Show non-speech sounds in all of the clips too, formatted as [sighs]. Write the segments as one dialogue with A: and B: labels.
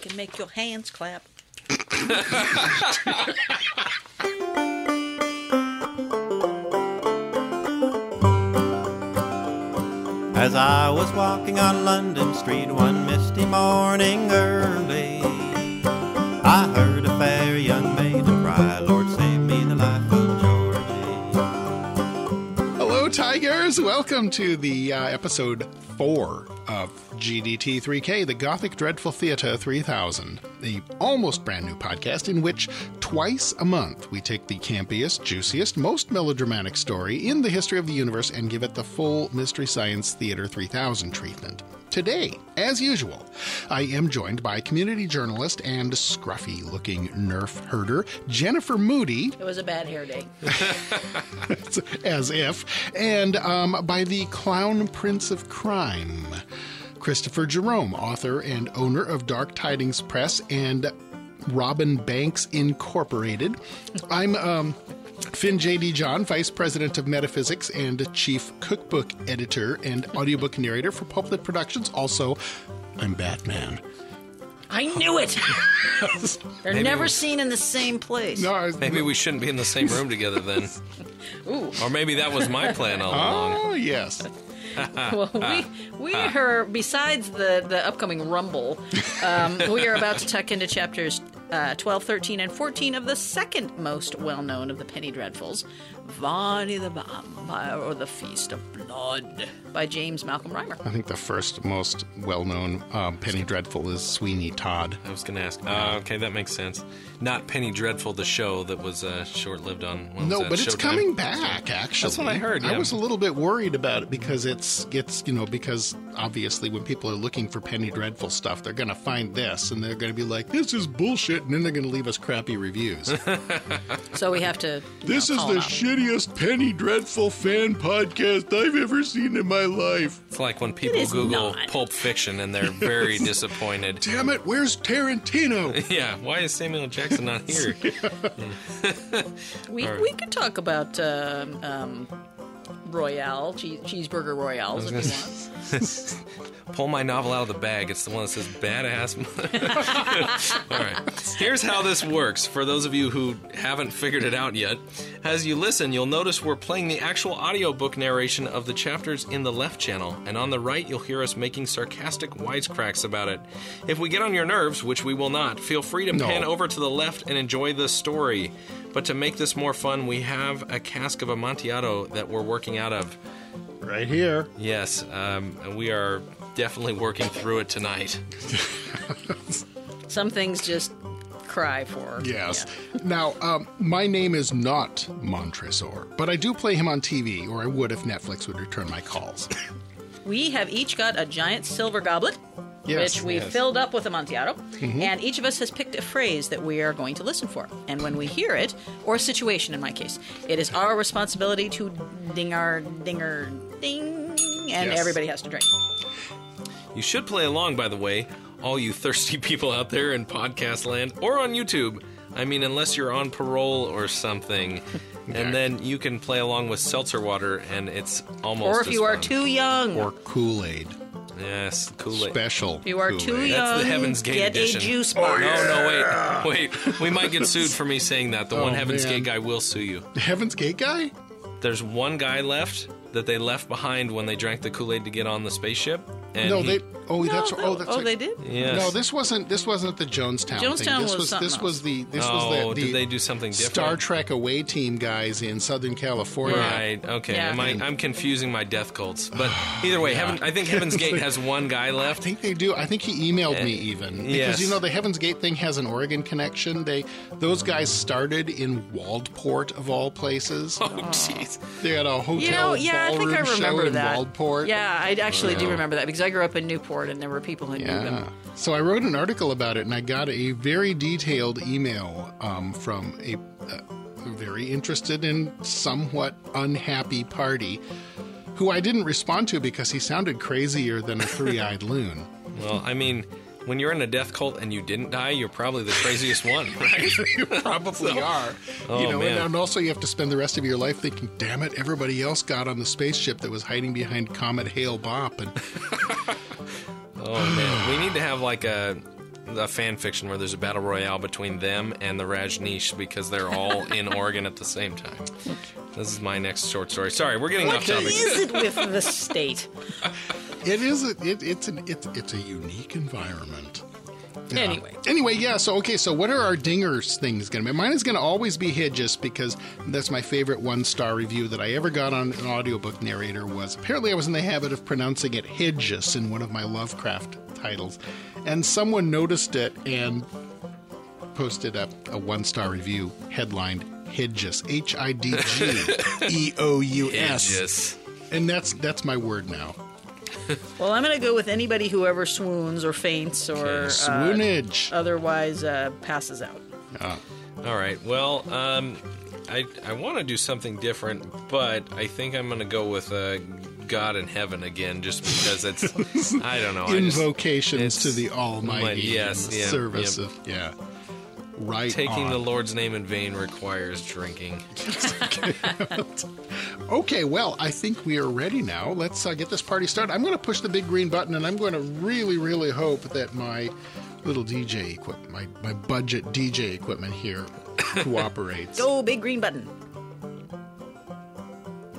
A: can make your hands clap.
B: As I was walking on London Street one misty morning early, I heard a fair young maiden cry, Lord save me the life of Georgie.
C: Hello, Tigers! Welcome to the uh, episode four of GDT3K, the Gothic Dreadful Theater 3000, the almost brand new podcast in which twice a month we take the campiest, juiciest, most melodramatic story in the history of the universe and give it the full Mystery Science Theater 3000 treatment. Today, as usual, I am joined by community journalist and scruffy looking nerf herder Jennifer Moody
A: It was a bad hair day.
C: [laughs] as if, and um, by the clown prince of crime, Christopher Jerome, author and owner of Dark Tidings Press and Robin Banks Incorporated. I'm um, Finn J.D. John, Vice President of Metaphysics and Chief Cookbook Editor and Audiobook Narrator for Pulpit Productions. Also, I'm Batman.
A: I knew
C: [laughs]
A: it. They're never seen in the same place.
C: No, I was-
D: Maybe we shouldn't be in the same room together then.
A: [laughs] Ooh.
D: Or maybe that was my plan all along.
C: oh, yes.
A: Well,
C: Ah.
A: we we are besides the the upcoming rumble,
C: [laughs]
A: um, we are about to tuck into chapters uh, 12, 13, and 14 of the second most well known of the Penny Dreadfuls, Varney the Vampire or the Feast of Blood by James Malcolm Reimer.
C: I think the first most well known um, Penny Dreadful is Sweeney Todd.
D: I was going to ask. Uh, okay, that makes sense. Not Penny Dreadful, the show that was uh, short lived on. when was
C: No,
D: that,
C: but it's
D: Showtime?
C: coming back. Actually,
D: That's what I heard,
C: I
D: yeah.
C: was a little bit worried about it because it's it's you know because obviously when people are looking for Penny Dreadful stuff, they're going to find this and they're going to be like, "This is bullshit," and then they're going to leave us crappy
D: [laughs]
C: reviews.
A: So we have to. you
C: this
A: know,
C: is
A: call
C: the
A: it out.
C: shittiest Penny Dreadful fan podcast I've ever seen in my life.
D: It's like when people
A: is
D: Google
A: not.
D: Pulp Fiction and
A: [laughs]
D: they're very disappointed.
C: Damn it, where's Tarantino?
D: [laughs] Yeah, why is Samuel Jackson not here?
A: [laughs] We, we could talk about um, um, Royale, cheese, cheeseburger Royales if you want.
D: Pull my novel out of the bag. It's the one that says badass. [laughs] All right. Here's how this works for those of you who haven't figured it out yet. As you listen, you'll notice we're playing the actual audiobook narration of the chapters in the left channel, and on the right, you'll hear us making sarcastic wisecracks about it. If we get on your nerves, which we will not, feel free to
C: No.
D: pan over to the left and enjoy the story. But to make this more fun, we have a cask of Amontillado that we're working out of.
C: Right here.
D: Yes, um, and we are definitely working through it tonight.
A: Some things just cry for.
C: Yes. Now, um, my name is not Montresor, but I do play him on TV, or I would if Netflix would return my calls.
A: We have each got a giant silver goblet,
C: Yes,
A: which we
C: yes. Mm-hmm.
A: filled up with Amontillado, and each of us has picked a phrase that we are going to listen for. And when we hear it, or a situation in my case, it is our responsibility to ding our dinger ding, and
C: Yes.
A: everybody has to drink.
D: You should play along, by the way, all you thirsty [laughs] people out there in podcast land or on YouTube. I mean, unless you're on parole or
A: [laughs]
D: something, and then you can play along with seltzer water, and it's almost.
A: Or if
D: as
A: you are
D: fun.
A: too young,
C: or Kool Aid.
D: yes, Kool Aid.
C: Special.
A: you are too
C: Kool-Aid.
A: young.
D: That's the Heaven's Gate
A: get
D: edition. Oh,
A: a juice box. Oh,
D: No, no, wait, wait. We might get sued for me saying that. The one Heaven's
C: man.
D: Gate guy will sue you.
C: Heaven's Gate guy?
D: There's one guy left that they left behind when they drank the Kool Aid to get on the spaceship. And
C: no,
D: he-
C: they. Oh, that's.
A: no,
C: Oh, that's.
A: oh,
C: right.
A: they did.
D: Yes.
C: No, this wasn't. This wasn't the
A: Jonestown
C: Jonestown. thing. This
A: was
C: was.
A: something
C: this
A: else.
C: was the. This
D: Oh,
C: was the.
D: did
C: the
D: they do something different?
C: Star Trek away team guys in Southern California.
D: Right. Okay.
A: Yeah.
D: Am I, I'm confusing my death
C: [sighs]
D: cults, but either way, Heaven,
C: [laughs]
D: I think Heaven's Gate has one guy
C: I
D: left.
C: think they do. I think he emailed me even because
D: yes.
C: you know the Heaven's Gate thing has an Oregon connection. They those guys started in Waldport of all
D: [laughs]
C: places.
D: [laughs] Oh, jeez.
C: They had a hotel
A: You know, yeah, I
C: ballroom
A: think I
C: show
A: remember
C: in
A: that.
C: Waldport.
A: Yeah, I actually do remember that because I grew up in Newport and there were people who knew them.
C: Yeah. So I wrote an article about it, and I got a very detailed email um, from a, a very interested and somewhat unhappy party, who I didn't respond to because he sounded crazier than a [laughs] three-eyed loon.
D: Well, I mean, when you're in a death cult and you didn't die, you're probably the
C: [laughs]
D: craziest one, right?
C: you probably are. you
D: Oh,
C: know,
D: man.
C: And, and also you have to spend the rest of your life thinking, "Damn it, everybody else got on the spaceship that was hiding behind Comet Hale Bopp." And
D: Oh man, we need to have like a a fan fiction where there's a battle royale between them and the Rajneesh because they're all in Oregon at the same time. This is my next short story. Sorry, we're getting off
A: What
D: topic.
A: is it with the state?
C: It is. A, it, it's an. It's it's a unique environment. Yeah.
A: Anyway.
C: Anyway, yeah. So okay. So what are our dingers things going to be? Mine is going to always be Hidges because that's my favorite one star review that I ever got on an audiobook narrator was. Apparently, I was in the habit of pronouncing it Hidges in one of my Lovecraft titles, and someone noticed it and posted up a one star review headlined Hidges H I D G E O U S,
D: Yes.
C: and that's that's my word now.
A: Uh, Well, I'm going to go with anybody who ever swoons or faints or uh,
C: Swoonage.
A: otherwise uh, passes out.
D: All right. Well, um, I I want to do something different, but I think I'm going to go with uh, God in Heaven again, just because it's I don't know. I just-
C: invocations
D: it's-
C: to the Almighty
D: yes,
C: in the
D: yeah,
C: service
D: yeah.
C: of yeah. Right.
D: taking
C: on.
D: the Lord's name in vain requires drinking.
C: Okay, well, I think we are ready now. Let's uh, get this party started. I'm going to push the big green button, and I'm going to really, really hope that my little DJ equipment, my, my budget DJ equipment
D: [laughs]
C: here, cooperates.
A: Go, big green button.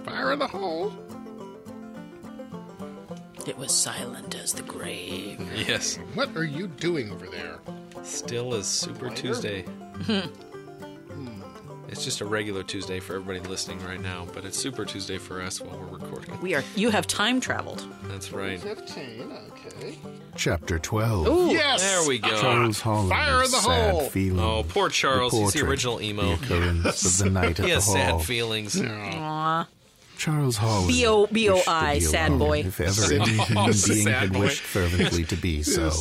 C: Fire in the hole.
A: It was silent as the grave.
E: Hmm.
D: Yes.
C: What are you doing over there?
D: Still is Super Tuesday.
E: Hmm.
D: it's just a regular Tuesday for everybody listening right now, but it's Super Tuesday for us while we're recording.
A: We are. You have time traveled.
D: That's right.
C: 15, okay.
E: Chapter 12.
C: Yes!
D: There we go.
E: Charles Holland.
C: Fire in the
E: sad
C: hole.
E: Feeling.
D: Oh, poor Charles.
E: The
D: He's the
E: portrait,
D: original emo.
E: The occurrence of the night at
D: He
E: the
D: has
E: hall.
D: sad feelings.
A: Aw.
E: Charles Holland.
A: B.O. B.O.I.,
E: wished to be
A: sad
E: alone,
A: boy.
E: If ever any human being
D: Sad
E: had
D: boy.
E: wished fervently to be so.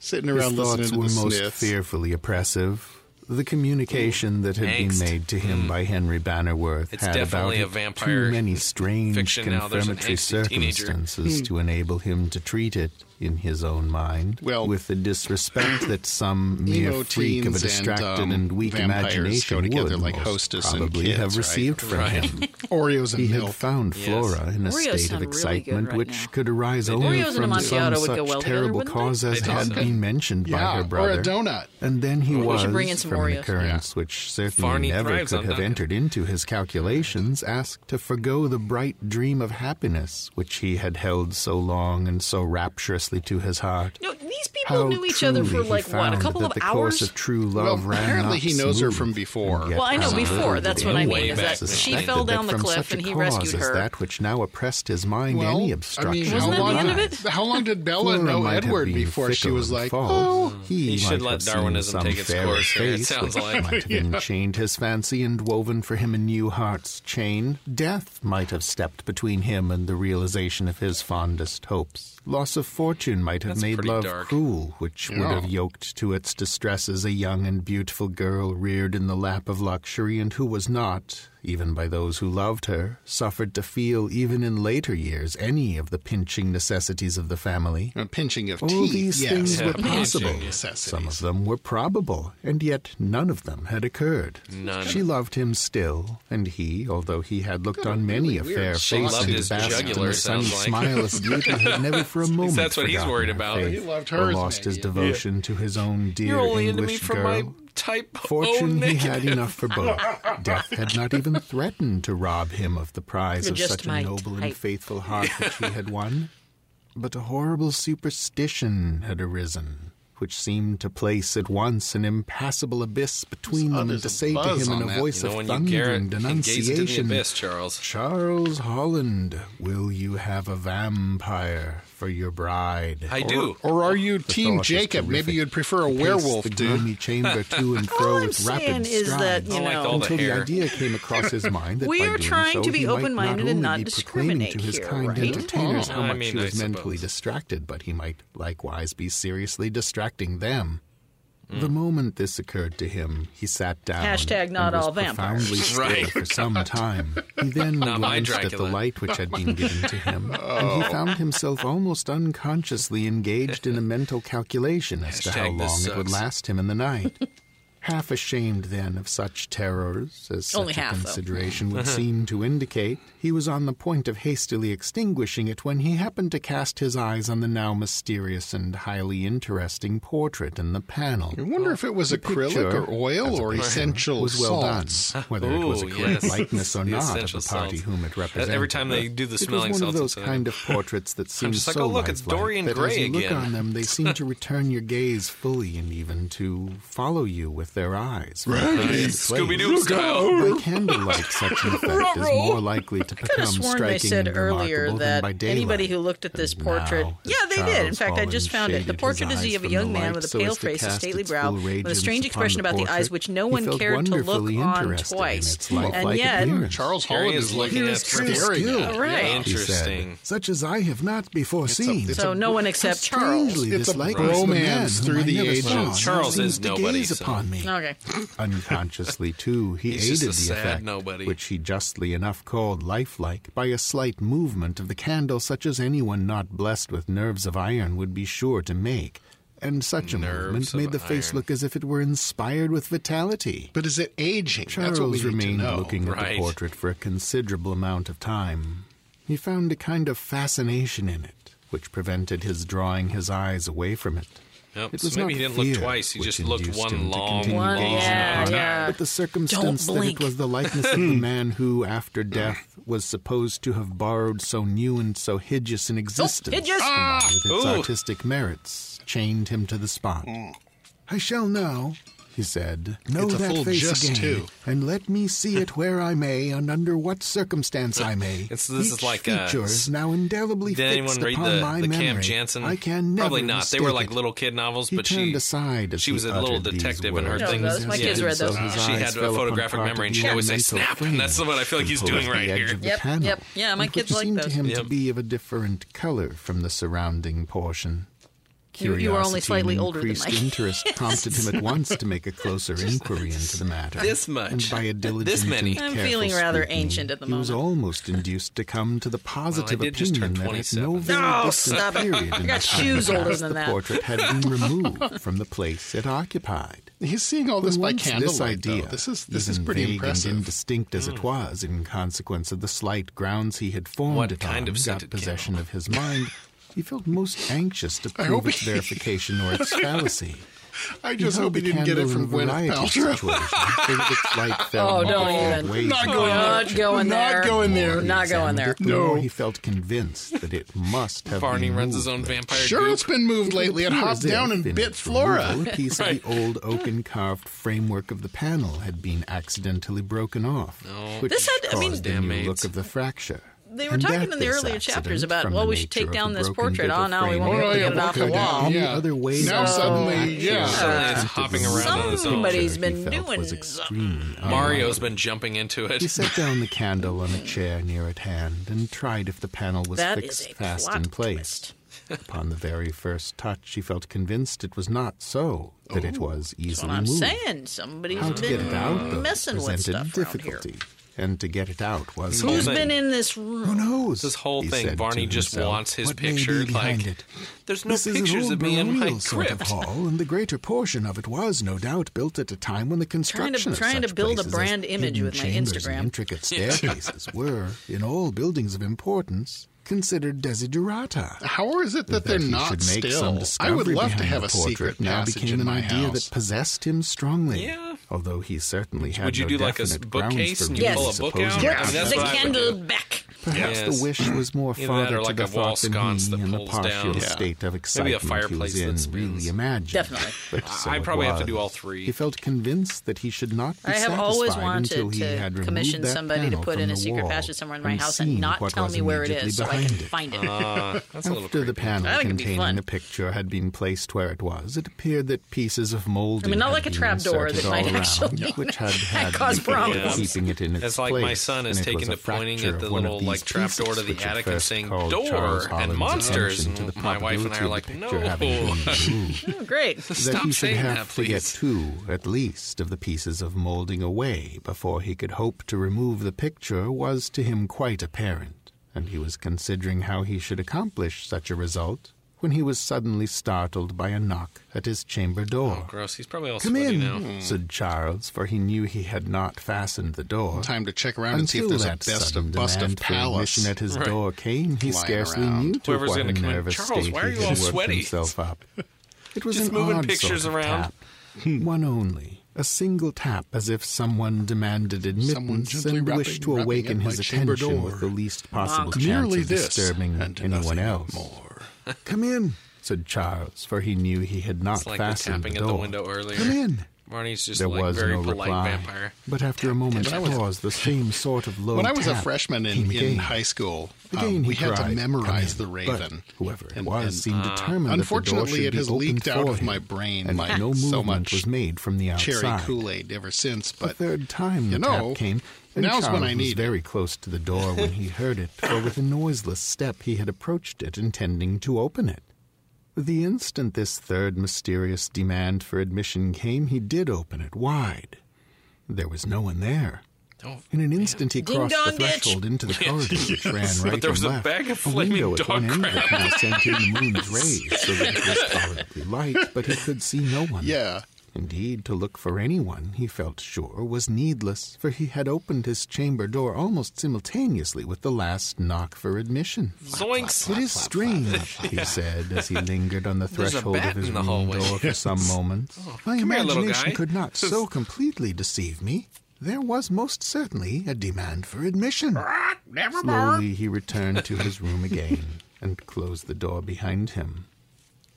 C: Sitting
E: His
C: around listening
E: thoughts
C: to
E: were
C: the
E: most
C: Smiths.
E: fearfully oppressive. The communication that had
D: Angst. Hmm.
E: been made to him by Henry Bannerworth
D: It's
E: had about
D: definitely
E: it
D: a vampire
E: too many strange
D: fiction now. There's an
E: confirmatory
D: angsty teenager.
E: circumstances to enable him to treat it in his own mind
C: Well-
E: with
C: [clears throat]
E: the disrespect that some
C: Emo
E: mere freak of a
C: teens and,
E: distracted and,
C: um,
E: weak
C: vampires
E: imagination
C: go together
E: would
C: like
E: most
C: hostess and
E: probably
C: kids,
E: have
C: right?
E: received from
D: Right. [laughs]
E: him.
C: Oreos and
E: He
C: milk.
E: had found
D: Yes.
E: Flora in a
A: Oreos
E: state
A: sound
E: of
A: really good
E: excitement
A: right
E: which
A: now.
E: could arise only
A: Oreos and a
E: from some
A: Macchiato would go
E: such
A: well together,
E: terrible
A: wouldn't they?
E: cause as
D: They
E: had
D: do.
E: been mentioned by
C: Yeah,
E: her
C: or
E: brother.
C: a donut.
E: And then he was
A: should bring in some
E: from an
A: Oreos.
E: occurrence which certainly
D: Farney
E: never
D: thrives
E: could
D: on
E: have
D: Dunkin'.
E: entered into his calculations, asked to forego the bright dream of happiness which he had held so long and so rapturously to his heart.
A: No, these people
E: How
A: knew each other for
E: truly he
A: like what, a
E: found
A: couple
E: that
A: of
E: the
A: hours.
E: course of true love
C: Well,
E: ran
C: apparently
E: not
C: he knows her
E: smooth,
C: from before.
E: and yet
A: Well, I know
E: how
A: before,
E: little
A: that's
E: did
A: what I
E: anyone
D: mean, is
E: have
D: that she
E: suspected
A: fell
E: that
A: down the
E: from
A: cliff
E: such a
A: and he
E: cause
A: rescued
E: as
A: her.
E: That which now oppressed his mind
C: Well,
E: any obstruction.
C: I mean,
A: Wasn't
C: how
A: that the
C: long,
A: end of it?
C: How long did Bella
E: Flora
C: know
E: might have
C: Edward
E: been
C: before she
E: fickle
C: was
E: and
C: like,
E: false.
C: oh,
E: he,
D: He should
E: might
D: let
E: have seen
D: Darwinism
E: some
D: take its
E: fair
D: course here, it
E: face
D: sounds
E: which
D: like.
C: [laughs]
E: might have enchained his fancy and woven for him a new heart's chain. Death might have stepped between him and the realization of his fondest hopes. Loss of fortune might have
D: That's
E: made
D: pretty
E: love
D: dark.
E: cruel, which would
C: Yeah.
E: have yoked to its distresses a young and beautiful girl reared in the lap of luxury and who was not, even by those who loved her, suffered to feel even in later years any of the pinching necessities of the family.
C: a pinching of
E: All
C: teeth.
E: these
C: yes.
E: things were
D: Pinching
E: possible. Some of
C: necessities.
E: them were probable, and yet none of them had occurred.
D: None.
E: She loved him still, and he, although he had looked on many a
C: really
E: fair
C: weird
E: face
C: She loved
E: and
D: his
E: basked in
D: jugular,
E: the sunny
D: sounds like. [laughs]
E: smile of beauty, had never for a moment
D: that's what he's
E: forgotten
D: worried
E: her
D: about.
E: faith
D: He
C: loved
E: or
C: hers,
E: lost his
C: maybe.
E: devotion to his own dear
D: You're only into me
E: English
D: for
E: girl.
D: my type.
E: Fortune
D: oh,
E: he had enough for both. Death had not even threatened to rob him of the prize
A: You're
E: of
A: just
E: such
A: my
E: a noble
A: type.
E: and faithful heart which he
A: [laughs]
E: had won. But a horrible superstition had arisen, which seemed to place at once an impassable abyss between them and
C: others
E: to
C: of
E: say to
C: buzz
E: him
C: on
E: in a
C: that.
E: voice
D: You know,
E: of
D: when you
E: thunder
D: Garrett
E: and
D: and gaze into the
E: denunciation,
D: abyss, Charles.
E: Charles Holland, will you have a vampire for your bride?
D: I do.
C: Or are you Team
E: thought is
C: Jacob? Maybe
E: terrific.
C: you'd prefer a
E: He paced
C: werewolf,
E: the
C: dude.
E: gloomy chamber
A: [laughs]
E: to and fro
A: All I'm
E: with
A: saying
E: rapid
A: is that
E: strides
A: you
D: I like
A: know,
D: all the
E: until the
D: hair.
E: idea came across his mind
A: [laughs]
E: that
A: We
E: by
A: are
E: doing
A: trying
E: so,
A: to be
E: he might
A: open-minded
E: not
A: and
E: only
A: not
E: be proclaiming to
A: discriminate
E: his
A: here,
E: kind
A: right?
E: entertainers how
D: I
E: much
D: mean,
E: he
D: I
E: was mentally
D: suppose.
E: distracted, but he might likewise be seriously distracting them. The moment this occurred to him, he sat down.
A: Hashtag not
E: and was
A: all vampires.
E: profoundly
D: [laughs]
E: still
D: Right.
E: for some time. He then
D: Not my
E: glanced at the
D: Dracula.
E: light which had been given to him, and he found himself almost unconsciously engaged in a mental calculation as to how
D: Hashtag this
E: long it would
D: sucks.
E: last him in the night. half ashamed then of such terrors as such
A: Only
E: a
A: half, though.
E: consideration would seem to indicate, he was on the point of hastily extinguishing it when he happened to cast his eyes on the now mysterious and highly interesting portrait in the panel.
C: I wonder if it was acrylic
E: picture,
C: or oil
E: as a
C: or
E: picture,
C: essential
E: was well
C: salts.
E: done, whether it was a
D: Ooh,
E: correct
D: yes.
E: likeness or
D: The
E: not of
D: essential
E: the party
D: salts.
E: whom it represented.
D: Every time they do the
E: It was
D: smelling
E: one of
D: salts,
E: those
D: it's a- [laughs]
E: kind of portraits that seem
D: just like,
E: so
D: "Oh, look, it's
E: lifelike
D: Dorian
E: that as
D: Gray
E: you look
D: again."
E: on them, they seem to return your gaze fully and even to follow you with their eyes.
D: Scooby Doo style.
E: By candlelight, such
D: [laughs]
E: an effect is more likely to
A: Could
E: become
A: have sworn they
E: striking
A: said
E: and
A: earlier
E: remarkable than
A: that
E: by daylight. Uh,
A: anybody who looked at
E: And
A: this
E: now,
A: portrait.
E: as
A: yeah, they did. In
E: Charles
A: fact, I
E: Holland
A: just found it.
E: shaded
A: The
E: his
A: portrait is
E: eyes
A: of a
E: from
A: young
E: the
A: man
E: light
A: with
E: so
A: a pale
E: as to
A: face, a
E: cast
A: stately
E: its
A: brow,
E: full
A: with a
E: radiance
A: strange
E: upon
A: expression
E: the
A: about the eyes
E: portrait,
A: which no
E: he
A: one
E: felt
A: cared to look
E: wonderfully
A: on
E: interested in
A: twice.
E: its lifelike
A: And yet,
E: appearance.
C: Charles
D: Harry
C: Holland
D: is
C: is
D: looking
C: looking
D: at
E: Prince
C: staring
E: Gill.
C: at. it.
A: Right.
E: he said,
D: Interesting.
E: such as I have not before
C: a-
E: seen.
C: it's
A: so no one except Charles.
E: Strangely
C: It's a
E: dislike
C: romance
E: was the man whom
C: through
E: I
C: the
E: never saw,
C: ages.
E: now
D: Charles
E: seems
D: is
E: to
D: nobody,
E: gaze
D: so-
E: upon me.
A: Okay.
E: Unconsciously, too, he
D: He's just
E: aided
D: a
E: the
D: sad
E: effect,
D: nobody.
E: which he justly enough called lifelike, by a slight movement of the candle such as anyone not blessed with nerves of iron would be sure to make. And such a
D: Nerves
E: movement made
D: of
E: the face
D: iron.
E: look as if it were inspired with vitality.
C: But is it aging? That's what we
E: Charles
C: need to
E: remained
C: know.
E: looking at
D: Right.
E: the portrait for a considerable amount of time. He found a kind of fascination in it, which prevented his drawing his eyes away from it.
D: Yep,
E: It
D: so
E: was
D: maybe
E: not
D: he didn't look
E: fear
D: twice, he
E: which
D: just looked
E: induced
D: one
E: him to
D: long,
E: continue
A: One-
E: gazing
A: yeah,
E: upon it,
A: yeah.
E: But the Hmm. circumstance
A: Don't
E: that
A: blink.
E: it was the likeness of the man who, after death, was supposed to have borrowed so new and so hideous an existence,
A: hideous!
E: combined with its
D: Ah. Ooh.
E: artistic merits, chained him to the spot. I shall now, he said, know
C: It's a full
E: that face
C: just
E: again,
C: too.
E: and let me see it where I may and under what circumstance I may.
D: [laughs] It's- this
E: Each
D: is like, uh,
E: feature is now indelibly
D: Did
E: fixed
D: anyone read
E: upon my
D: the, the
E: memory.
D: Cam Jansen?
E: I can never
D: Probably not. They were
E: mistake
D: like
E: it.
D: little kid novels,
E: He
D: but
E: turned
D: she
E: aside as
D: she
E: he
D: was a little
E: uttered these
D: detective in her
E: words.
D: things.
A: No, those- my
E: As
A: kids
E: he
A: read
E: did
A: those.
E: so, his
D: She
E: eyes
D: had a
E: fell upon
D: photographic
E: part
D: memory,
E: of
D: and she'd
E: the
D: always say,
E: ornamental
D: "Snap," and
E: frame
D: that's what I feel like he's
E: composed
D: doing
E: of
D: right
E: the edge
D: here.
E: of the
A: Yep,
E: panel,
A: yep. Yeah, my
E: and
A: kids
E: which
A: like
E: seemed
A: those.
E: to him to
D: Yep.
E: be of a different color from the surrounding portion.
A: You- you were only slightly older than
E: increased
A: Mike.
E: interest prompted him at once to make
A: [laughs]
E: a closer inquiry into the matter.
D: This much.
E: and by a
D: This
E: diligent
D: many.
E: and
A: I'm
E: careful
A: feeling rather
E: scrutiny,
A: ancient at the
E: He was
A: moment.
E: almost induced to come to the positive
D: did just turn
E: opinion that at no
D: 27.
E: very
A: No,
E: distant
A: stop it.
E: period in
A: got
E: the time
A: shoes older
E: past,
A: than
E: the
A: that.
E: portrait
A: [laughs]
E: had been removed from the place it occupied.
C: He's seeing all this by
E: Once
C: candlelight.
E: This idea,
C: though. this is this
E: even
C: is pretty
E: vague and
C: impressive.
E: indistinct as it
D: Hmm.
E: was, in consequence of the slight grounds he had formed
D: What
E: it
D: kind
E: on,
D: of
E: got
D: scented
E: possession of his mind. He felt most anxious
C: [laughs]
E: to
C: hope
E: prove its
C: he-
E: verification or
C: [laughs]
E: its fallacy.
C: I just hope he didn't get it from Gwyneth Paltrow. [laughs]
E: its light fell
A: [laughs] Oh, don't
E: multiple
A: even.
E: ways
C: Not
E: from
C: going
E: the
C: there.
A: Not going
C: Not
A: there.
C: going there.
A: Not going there.
E: The more
C: No.
E: he felt convinced that it must have
D: Barney
E: been
D: runs his
E: moved
D: own
E: later.
D: vampire.
C: Sure,
D: goop.
C: it's been moved lately. It
E: appeared
C: hopped
E: as if,
C: down and
E: in
C: bit
E: its
C: Flora.
E: removal, A piece
D: [laughs]
E: of the old oaken carved framework of the panel had been accidentally broken off. Which
A: This had- I mean-
E: caused a new
D: Damn
E: look
D: mates.
E: of the fracture.
A: They were
E: And
A: talking
E: that
A: in the
E: this
A: earlier
E: accident,
A: chapters about,
E: from
A: well,
E: the
A: we should
E: nature
A: take
E: of
A: down
E: a
A: this
E: broken
A: portrait.
E: bit
A: Oh,
E: of
A: no, we won't
E: framework
A: be able to get
E: that
A: it off the
E: broke down
A: wall.
E: any
C: Yeah.
E: other way
C: Now
E: that
C: suddenly,
E: actual
C: yeah.
E: effect
D: It's
E: of
D: hopping
E: the
D: around on its own.
E: somebody's
A: Somebody's been doing
E: was extremely
D: Mario's been jumping into it.
E: He set down the candle on a chair near at hand and tried if the panel was
A: That is
E: fixed
A: a
E: fast
A: plot
E: in place.
A: twist.
E: Upon the very first touch, he felt convinced it was not so, that it was easily
A: Oh, What I'm
E: moved.
A: saying, somebody's
E: How to get
A: been
E: it out though,
A: messing with
E: presented
A: stuff around here.
E: difficulty, and to get it out was
A: Who's
D: Whole
A: been
D: thing.
A: in this room?
E: Who knows?
D: This whole
E: he
D: thing,
E: said to
D: Barney just
E: himself,
D: wants his
E: "What may be
D: picture,
E: behind
D: like,
E: it?
D: "There's no
E: this is an
D: pictures
E: old
D: of me in my
E: baronial sort of
D: crypt."
E: hall, and the greater portion of it was, no doubt, built at a time when the construction of
A: trying to
E: such
A: build a
E: places as
A: brand image
E: hidden
A: with my
E: chambers and
A: Instagram.
D: [laughs]
E: intricate staircases were, in all buildings of importance, considered desiderata.
C: How is it that,
E: That
C: they're
E: he
C: not
E: should make
C: still?
E: some
C: I
E: discovery
C: would love to
E: behind
C: have
E: the
C: a
E: portrait
C: secret
E: now
C: passage
E: became
C: in
E: an
C: my
E: idea
C: house.
E: that possessed him strongly.
D: Yeah.
E: Although he certainly had
D: Would you
E: no
D: do like a s-
E: definite
D: bookcase
E: grounds
D: and
E: for
D: you
E: really
A: pull a
D: book
E: supposing
D: out?
E: it
D: Yeah,
A: Get
E: was
D: that's
A: the
D: what I would
A: candle
D: do.
A: back.
E: Perhaps
D: Yes.
E: the wish was more
D: Either
E: farther
D: that or like
E: to
D: a
E: the
D: wall
E: thought than
D: sconce
E: he
D: that
E: in the
D: pulls
E: partial
D: down.
E: state of
D: Maybe a
E: excitement he
D: fireplace
E: was
D: that
E: in
D: spins.
E: really imagined.
A: Definitely.
E: [laughs] But so
D: I
E: it
D: probably have to
E: was.
D: do all three.
E: He felt convinced that he should not be
A: I have
E: satisfied
A: always
E: until
A: wanted
E: he
A: to
E: had removed
A: commission
E: that
A: somebody to
E: panel
A: put
E: from
A: in
E: the
A: a secret
E: wall
A: passage somewhere in my
E: and
A: house and
E: seen
A: not
E: what
A: tell
E: was
A: me where it
E: immediately
A: is so I can
E: behind it.
A: find it.
D: Ah, that's a little
E: After
D: creepy.
E: the panel
A: That could be fun.
E: containing the picture had been placed where it was, it appeared that pieces of molding.
A: I mean, not
E: had
A: like a
E: been
A: trap door
E: inserted
A: that might
E: all around,
A: actually
E: [laughs]
A: [laughs]
E: which had, had the
A: cause
E: effect of
A: problems.
E: Keeping it in its
D: It's like my
E: place,
D: son is
E: and it
D: taking
E: was
D: to
E: a
D: pointing
E: fracture
D: at the
E: of one
D: little,
E: of these
D: like, trap door
E: pieces,
D: to the
E: which at
D: attic and
E: first
D: saying,
E: called
D: "Door,"
E: Charles
D: and
E: Holland's
D: monsters,
E: attention to
D: and
E: the
D: my wife and I are
E: probability
D: like,
E: of the picture having
D: "No."
E: been
D: [laughs]
E: removed
A: Oh, great.
E: that
D: Stop
E: he should
D: saying
E: have
D: that,
E: to get
D: please.
E: two, at least, of the pieces of moulding away before he could hope to remove the picture was to him quite apparent, and he was considering how he should accomplish such a result when he was suddenly startled by a knock at his chamber door.
D: Oh, Gross. He's probably all
E: Come
D: sweaty
E: in,
D: now.
E: said Charles, for he knew he had not fastened the door.
C: Time to check around and see if there's a best of bust of palace.
E: admission at his
D: Right.
E: door came, he
C: Flying
E: scarcely
C: around.
E: knew to
D: Whoever's
E: what
D: gonna
E: a
D: come in,
E: nervous
D: "Charles,
E: state
D: why are
E: he
D: you
E: had
D: all
E: worked
D: sweaty?" [laughs]
E: himself up. It was
D: Just
E: an
D: moving
E: odd
D: pictures
E: sort of
D: around.
E: tap. Hmm. One only, a single tap, as if someone demanded admittance
C: gently
E: and
C: rapping-
E: wished to
C: rapping
E: awaken
C: at my
E: his
C: chamber
E: attention
C: door.
E: with the least possible
A: Knock.
E: chance
C: Merely
E: of
C: this
E: disturbing
C: and
E: anyone
C: nothing
E: else.
C: more.
E: Come in, said Charles, for he knew he had not
D: It's like the
E: fastened
D: tapping
E: the
D: at
E: door.
D: the window earlier.
E: Come in.
D: Marnie's just
E: There
D: like
E: was
D: very
E: no
D: polite
E: reply,
D: vampire.
E: but after a moment's pause, the same sort of low
C: When I was a
E: tap
C: freshman
E: came
C: in, in
E: again.
C: high school,
E: Again,
C: um,
E: he
C: we had
E: cried,
C: to
E: "Come
C: memorize
E: in."
C: the
E: But
C: Raven.
E: whoever it
C: And-
E: was
C: and- uh,
E: seemed determined that the door
C: Unfortunately,
E: should
C: it
E: be
C: has
E: opened
C: leaked out
E: for
C: of
E: him,
C: my brain,
E: and
C: like
E: no
C: so
E: movement
C: much
E: was made from the outside.
C: cherry Kool Aid ever since.
E: The
C: But
E: third time
C: you
E: the
C: know,
E: tap came, and
C: now's when
E: Charles
C: I need
E: was
C: it.
E: very close to the door
D: [laughs]
E: when he heard it, for with a noiseless step he had approached it, intending to open it. The instant this third mysterious demand for admission came, he did open it wide. There was no one there.
D: Oh,
E: In an instant, he
A: Ding
E: crossed
A: dong,
E: the
A: bitch.
D: [laughs]
E: threshold into the corridor, which ran right
D: But there was
E: and
D: a
E: left.
D: bag of
E: a
D: flaming
E: window at
D: dog
E: one end of
D: crap.
E: it now sent in
D: [laughs]
E: the moon's rays, so that it was tolerably light, but he could see no one.
C: yeah,
E: Indeed, to look for anyone, he felt sure, was needless, for he had opened his chamber door almost simultaneously with the last knock for admission.
D: Zoinks!
E: It is strange,
D: [laughs]
E: he said, as he lingered on the
D: There's a
E: threshold
D: bat
E: of his
D: in the
E: room
D: hallway. Oh,
E: door for some moments. My
D: come here, little
E: imagination
D: guy. [laughs]
E: could not so completely deceive me. There was most certainly a demand for admission.
D: Ah,
E: Slowly he returned to his room again [laughs] and closed the door behind him.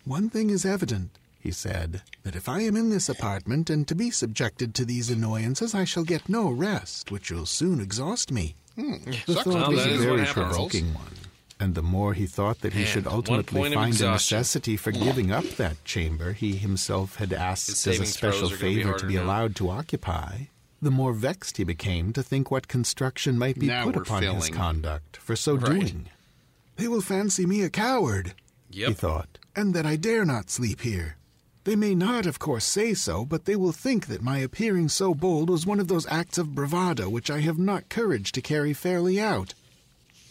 E: One thing is evident, he said, that if I am in this apartment and to be subjected to these annoyances, I shall get no rest, which will soon exhaust me. The
C: sucks.
E: thought
D: Well,
E: was
D: Hmm. that
E: a
D: is what
E: very
D: happens.
E: provoking one. And the more he thought that he
D: Man,
E: should
D: one
E: ultimately
D: point of
E: find a
D: exhaustion.
E: necessity for giving up that chamber he himself had asked as a
D: saving
E: special
D: throws are gonna be
E: favor to
D: harder
E: be
D: now.
E: allowed to occupy, the more vexed he became to think what construction might be
C: Now
E: put
C: we're
E: upon his
C: feeling.
E: conduct for so
D: Right.
E: doing. They will fancy me a coward, he
D: Yep.
E: thought, and that I dare not sleep here. They may not, of course, say so, but they will think that my appearing so bold was one of those acts of bravado which I have not courage to carry fairly out.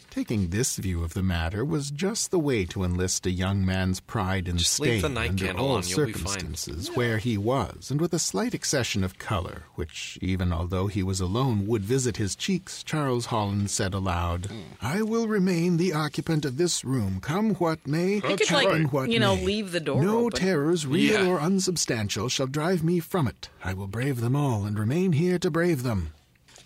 E: Taking this view of the matter was just the way to enlist a young man's pride and
D: Just
E: stain
D: leave the night
E: under
D: candle
E: all
D: on, you'll be fine.
E: circumstances where he was, and with a slight accession of color, which, even although he was alone, would visit his cheeks, Charles Holland said aloud, "I will remain the occupant of this room, come what may,
A: He could,
E: happen
A: like,
E: what
A: you know,
E: may.
A: leave the door
E: No
A: open.
E: terrors, real
D: Yeah.
E: or unsubstantial, shall drive me from it. I will brave them all, and remain here to brave them."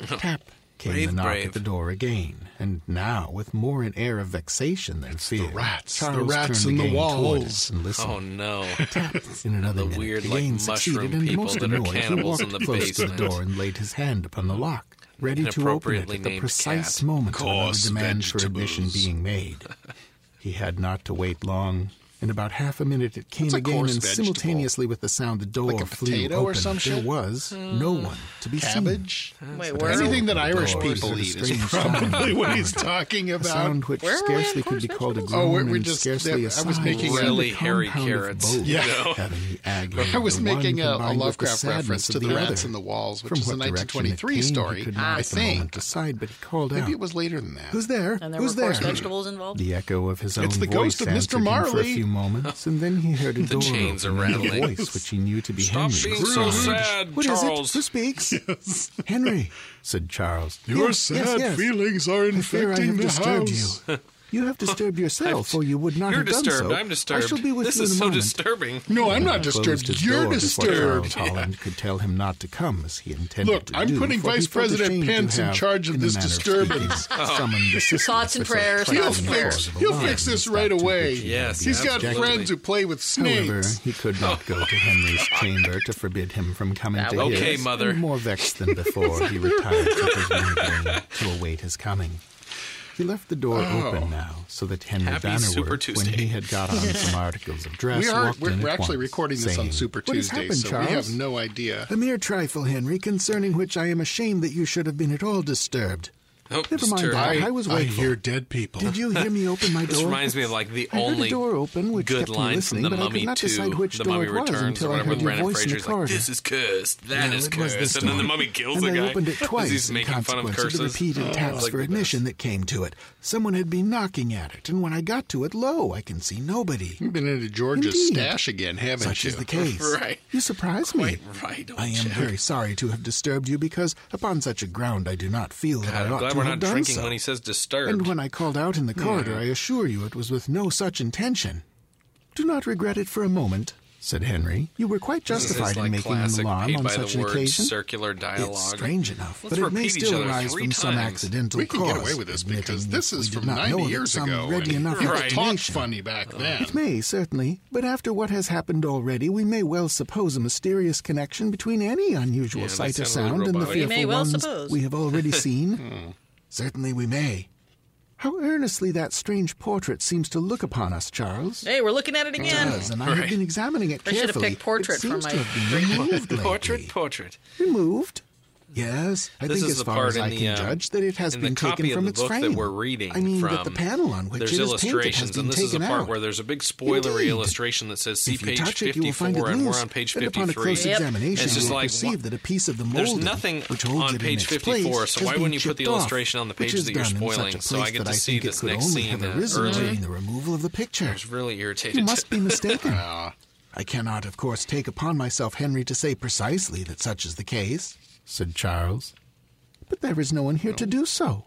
E: Tap came
D: Brave,
E: the knock
D: brave.
E: at the door again, and now with more an air of vexation than fear.
C: rats, the
E: Charles
C: rats
E: turned
C: in the
E: again toward
C: walls.
E: it and listened.
D: Oh no!
C: [laughs]
E: In another
D: The
E: minute,
D: weird,
E: the
D: like,
E: game
D: mushroom
E: succeeded, and
D: people
E: most
D: that are
E: annoyed, he
D: cannibals
E: walked
D: in the
E: close to
D: basement.
E: the door and laid his hand upon the lock, ready to open it
D: Inappropriately
E: at the
D: named
E: precise
D: cat.
E: moment of another
C: Coarse
E: demand for admission
C: vegetables.
E: being made.
C: [laughs]
E: He had not to wait long. In about half a minute, it came
C: a
E: again,
C: coarse
E: and
C: vegetable?
E: simultaneously with the sound, the door
C: Like a
E: flew
C: potato
E: open.
C: or some
E: there
C: shit? Uh,
E: was no one to be seen.
C: cabbage.
A: Wait, where? are we?
C: Anything that Irish
E: Doors
C: people
E: are
C: eat is
E: strange
C: probably
E: sound.
C: [laughs] what he's talking
E: A
C: about.
E: sound which
A: Where are we
E: scarcely
A: at
E: could be
A: coarse
E: called a
A: vegetables?
E: groan
C: Oh, we're- we're
E: and
C: just-
E: scarcely
C: I
E: a
C: was
E: sigh.
C: making
E: It seemed
D: Really
E: a
D: hairy
E: compound of
D: carrots.
E: both,
C: Yeah.
E: having the agony of
C: I was
E: the one
C: making a, a
E: combined with the
C: Lovecraft
E: sadness
C: reference
E: of
C: to the,
E: other.
C: rats in the walls, which
E: From
C: is a
E: what direction it
C: 1923
E: came,
C: story.
E: He could not
C: I
E: at the moment
C: think
E: decide, but he called out,
C: maybe it was later than that.
E: "Who's there?
A: And there
E: Who's
A: were
E: there?"
A: coarse vegetables involved.
E: The echo of his own
C: the
E: voice
C: ghost of Mr.
E: answered him for a
C: Marley.
E: few moments, and then he heard a door
D: chains are
E: open and a
D: rattling.
E: voice which he knew to be
D: Stop
E: Henry.
D: being so sad,
E: What is
D: Charles.
E: it? Who speaks? Henry," said Charles.
C: Your
E: yes,
C: sad
E: yes, yes.
C: feelings are
E: I fear I
C: infecting
E: have
C: the
E: disturbed
C: house. [laughs]
E: you. You have disturbed yourself, or you would not
D: You're
E: have done
D: disturbed.
E: so.
D: I'm disturbed.
E: I shall be with
D: this
E: you
D: is
E: in a
D: so
E: moment.
D: disturbing.
C: No, I'm not
E: He closed
C: disturbed.
E: his
C: You're
E: door before Charles
C: disturbed.
E: Holland could tell him not to come as he intended
C: Look,
E: to
C: I'm
E: do,
C: putting
E: for he
C: Vice
E: felt
C: President
E: ashamed to
C: Pence in
E: have,
C: charge of
E: a
C: this
E: manner speaking,
C: disturbance. [laughs]
E: summoned assistance
A: Thoughts and
E: for such
A: prayers,
E: trifling
C: He'll
A: Thoughts and
E: cause
C: fix,
E: of
C: he'll
E: alarm
C: fix
E: as
C: this
E: that
C: right
E: too
C: away.
E: quickly
D: Yes,
E: be
C: He's got
E: objected.
C: friends who play with
E: However,
C: snakes.
E: he could not
D: Oh,
E: go to Henry's chamber to forbid him from coming
A: That
E: to
A: would
E: his.
A: be
D: Okay, mother.
E: and More vexed than before, he retired to
D: [laughs]
E: his living room to await his coming. He left the door open now, so that Henry
D: Oh. Happy Super
E: Bannerworth, when
D: Tuesday.
E: he had got
D: [laughs]
E: on some articles of dress,
C: we are
E: walked
C: we're,
E: in
C: we're
E: at
C: actually
E: once,
C: recording this
E: saying,
C: on Super
E: "What has
C: Tuesday,
E: happened,
C: so we
E: Charles?
C: have no idea.
E: A mere trifle, Henry, concerning which I am ashamed that you should have been at all disturbed.
D: Oh,
E: Never mind
D: stir.
E: that. I was wakeful.
C: hear dead people.
E: Did you hear me open my door?
D: [laughs] This reminds me of like the
E: I heard
D: only
E: a door open, which
D: good
E: kept me
D: line from
E: listening,
D: the
E: but I could
D: Mummy
E: not decide which
D: the
E: door
D: Mummy
E: it was
D: Returns
E: until
D: or
E: I
D: whatever.
E: heard
D: with
E: your
D: Brendan
E: voice in
D: Fraser's
E: the
D: like,
E: corridor.
D: "This is cursed. That
E: Yeah,
D: is
E: it was
D: cursed."
E: this
D: And then the
E: door.
D: Mummy kills
E: and
D: the
E: they
D: guy.
E: opened it
D: 'cause
E: twice
D: He's
E: in
D: making fun of
E: consequence of the
D: curses. Oh,
E: repeated taps
D: like
E: for
D: the
E: admission that came to it. Someone had been knocking at it, and when I got to it, lo, I can see nobody.
C: [laughs] You've been into George's
E: Indeed.
C: stash again, haven't
E: Such
C: you?
E: is the case.
D: [laughs] Right.
E: You surprise me.
D: Quite right. old
E: I am
D: chap.
E: very sorry to have disturbed you because, upon such a ground, I do not feel that I
D: I'm
E: ought
D: glad
E: to
D: we're
E: have
D: not
E: done
D: drinking
E: so.
D: when he says disturbed.
E: And when I called out in the corridor, I assure you it was with no such intention. Do not regret it for a moment, said Henry. You were quite
D: This is
E: justified
D: like
E: in making an
D: classic
E: alarm
D: paid
E: on
D: by
E: such
D: the
E: an
D: word
E: occasion.
D: circular dialogue.
E: It's strange enough,
D: Let's
E: but it may
D: repeat each
E: still
D: other
E: arise
D: three
E: from some
D: times.
E: accidental
C: We can
E: cause.
C: get away with this because
E: admitting
C: this is
E: we did
C: from
E: not know
C: 90
E: of it,
C: years
E: some
C: ago.
E: Ready
C: and
E: enough
C: people
D: Right.
C: talked
E: explanation.
C: funny back then.
E: It may, certainly, but after what has happened already, we may well suppose a mysterious connection between any unusual
D: Yeah, they
E: sight or
D: sound a Hmm.
E: sound
D: little
E: and the
D: robotic.
E: fearful
D: We
A: may well
E: ones
A: suppose.
E: we
D: [laughs]
E: have already seen. Certainly we may. How earnestly that strange portrait seems to look upon us, Charles.
A: Hey, we're looking at it again.
E: does, and I have been examining it
A: I should have
E: carefully.
A: picked portrait for
E: it seems
A: my
E: to have been removed
D: [laughs]
E: lately.
D: Portrait, portrait.
E: Removed? Yes, I
D: This
E: think
D: is
E: as
D: the
E: far
D: part
E: as I
D: in the,
E: can
D: uh,
E: judge that it has
D: in
E: been
D: the copy
E: taken
D: of
E: from
D: the
E: its
D: book
E: frame.
D: that we're reading
E: I mean,
D: from,
E: that the panel on which
D: there's
E: it is painted has
D: illustrations,
E: been
D: and this is the
E: taken
D: part
E: out.
D: where there's a big spoilery
E: Indeed.
D: illustration that says see
E: if you
D: page
E: touch
D: 54,
E: it, you will find it
D: and
E: loose.
D: we're on page
E: and
D: 53.
E: upon a close
A: Yep.
E: examination,
D: It's just
E: you will
D: like,
E: perceive
D: what-
E: that a piece of the
D: There's
E: molding,
D: nothing
E: which holds
D: on
E: it
D: page
E: in its place,
D: 54, so
E: has
D: why
E: been
D: wouldn't you put the
E: chipped off,
D: illustration on the
E: which
D: page
E: is
D: that you're
E: done in such a
D: spoiling, so I
E: place
D: get
E: that
D: to see
E: think it
D: this
E: could
D: next
E: only
D: scene,
E: have
D: uh,
E: arisen
D: early.
E: during the removal of the picture.
D: It's really
E: You
D: irritated. Ah.
E: must
D: [laughs]
E: be mistaken. I cannot, of course, take upon myself, Henry, to say precisely that such is the case, said Charles. But there is no one here to do so.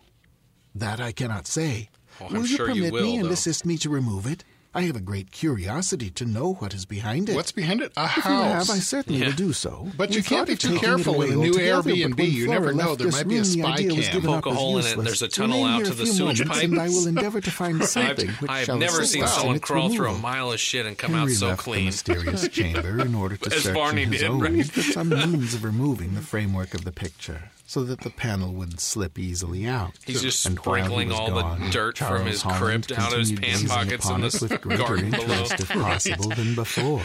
E: That I cannot say.
D: Oh, I'm
E: will you
D: sure you
E: permit
D: will,
E: me and
D: though.
E: assist me to remove it? I have a great curiosity to know what is behind it.
C: What's behind it? A
E: If you have, I
C: house.
E: certainly will do so.
C: But
E: We
C: you can't
E: thought
C: be
E: of
C: too
E: taking it
C: careful
E: away
C: in a new
E: altogether, but
C: Airbnb.
E: when
C: You
E: Flora
C: never know.
E: left
C: There
E: this
C: might be a
E: room, the
C: spy
E: idea was
C: cam.
E: given
D: Poke
E: up
D: a
E: as
D: hole in it,
E: useless.
D: there's a
E: Remain
D: tunnel out
E: here
D: to
E: a
D: the
E: few
D: sewage
E: moments, and I
D: pipes.
E: will endeavor to find
D: [laughs]
E: something
D: I've,
E: which
D: I have
E: shall
D: never
E: assist
D: seen
E: us in
D: someone
E: its
D: crawl through a
E: removal.
D: mile of shit and come
E: Henry
D: out so
E: left the
D: clean. [laughs]
E: mysterious chamber in order to
D: As
E: search
D: Barney
E: in his
D: did,
E: own
D: right?
E: for some means of removing the framework of the picture, so that the panel would slip easily out.
D: He's just
E: And while he
D: sprinkling
E: was
D: all the
E: gone,
D: dirt from
E: Charles
D: his
E: Holland
D: crypt out of his
E: continued
D: pant
E: gazing
D: pockets
E: upon
D: in
E: us
D: the
E: with greater
D: garden below.
E: interest, if possible, than before.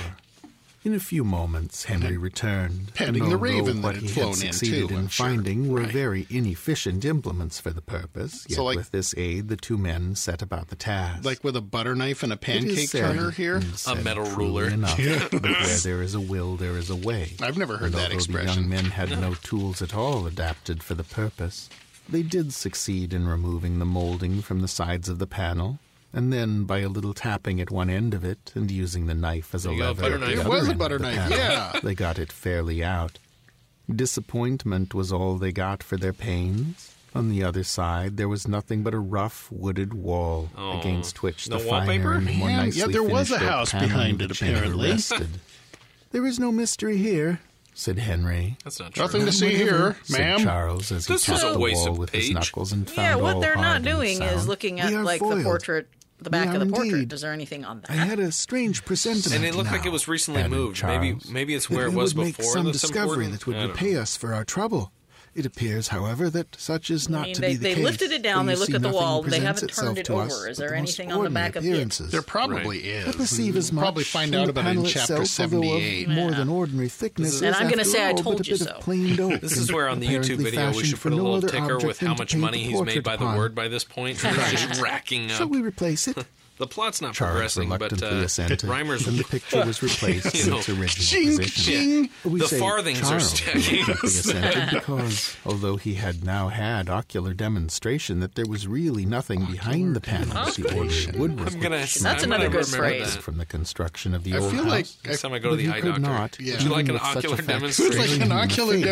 E: In a few moments, Henry returned.
C: Petting
E: and
C: the
E: although
C: raven that
E: what
C: had
E: he
C: flown in,
E: had succeeded
C: too, I'm sure.
E: finding were very inefficient implements for the purpose. Yet
C: So, like-
E: with this aid, the two men set about the task.
C: Like with a butter knife and a
E: It is
C: pancake
E: said
C: turner here?
E: and said
D: metal
E: truly
D: ruler. [laughs]
E: Enough, that where there is a will, there is a way.
C: I've never heard
E: And
C: that
E: although The
C: expression.
E: young
D: [laughs]
E: men had no tools at all adapted for the purpose. They did succeed in removing the molding from the sides of the panel, and then by a little tapping at one end of it and using the knife as a
D: you go,
E: lever.
D: butter
E: at the
D: knife. It
E: other
C: was a
E: end of
C: butter
E: the
C: knife,
E: panel,
C: yeah.
E: They got it fairly out. Disappointment was all they got for their pains. On the other side, there was nothing but a rough wooded wall
D: Oh,
E: against which
D: no
E: the finer
D: wallpaper?
E: and more
C: Man, yeah,
E: nicely
C: there was
E: finished
C: a
E: oak
C: house
E: paneling
C: behind
E: of the
C: it,
E: chamber
C: apparently.
E: rested. there is no mystery here, said Henry.
D: That's not true.
C: Nothing to
E: "None
C: see
E: whatever,"
C: here,
E: said
C: ma'am.
E: Charles as he
D: This
E: tapped
D: was a
E: the
D: waste
E: wall
D: of
E: with his
D: page.
E: knuckles and found
A: Yeah, what
E: all
A: they're not
E: hard and
A: doing is
E: sound.
A: looking
E: We
A: at
E: are
A: like the
E: foiled.
A: portrait, the
E: We
A: back of
E: are
A: the portrait.
E: indeed.
A: Is there anything on
E: I
A: that?
E: had a strange presentiment.
D: And it looked like it
E: now,
D: was recently
E: added
D: moved. Maybe-
E: Charles,
D: maybe it's
E: that
D: where it
E: we
D: was
E: would make
D: before
E: some
D: that's
E: discovery
D: important.
E: that would
D: I don't
E: repay us for our trouble. It appears, however, that such is not
A: mean,
E: to
A: they-
E: be the
A: they
E: case.
A: lifted it down,
E: for you
A: they looked
E: see
A: at the
E: nothing
A: wall, they
E: presents
A: haven't
E: itself
A: turned it
E: to us
A: over. Is
E: but
A: there
E: the most
A: anything on the
E: ordinary
A: back of it?
E: appearances.
C: There probably
E: I
C: is.
E: perceive as
C: We'll
E: much.
C: Probably find
E: from
C: out
E: the
C: about it
E: panel
C: in
E: itself,
C: chapter
E: although of
C: 78.
E: More than ordinary thickness.
A: And I'm
E: going
A: gonna
E: to
A: say I told you
E: bit
A: so.
E: Of planed oak
D: This is
E: and
D: where on the YouTube
E: apparently
D: video we
E: fashioned
D: should
E: for
D: put a
E: no
D: little
E: other
D: ticker
E: object
D: with
E: than
D: how
E: to
D: much
E: paint
D: money
E: the
D: he's made
E: portrait
D: by the
E: upon.
D: word by this point. It's just racking
E: Shall
D: up.
E: we replace it?
D: The plot's not
E: Charles
D: progressing, but
E: reluctantly
D: uh,
E: assented,
D: [laughs] Reimer's
E: and the picture was
D: [laughs]
E: replaced
D: You
E: in
D: know,
E: its original
C: ching,
E: position.
C: ching.
E: We
D: The
E: say
D: farthings are
E: Charles
D: stacking.
E: reluctantly assented because, although he had now had ocular demonstration that there was really nothing behind the panels, the ordered wood was
D: I'm gonna.
E: which
A: That's
D: I'm
A: another
D: gonna
A: good
D: remember
A: phrase.
D: that.
E: from the construction of the
C: I
E: old
C: feel
E: house.
C: like
D: [laughs] Next time I go to
E: But
D: the
E: he
D: eye
E: could
D: doctor.
E: not,
C: Yeah.
D: Would you like
E: even
D: an
E: with such
D: ocular
E: a fact
C: It's
D: demonstration?
C: like
E: staring
C: an
E: [laughs] him in the
C: ocular
E: face,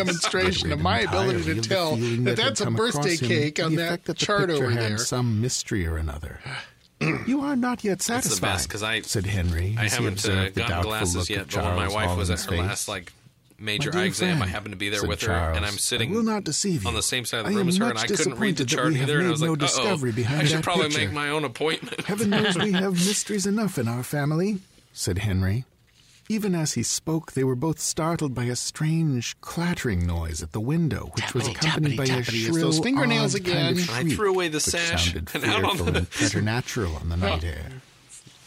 C: demonstration of
E: rid him
C: my ability
E: entirely
C: to
E: of the
C: tell
E: feeling
C: that
E: had
C: that's a
E: come across
C: birthday
E: him,
C: cake
E: the
C: on that
E: effect that the
C: chart
E: picture
C: over
E: had
C: there.
E: Some mystery
D: [clears throat]
E: or another. You are not yet
D: the
E: satisfied,
D: best, 'cause I-
E: said Henry.
D: I
E: [laughs] as he
D: haven't uh,
E: observed the
D: gotten
E: doubtful
D: glasses
E: look
D: yet,
E: of
D: but when my
E: Charles
D: wife was at
E: Holland's
D: her
E: face.
D: last like major
E: My dear
D: eye exam, I
E: friend,
D: happened to be there
E: said
D: with her,
E: Charles,
D: and I'm sitting
E: I will not deceive you.
D: on the same side of the
E: I
D: room
E: am
D: as her, and
E: much
D: I couldn't read
E: disappointed
D: the
E: that
D: chart
E: we have
D: either, and I
E: made
D: was
E: no
D: like,
E: discovery
D: "Uh-oh,
E: behind
D: I should
E: that
D: probably
E: picture."
D: make my own appointment."
E: Heaven knows we have mysteries enough in our family, said Henry. Even as he spoke, they were both startled by a strange clattering noise at the window, which was
C: Tappity,
E: accompanied
C: tappity,
E: by a
C: tappity. It's
E: shrill,
C: those fingernails
E: odd kind
C: again.
E: of
D: I
E: shriek,
D: threw away the
E: which
D: sash
E: sounded
D: [laughs] and out on
E: fearful
D: the-
E: and preternatural on the night air.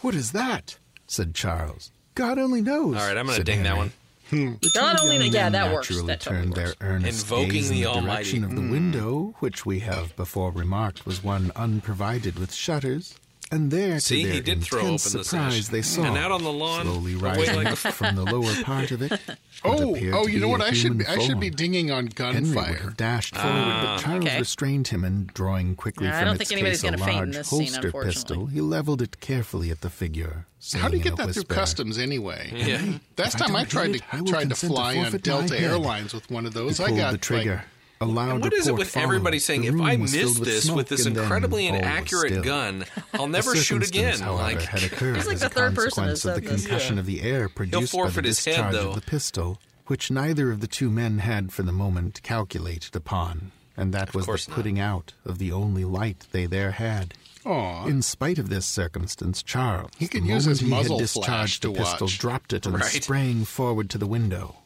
E: What is that? said Charles. God only knows.
D: All right, I'm gonna
E: said
D: ding that
E: Henry.
D: one.
A: Not only that,
E: young
A: yeah,
E: men
A: that works.
E: naturally
A: That totally
E: turned
A: works.
E: their earnest
D: Invoking
E: gaze in
D: the
E: the,
D: Almighty. Mm.
E: direction of the window, which we have before remarked was one unprovided with shutters. And there, to
D: See,
E: their
D: he did throw
E: intense
D: open the sash.
E: surprise, they saw
D: And out on the lawn,
E: slowly
D: away
E: rising
D: like a-
E: up from the lower
A: [laughs]
E: part of it. what
C: Oh,
E: appeared
C: oh,
E: to
C: you know
E: be
C: what?
E: a
C: I should be,
E: human
C: I should be
E: form.
C: dinging on
E: Henry would
C: gunfire.
E: have dashed
D: Ah,
E: forward, but Charles
A: okay.
E: restrained him and, drawing quickly
A: Yeah, I
E: from
A: don't
E: its
A: think anybody's
E: case a
A: gonna faint in
E: large
A: this scene,
E: holster
A: unfortunately.
E: pistol, he leveled it carefully at the figure.
C: How do
E: saying
C: you
E: in
C: get
E: a
C: that
E: whisper,
C: through customs anyway?
E: eh?
D: Yeah.
C: Last
E: If I
C: time I,
E: don't
C: tried to
E: hit it, I will
C: tried to
E: consent to
C: fly on
E: forfeit my
C: Delta
E: head.
C: Airlines with one of
E: He
C: those. I
E: pulled
C: got
E: the trigger.
C: like
E: a loud
D: What is it
E: report
D: with
E: followed.
D: everybody saying,
E: The
D: if
E: room
D: I
E: was
D: miss
E: filled
D: this
E: smoke,"
D: with this
E: and then
D: incredibly
E: all was
D: inaccurate
E: still.
D: gun, I'll
E: The
D: never shoot
E: circumstance,
D: again.
E: However,
D: Like, [laughs]
E: had occurred
A: He's like
E: as
A: the
E: a
A: third person
E: consequence
A: that
E: of the
A: said this.
E: concussion of the air produced by the
D: forfeit his head,
E: discharge
D: though.
E: of the pistol, which neither of the two men had for the moment calculated upon, and that was
D: course
E: the
D: not.
E: putting out of the only light they there had.
C: Aw.
E: In spite of this circumstance, Charles,
C: He could
E: the
C: use
E: moment
C: his
E: he had
C: muzzle flash
E: discharged
C: to
E: the pistol,
C: watch.
E: dropped it and
D: Right.
E: sprang forward to the window.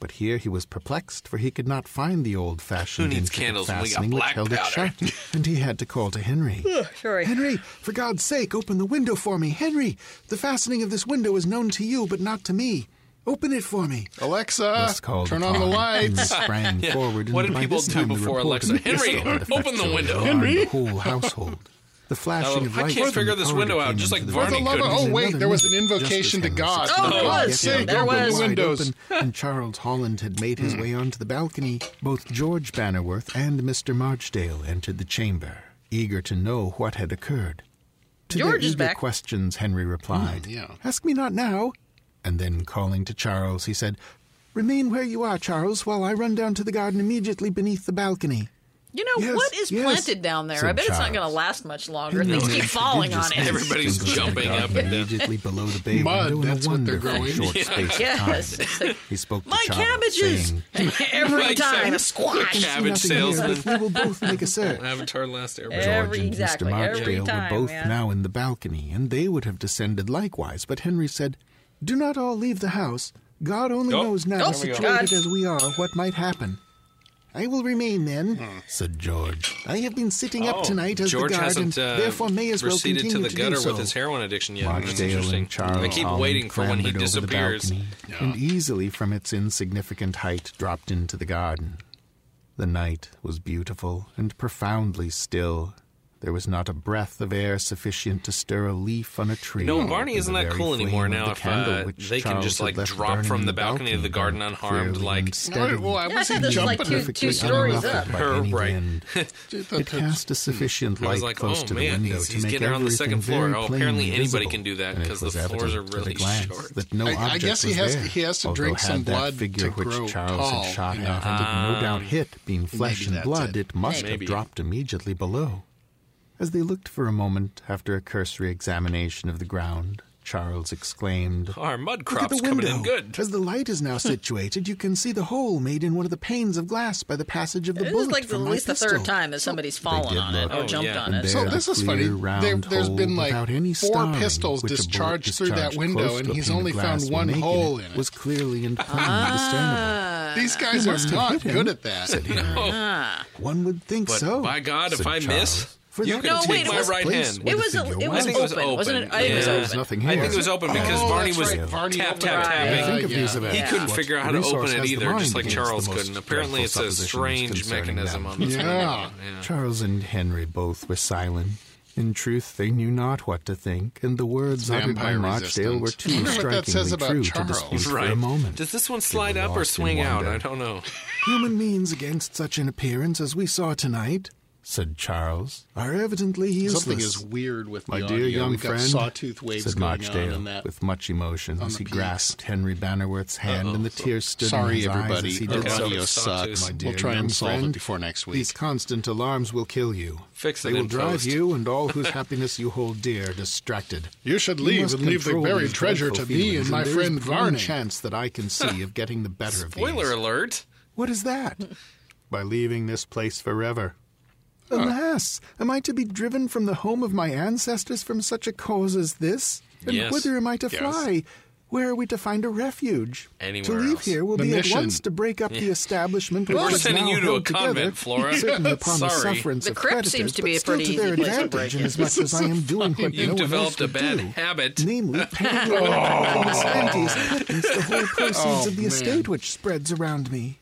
E: But here he was perplexed, for he could not find the old-fashioned
D: Who needs
E: intricate
D: candles when we got
E: fastening which
D: black
E: held
D: powder?
E: it shut, [laughs] and he had to call to Henry.
A: Sorry.
E: Henry, for God's sake, open the window for me. Henry, the fastening of this window is known to you, but not to me. Open it for me.
C: Alexa,
E: Thus called
C: uh, turn on the
E: upon, Henry
C: lights.
E: sprang
D: Yeah.
E: forward, and
D: What did
E: by
D: people
E: this
D: do
E: time the
D: before
E: report of
D: Alexa,
E: the
D: "Henry,
E: pistol artifact
D: open the
E: had
D: window."
E: alarmed
C: Henry?
E: The whole household. The flashing of
D: I
E: lights.
D: can't
E: from the
D: figure this
E: corridor
D: window out,
E: came
D: just
E: into
D: like
E: the
D: Barney
E: room.
C: Well, the
D: couldn't.
C: love- oh, wait,
E: Another
C: there was an
E: minute, just
C: invocation to
E: as Henry
C: God.
E: was
A: Oh, there
E: about
A: was.
E: to get out,
A: There
E: the door
A: was.
E: wide
C: Windows. Hmm.
E: open, and Charles Holland had made his way onto the balcony. Both George Bannerworth and Mr. Marchdale entered the chamber, eager to know what had occurred. To their
A: George is
E: eager
A: back.
E: questions, Henry replied,
D: Mm,
C: yeah.
E: Ask me not now. And then, calling to Charles, he said, Remain where you are, Charles, while I run down to the garden immediately beneath the balcony.
A: You know
E: Yes,
A: what is
E: yes,
A: planted down there? I
E: said
A: bet it's not
E: Charles.
A: going to last much longer.
E: Henry
A: Things
E: made
A: keep falling on
E: prodigious
A: it.
E: leaps
D: Everybody's
E: into the
D: jumping
E: garden
D: up and down.
E: Immediately below the bay
C: Mud,
E: window in a
C: that's what they're
E: wonderfully
C: growing.
E: Short space of
A: Yes.
E: time.
A: It's [laughs] like,
E: He spoke to
A: my
E: Charles,
A: cabbages!
E: saying,
A: [laughs] Every
D: Right,
A: time,
D: so-
A: a squash.
E: "See
D: Cabbage
E: nothing here,
D: salesman.
E: but We will both make a search.
D: Avatar Last Airbender.
E: George
A: Every-
E: and
A: exactly,
E: Mr.
A: every
E: Marchdale
A: time,
E: were both
A: yeah.
E: now in the balcony, and they would have descended likewise. But Henry said, Do not all leave the house. God only
D: Oh,
E: knows now,
A: oh, there we go.
E: situated
A: God.
E: as we are, what might happen. I will remain then, said George. I have been sitting up tonight as
D: Hmm. Oh, George
E: the guard, and
D: hasn't uh,
E: therefore may as well
D: receded
E: continue
D: to the gutter
E: do so.
D: with his heroin addiction yet. That's
E: Marchdale
D: interesting.
E: and Charles
D: I keep
E: Holland
D: waiting for when he
E: clambered over the
D: disappears.
E: balcony, and easily from its insignificant height dropped into the garden. The night was beautiful and profoundly still. There was not a breath of air sufficient to stir a leaf on a tree.
D: No, Barney
E: and
D: isn't
E: the
D: that
E: very
D: cool
E: flame
D: anymore
E: of
D: now
E: the
D: if,
E: candle
D: uh,
E: which
D: they can
E: Charles
D: just,
E: had
D: like,
E: left
D: drop
E: burning
D: from
E: in
D: the balcony of the garden
E: burned
D: unharmed,
E: clearly
D: like-
E: and
C: No, I-
E: steadily,
C: well,
A: Yeah,
C: I
A: I thought
C: wasn't
A: this was like
C: jumping.
A: two,
E: perfectly
A: two stories
E: unruffled
A: up.
E: by
D: Her,
E: any
D: right.
E: wind. It cast
C: hmm.
E: a sufficient
D: hmm. I
E: light
D: was like,
E: close
D: oh,
E: to the
D: man,
E: window
D: he's-
E: to
D: he's
E: make
D: getting around the
E: everything
D: second floor.
E: very
D: Oh,
E: plainly
D: apparently anybody
E: visible,
D: can do that
E: and it
D: 'cause the
E: was
D: floors
E: evident
D: are
E: at a
D: really
E: glance
D: short.
E: That no
C: I- I
E: object
C: guess he
E: was
C: has-
E: there,
C: he has to
E: although
C: drink
E: had
C: some
E: that
C: blood to
E: figure which
C: grow
E: Charles
C: tall,
E: had shot
C: you know.
E: out
D: Um,
E: and had no doubt hit, being flesh and
C: that's
E: blood.
C: it.
E: It, must
D: Maybe.
E: have dropped immediately below. As they looked for a moment after a cursory examination of the ground, Charles exclaimed,
D: Our mud
E: Look at
D: Oh, crop's
E: the
D: coming
E: window.
D: in good.
E: As the light is now situated, you can see the hole made in one of the panes of glass by the passage of the
A: This
E: bullet
A: is like the,
E: from
A: at
E: my
A: least the
E: pistol.
A: third time that somebody's fallen
E: did
A: on it
E: look.
A: or
D: Oh,
A: jumped
D: yeah.
A: on
E: And
A: it.
E: there,
C: So
E: the
C: this is
E: clear,
C: funny.
E: round
C: There- there's
E: hole
C: been, like,
E: without any
C: four
E: starring,
C: pistols
E: which a bullet
C: discharged through that
E: discharged
C: window,
E: close
C: and
E: to a
C: he's
E: pane of
C: only
E: glass
C: found
E: will
C: one
E: make
C: hole
E: it
C: in it.
E: Was clearly and plainly discernible.
A: Ah.
C: These guys are not good at that.
A: [laughs]
E: One would think
D: But
E: so.
D: by God, if
E: said
D: I miss,
E: Charles. For
D: you
E: that
D: can
E: to
A: take
E: take
A: my
E: place
D: right
E: where
D: hand.
E: the
A: It was a-
E: figure
A: it
D: I
A: was
D: think it was
A: open,
D: open.
A: wasn't it? I think it was
D: Yeah.
A: open.
E: There's nothing here.
D: I think it was open because
C: Oh,
D: Barney
C: that's
D: was
C: right. Barney
D: tap,
C: opened
D: tap,
C: it.
D: tapping.
C: Yeah,
E: Think of
C: yeah.
E: these events.
D: He couldn't
E: What
D: figure out how to
E: resource
D: open it
E: has the
D: either,
E: mind
D: just like
E: against
D: Charles
E: the most
D: couldn't. Apparently, it's a
E: dreadful suppositions
D: strange
E: concerning
D: mechanism
E: them?
D: on this
C: [laughs] Yeah.
E: Charles and Henry both were silent. In truth, they knew not what to think, and the words uttered by
C: vampire resistant. [laughs]
E: Marchdale were
C: I
E: too
C: wonder what that says
E: strikingly
C: about
E: true to
C: Charles.
E: dispute for
D: Right.
E: a moment.
D: Does this one
E: They
D: slide
E: were
D: up or
E: lost in
D: swing out?
E: wonder.
D: I don't know.
E: Human means against such an appearance as we saw tonight, said Charles, are evidently useless.
C: Something is weird with
E: My
C: the
E: dear
C: audio.
E: young
C: We've
E: friend,
C: got sawtooth waves
E: said
C: going
E: Marchdale,
C: on in that.
E: with much emotion as
C: the
E: he
C: peaks.
E: grasped Henry Bannerworth's hand, and the tears stood in
C: Sorry,
E: his
C: everybody.
E: eyes as he
C: The
E: did so.
C: audio
D: Sawtooth.
C: sucks.
E: My dear
C: We'll try
E: young
C: and solve
E: friend,
C: it before next week.
E: These constant alarms will kill you.
D: Fix it
E: They will
D: in
E: drive
D: post.
E: you and all whose [laughs] happiness you hold dear distracted.
C: You should
E: You
C: leave
E: must
C: and leave the
E: control
C: buried
E: these
C: treasure to
E: dreadful
C: me
E: feelings,
C: and my
E: there is
C: friend
E: plain
C: Varney.
E: chance that I can see of getting the better of these.
D: Spoiler alert.
E: What is
D: [laughs]
E: that? By leaving this place forever. Alas,
D: Ah.
E: am I to be driven from the home of my ancestors from such a cause as this? And
D: Yes.
E: whither am I to
C: Yes.
E: fly? Where are we to find a refuge?
D: Anywhere
E: to leave
D: else.
E: here will
C: The
E: be
C: mission.
E: at once to break up the establishment.
D: We're
E: which is
D: sending
E: now
D: you to a
E: held together,
D: convent, Flora.
E: [laughs] Certainly upon the
D: Sorry.
E: sufferance
A: The
E: of
A: crypt
E: creditors,
A: seems to be
E: but
A: a pretty
E: still to their
A: easy place to
E: advantage.
A: break
E: in as much as I am
D: [laughs]
E: doing what
D: You've
E: no one else
D: developed a
E: would
D: bad
E: do,
D: habit. [laughs]
E: namely paying away from as plenteous pittance the whole proceeds
C: Oh,
E: of the
C: man.
E: estate which spreads around me.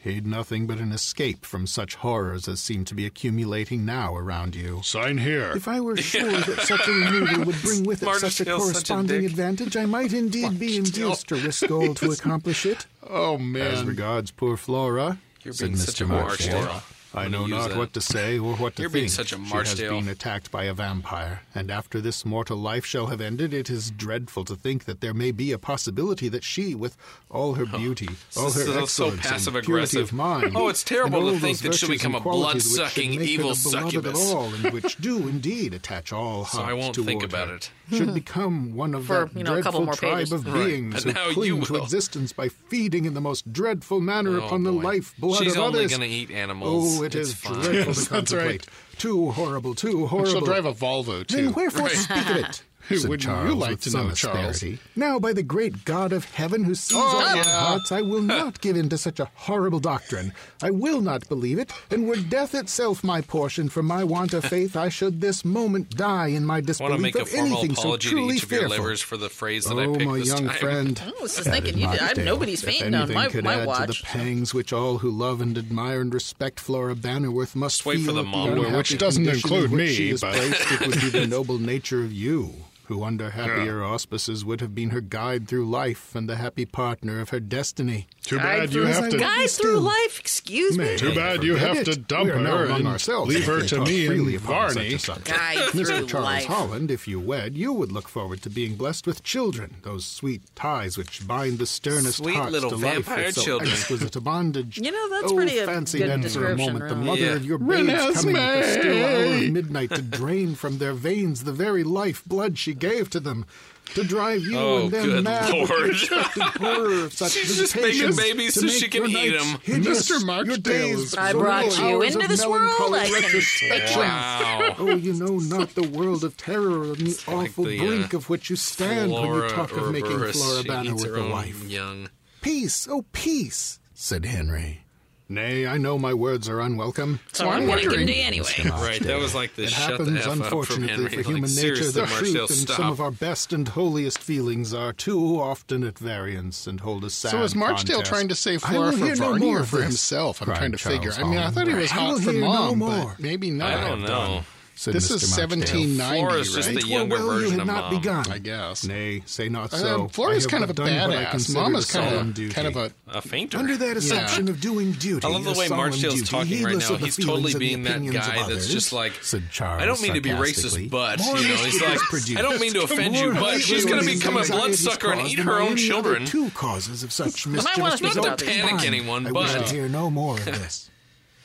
E: Heed nothing but an escape from such horrors as seem to be accumulating now around you.
C: Sign here.
E: If I
D: [laughs]
E: were sure that such a removal would bring with it
D: Martin
E: such a
D: Steele's such a
E: corresponding
D: dick.
E: advantage, I might indeed be induced to risk all to accomplish it.
C: Oh
E: As
C: man.
E: regards poor Flora,
D: You're
E: said
D: being
E: Mr.
D: such a
E: Marchdale,
D: Marchdale.
E: I
D: I'm
E: know
D: gonna use
E: not
D: that.
E: what to say or what to
D: You're
E: think.
D: being such a
E: She has
D: Marchdale.
E: been attacked by a vampire, and after this mortal life shall have ended, it is dreadful to think that there may be a possibility that she, with all her beauty, all
D: This
E: her
D: is so
E: excellence, and purity
D: passive-aggressive.
E: of mind,
D: Oh, it's terrible
E: and
D: to
E: all
D: think
E: those
D: that she'll
E: virtues
D: become
E: and
D: a
E: qualities which should
D: blood-sucking,
E: make her the
D: evil
E: beloved at
D: succubus.
E: all, and which do indeed attach all hearts
D: So I won't
E: toward
D: think about
E: her,
D: it.
E: Should become one of
A: For,
E: that
A: you know, a couple
E: dreadful
A: more
E: tribe
A: pages.
E: of
D: Right.
E: beings
D: But
E: who
D: now you
E: cling to
D: will.
E: existence by feeding in the most dreadful manner
D: Oh,
E: upon the
D: boy.
E: life blood
D: She's
E: of
D: only
E: others.
D: gonna eat animals.
E: Oh, it
D: It's
E: is
D: fine. [laughs]
E: dreadful
C: Yes,
E: to
C: that's
E: contemplate.
C: right.
E: Too horrible, too horrible.
C: She'll drive a Volvo too.
E: Then wherefore speak of it?
C: [laughs] Who
E: said
C: wouldn't you
E: Charles
C: like
E: with
C: to
E: some
C: know, Charles?
E: asperity. Now, by the great God of heaven who
D: Oh,
E: sees all our hearts, I
D: [laughs]
E: will not give in to such a horrible doctrine. I will not believe it, and were death itself my portion for my want of faith, I should this moment die in my
D: I want to
E: disbelief
D: make a
E: of
D: formal
E: anything so
D: apology to
E: truly
D: each of your
E: fearful.
D: livers for the phrase that I
E: Oh,
D: picked
E: my
D: this
E: young
D: time.
A: [laughs]
D: [laughs]
E: friend.
A: I was Oh, just
E: Added
A: thinking, you did- I-
E: Martindale,
A: nobody's
E: if
A: fainting on
E: anything
A: my-
E: could
A: my
E: add To
A: watch.
E: the pangs which all who love and admire and respect Flora Bannerworth must
D: wait for
E: feel
D: the
E: at
D: mom,
E: unhappy
C: which doesn't
E: condition in
C: include
E: which
C: me,
E: she is
C: but-
E: placed, it would be
C: [laughs]
E: the noble nature of you, who under happier auspices would have been her guide through life and the happy partner of her destiny.
C: Too
A: Guide
C: bad you
A: through-
C: have to.
E: Guide-
A: Guys through
E: Still.
A: life, excuse me.
C: Too bad you have
E: Forbid
C: to
E: it.
C: dump
E: We are now
C: her
E: among
C: and
E: ourselves
C: leave
E: if
C: her
E: we
C: to
E: talk
C: me
E: freely
C: and
E: upon such
C: Varney.
E: a subject.
A: Guide through
E: Mr. Charles
A: life.
E: Holland, if you wed, you would look forward to being blessed with children, those sweet ties which bind the sternest
D: Sweet
E: hearts
D: little
E: to life
D: vampire
E: with so
D: children.
E: exquisite a bondage.
A: You know, that's
E: oh,
A: pretty a
E: fancy
A: good
E: then for a
A: description,
E: moment the
A: really.
E: mother
D: Yeah.
E: of your babes coming at the still hour
C: Renesmee!
E: of midnight to drain from their veins the very life blood she gave to them. To drive you
D: Oh,
E: and
D: good
E: them mad with the
D: Lord.
E: expected horror of
D: [laughs]
E: such
D: She's just
E: visitations,
D: making babies
E: to
D: so
E: make
D: she can
E: your
D: eat
E: nights
D: 'em.
C: Mr.
E: hideous, your
C: Marchdale
E: days
C: is
A: I brought
E: brutal,
A: you
E: hours
A: into
E: of
A: this world,
E: melancholy
A: I can-
E: retrospection.
D: Wow.
E: Oh, you know not the world of terror and the
D: like
E: awful
D: the, uh,
E: brink of which you stand when you
D: Flora
E: talk of making
D: herbivorous.
E: Flora
D: She
E: Banner
D: eats
E: with
D: her
E: a
D: own
E: wife.
D: Young.
E: Peace, oh peace, said Henry. Nay, I know my words are unwelcome.
A: So I'm going to give it to you anyway.
D: Right, that was like the
E: It
D: shut
E: happens,
D: the F up from
E: unfortunately,
D: Henry.
E: for
D: like,
E: human nature,
D: seriously,
E: the
D: Marchdale,
E: truth and
D: stop.
E: some of our best and holiest feelings are too often at variance and hold a sad
C: So is Marchdale
E: contest.
C: trying to save
E: I
C: Flora
E: will
C: for
E: hear no
C: Varney
E: more
C: or
E: of
C: for
E: this,
C: himself? I'm
E: cried
C: trying to
E: Charles
C: figure. I mean, I
E: Holland.
C: thought he was
E: I
C: hot
E: will
C: for
E: hear no
C: mom,
E: more.
C: but maybe not.
D: I don't know.
E: said
C: This
E: Mr.
C: is
E: Marchdale.
C: 1790,
D: Flora's just
C: right?
D: the
E: Twere
D: younger
E: well you
D: version
E: had
D: of
E: not
D: mom.
E: begun.
C: I guess.
E: Nay, say not so.
C: Uh, Flora's
E: I have
C: kind of a
E: but done what I
C: badass.
E: consider
C: Mama's kind
E: solemn
C: of
E: duty.
C: kind of a
D: A fainter.
E: Under that assumption of doing duty,
D: I love the
E: a
D: way
E: solemn
D: Marchdale's
E: duty,
D: talking right
E: heedless
D: now.
E: of the
D: He's totally
E: feelings and the
D: being that
E: opinions of
D: guy that's
E: others,
D: just like,
E: said Charles
D: I don't mean to be racist,
E: sarcastically.
D: but
E: More
D: you know, he's
E: mischief
D: like,
E: is produced.
D: I don't mean to offend
E: More
D: you, but she's
E: misery
D: going to
E: and
D: become a
E: anxiety is
D: bloodsucker and
E: caused
D: eat her
E: by
D: own
E: any
D: children.
E: Other two causes of such
A: might want to
E: mischievous
A: speak
E: results
A: about these.
E: combined.
D: Panic anyone,
E: I wish
D: but-
E: to hear no more of this.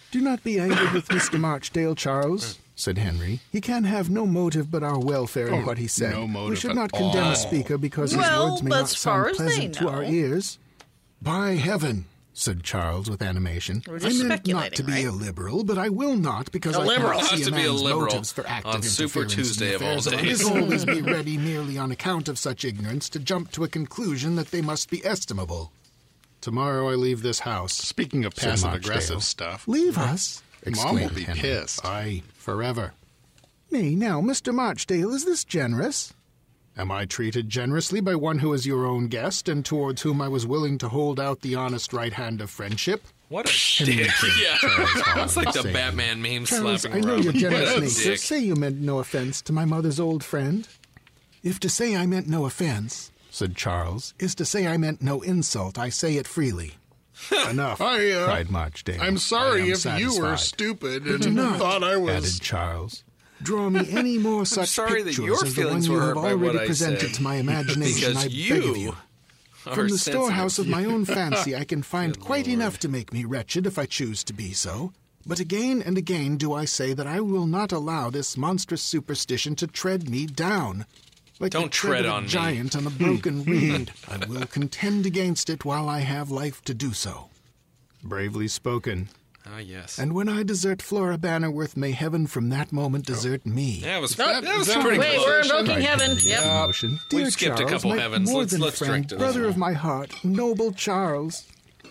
E: Do not be angry with Mr. Marchdale, Charles, said Henry. Hmm. He can have no motive but our welfare in
C: Oh,
E: what he said.
C: no
E: we
C: motive
E: should
C: at
E: not condemn
C: all.
E: a speaker because
A: Well,
E: his words may
A: but
E: not
A: as far
E: sound
A: as they
E: pleasant to our
A: know.
E: ears. By heaven, said Charles with animation.
A: We're
E: I
A: just
E: meant not to
A: speculating,
E: be
A: right?
E: a liberal, but I will not because
A: A
E: I cannot
A: liberal.
E: see
D: Has
E: a
D: to be a
E: man's
D: liberal
E: motives for active
D: on Super
E: interference in the
D: Tuesday of all
E: affairs
D: days. [laughs]
E: others. always be ready merely on account of such ignorance to jump to a conclusion that they must be estimable. Tomorrow I leave this house.
C: Speaking of
E: said
C: passive aggressive
E: Marchdale.
C: stuff,
E: Leave us?
C: Mom will
E: exclaimed
C: be
E: Henry.
C: pissed.
E: Aye, forever. Nay, now, Mr. Marchdale, is this generous? Am I treated generously by one who is your own guest and towards whom I was willing to hold out the honest right hand of friendship?
D: What a dick. [laughs] Yeah. That's like the Batman meme
E: Charles,
D: slapping
E: I know your
D: Robin.
E: [laughs] generous
D: What a
E: nature.
D: dick.
E: Say you meant no offense to my mother's old friend. If to say I meant no offense, said Charles, is to say I meant no insult, I say it freely. [laughs] Enough,
C: I, uh,
E: cried Marchdale.
C: I'm
E: I
C: sorry
E: am
C: if you were
E: satisfied.
C: stupid and
E: do not,
C: thought I was.
E: added Charles. Draw me any more such
D: sorry that
E: pictures
D: your
E: as the one
D: feelings
E: you
D: were
E: have
D: hurt by what
E: already
D: I
E: presented
D: said,
E: to my imagination.
D: because
E: I
D: you
E: beg of you.
D: [laughs] are
E: From the
D: sensitive.
E: storehouse of my own fancy, I can find quite enough to make me wretched if I choose to be so. But again and again do I say that I will not allow this monstrous superstition to tread me down. Like the
D: Don't tread
E: of a
D: on me. Hmm.
E: giant on a broken reed, I will contend against it while I have life to do so. Bravely spoken,
D: Ah, yes.
E: And when I desert Flora Bannerworth, may heaven from that moment desert me.
D: that was,
A: Oh,
D: that, was pretty
A: Wait, we're
D: close.
A: invoking heaven. Yep.
E: Motion. Dear
D: We've skipped a
E: Charles,
D: couple
E: my
D: heavens.
E: More
D: Let's-
E: than
D: let's
E: friend,
D: direct it.
E: brother of my heart, noble Charles.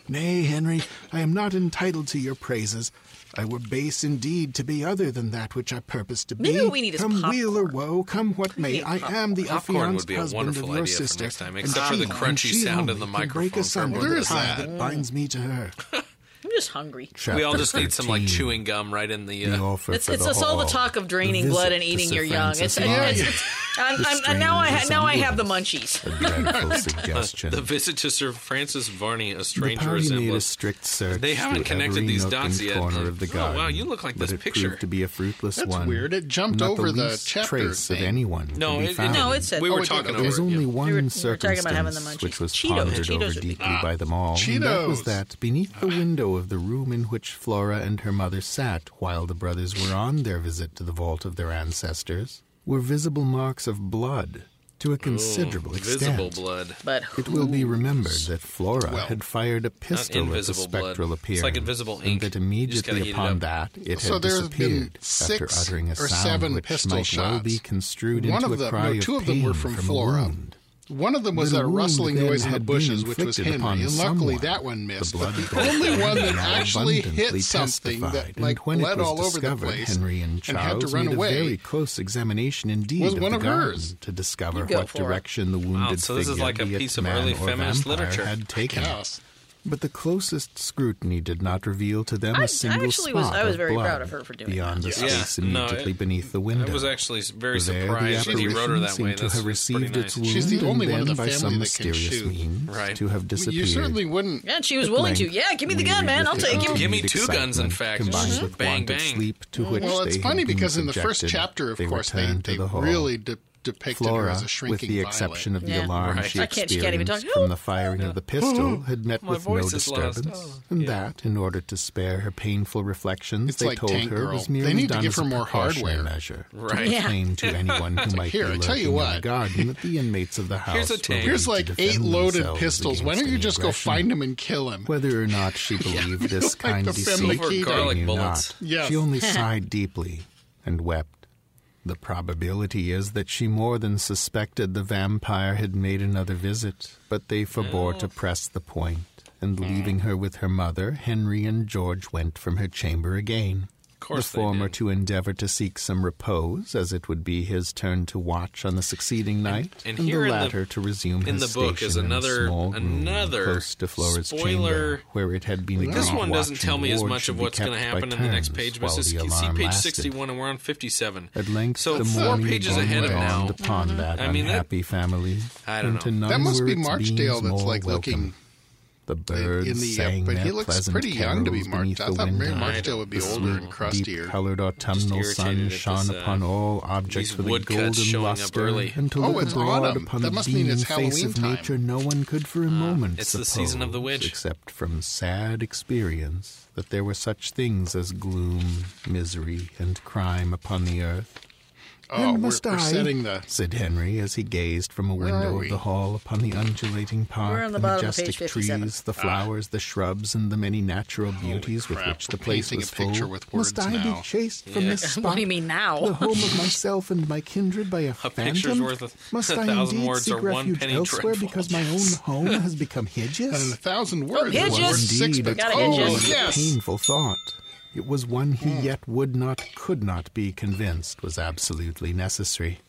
E: Nay, Henry, I am not entitled to your praises. I were base indeed to be other than that which I purpose to be.
A: Maybe what we need is
E: come wheel or
A: popcorn.
E: woe, come what may, I am the
D: Popcorn would
E: affianced
D: be a
E: husband of
D: wonderful
E: your
D: idea for
E: sister,
D: next time,
E: and
D: except for
E: she-
D: the crunchy
E: and she
D: sound
E: only
D: in the
E: can break
D: microphone for
E: asunder
D: everyone.
E: the
C: There is
E: tie
C: that.
E: that binds me to her.
A: I'm just hungry.
D: we all just need some like chewing gum right in the.
E: The
D: Uh,
E: offer
A: It's
E: for
A: it's,
E: the
A: it's all the
E: hall.
A: talk of draining
E: The
A: blood
E: visit
A: and
E: to
A: eating
E: Sir
A: your young. It's,
E: Francis
A: it's,
E: Lyon.
A: it's, I'm, I'm, and now I ha- now I have the
E: Strange
A: munchies.
E: A
A: [laughs]
E: dreadful suggestion.
D: the visit to Sir Francis Varney, a stranger
E: the party made a
D: resemblance.
E: strict search.
D: They haven't
E: through
D: connected
E: every
D: these
E: nook
D: dots
E: and
D: yet.
E: Corner of the
D: Oh, wow,
E: garden,
D: you look like
E: but
D: this
E: it
D: picture.
E: proved to be a fruitless
C: That's
E: one.
C: weird. It jumped
E: Not
C: over
E: the,
C: the
E: least
C: chapter
E: trace of
C: thing.
E: anyone.
D: No,
E: could be
D: it,
E: found.
A: No, it said-
D: we
A: Oh,
D: were
C: it
D: talking
C: did.
D: over.
E: There's
D: it, yeah.
E: only one
A: We were- we were talking
E: circumstance
A: about having the munchies.
E: which was
A: Cheetos.
E: pondered
A: Cheetos
E: over
A: would be
E: deeply
A: good.
E: by them all, and that was
C: Cheetos.
E: that beneath
D: Ah.
E: the window of the room in which Flora and her mother sat while the brothers were on their visit to the vault of their ancestors, were visible marks of blood to a considerable extent.
D: Oh, Visible blood.
A: But
E: It will be remembered that Flora had fired a pistol at the
D: invisible blood.
E: spectral
D: It's like
E: appearance,
D: invisible
E: and
D: ink.
E: that
D: You just gotta
E: immediately
D: heat it
E: upon
D: up.
E: that it
C: So
E: had
C: there have been
E: disappeared
C: six
E: after uttering a
C: or
E: sound
C: seven
E: which
C: pistol
E: might well
C: shots.
E: be construed
C: One
E: into
C: of
E: a
C: them-
E: cry
C: no, two
E: of
C: of them were
E: pain
C: from
E: a
C: Flora.
E: wound.
C: One of them was
E: That
C: that
E: a wound
C: rustling
E: then
C: noise in the
E: had been
C: bushes, which was
E: inflicted upon
C: Henry, and luckily
E: someone.
C: that one missed.
E: The
C: but
E: blood
C: the
E: [laughs]
C: only one that actually hit
E: abundantly
C: something
E: testified,
C: that
E: and
C: like
E: when
C: bled
E: it was
C: all over the
E: discovered,
C: place
E: Henry and
C: and had
E: Charles
C: to run
E: made a very
C: away.
E: close examination indeed
C: was
E: of
C: one
E: the
C: of
E: garden
C: hers.
E: to discover
A: go
E: what
A: for it.
E: direction the wounded
D: so this is
E: figure,
D: like a
E: be it
D: piece of
E: man
D: early
E: or
D: feminist
E: vampire,
D: literature.
E: had taken.
C: Yes.
E: But the closest scrutiny did not reveal to them
A: I- I
E: a single
A: actually was-
E: spot
A: I was
E: of
A: very
E: blood
A: proud of her for doing
E: beyond
A: that.
E: the
D: Yeah.
E: space
D: Yeah. No,
E: immediately
D: it-
E: beneath the window.
D: I was actually very
E: there,
D: surprised
E: the
D: when he wrote her
E: apparition
D: that way.
E: seemed to
D: That's,
E: have
D: that's
E: received
D: pretty nice.
E: its wound,
C: She's the only
E: and
C: one
E: then
C: of the
E: by
C: family
E: some
C: that can
E: mysterious
C: shoot.
E: means
D: Right.
E: to have disappeared.
C: You certainly wouldn't.
A: yeah, she was
E: At
A: willing to.
E: length,
A: Yeah, give me the
E: we
A: gun, man. I'll
E: resisted
A: take him.
D: Give me
E: continued
D: two guns, in
E: excitement,
D: fact.
E: Combined
D: Mhm.
E: with
D: Bang,
E: want of
D: bang.
E: Sleep to which
C: Well, it's
E: they
C: funny
E: had been
C: because in the first
E: subjected,
C: chapter, of
E: they
C: course, they,
E: returned to
C: they
E: the hall.
C: really de- depicted her
E: Flora,
C: as a
E: with
C: shrinking
E: the exception
C: violet.
E: of the
A: Yeah.
E: alarm
D: Right.
E: she
D: I
A: can't- she can't even
E: experienced
A: talk.
E: from the firing of the pistol, had met
D: Oh, My
E: with no
D: voice is lost.
E: disturbance,
D: Oh.
E: and
D: Yeah.
E: that, in order to spare her painful reflections,
C: It's
E: they
C: like
E: told
C: Tank
E: her
C: Girl.
E: was
C: They
E: merely
C: need to
E: done
C: give
E: as
C: her
E: a
C: more
E: precautionary
C: hardware.
E: measure
D: Right.
E: to
A: Yeah.
E: explain to
C: [laughs]
E: anyone who might
C: "Here, I
E: be
C: tell
E: lurking
C: you
E: in the
C: what.
E: garden that the inmates of the house.
D: Here's a
E: were
D: tank. Here's
E: ready to
C: Here's like
E: defend
C: eight loaded
E: themselves
C: pistols. Why
E: against
C: don't you
E: any
C: just go
E: aggression.
C: find him and kill him?
E: Whether or not
C: [laughs]
E: she believed this
C: Like
E: kind
C: the
E: deceit,
C: Silver
E: she
D: garlic
E: knew
D: bullets.
E: not.
C: Yes. [laughs]
E: She only sighed deeply and wept. The probability is that she more than suspected the vampire had made another visit, but they forbore to press the point, and
C: Hmm.
E: leaving her with her mother, Henry and George went from her chamber again. Of
D: course
E: the
D: they
E: former
D: did.
E: to endeavor to seek some repose, as it would be his turn to watch on the succeeding night,
D: and here
E: the
D: in the-
E: latter to resume
D: in
E: his
D: the book is
E: station in a
D: another-
E: small room
D: another
E: close to Flora's
D: spoiler-
E: chamber, where it had been.
D: This
E: agreed
D: one doesn't
E: watch
D: tell
E: and
D: me as
E: ward
D: much
E: should
D: of
E: be
D: what's going to
E: kept by
D: happen in the next
E: turns
D: page,
E: while
D: Mrs.
E: the
D: See
E: alarm
D: page
E: lasted.
D: 61, and we're on 57.
E: At length,
D: so
E: the
D: four
E: morning
D: pages
E: dawn
D: ahead of now.
E: dawned Upon that
D: I mean, that-
E: unhappy family,
D: I don't
E: and to
D: know.
E: none
C: Mm-hmm. That must
E: were
C: be
E: its
C: Marchdale
E: beams
C: that's
E: more
C: like looking
E: welcome. The birds
C: in the, uh,
E: sang
C: but
E: their
C: he looks
E: pleasant
C: pretty young to be
E: carols
C: March.
E: beneath
C: I
E: the
C: thought Mary
E: window.
C: Marchdale would be older and crustier.
E: Deep-colored autumnal
D: Just irritated
E: sun
D: at
E: shone
D: this, uh,
E: upon all objects
D: these
E: with a
D: woodcuts
E: golden
D: showing up
E: luster,
D: early.
E: and to
C: Oh,
E: look
C: it's
E: abroad
C: autumn.
E: upon
C: That
E: the
C: must mean
E: beaming
C: it's
E: face
C: Halloween
E: of
C: time.
E: nature no one could for a moment
D: Ah, it's the season of the
E: suppose,
D: witch.
E: except from sad experience, that there were such things as gloom, misery, and crime upon the earth.
C: Oh,
E: and
C: we're,
E: must
C: we're
E: I,
C: setting the.
E: said Henry as he gazed from a window
C: are
E: of the
C: we?
E: hall upon the undulating
A: We're
E: park,
A: on
E: the,
A: the bottom of
E: majestic
A: page 57.
E: trees, the flowers, the shrubs, and the many natural beauties with
C: crap,
E: which the
C: we're
E: place
C: painting
E: was
C: a picture
E: full.
C: with
E: Must
C: words
E: I
C: now.
E: be chased from
D: Yeah.
E: this
A: [laughs]
E: spot?
A: What do you mean now?
E: The home of myself and my kindred by a,
D: picture's
E: phantom?
D: worth a-
E: Must
D: a
E: I
D: thousand
E: indeed
D: words
E: seek
D: or one
E: refuge
D: penny
E: elsewhere
D: dreadful?
E: because my own home has become
C: And a
E: hideous?
C: thousand words.
A: It
C: is
A: was
C: worth
A: Yes.
E: indeed
C: sixpence.
A: Gotta
E: a
A: hit
C: Oh,
A: you.
C: yes.
E: painful thought. It was one he yet would not, could not be convinced was absolutely necessary.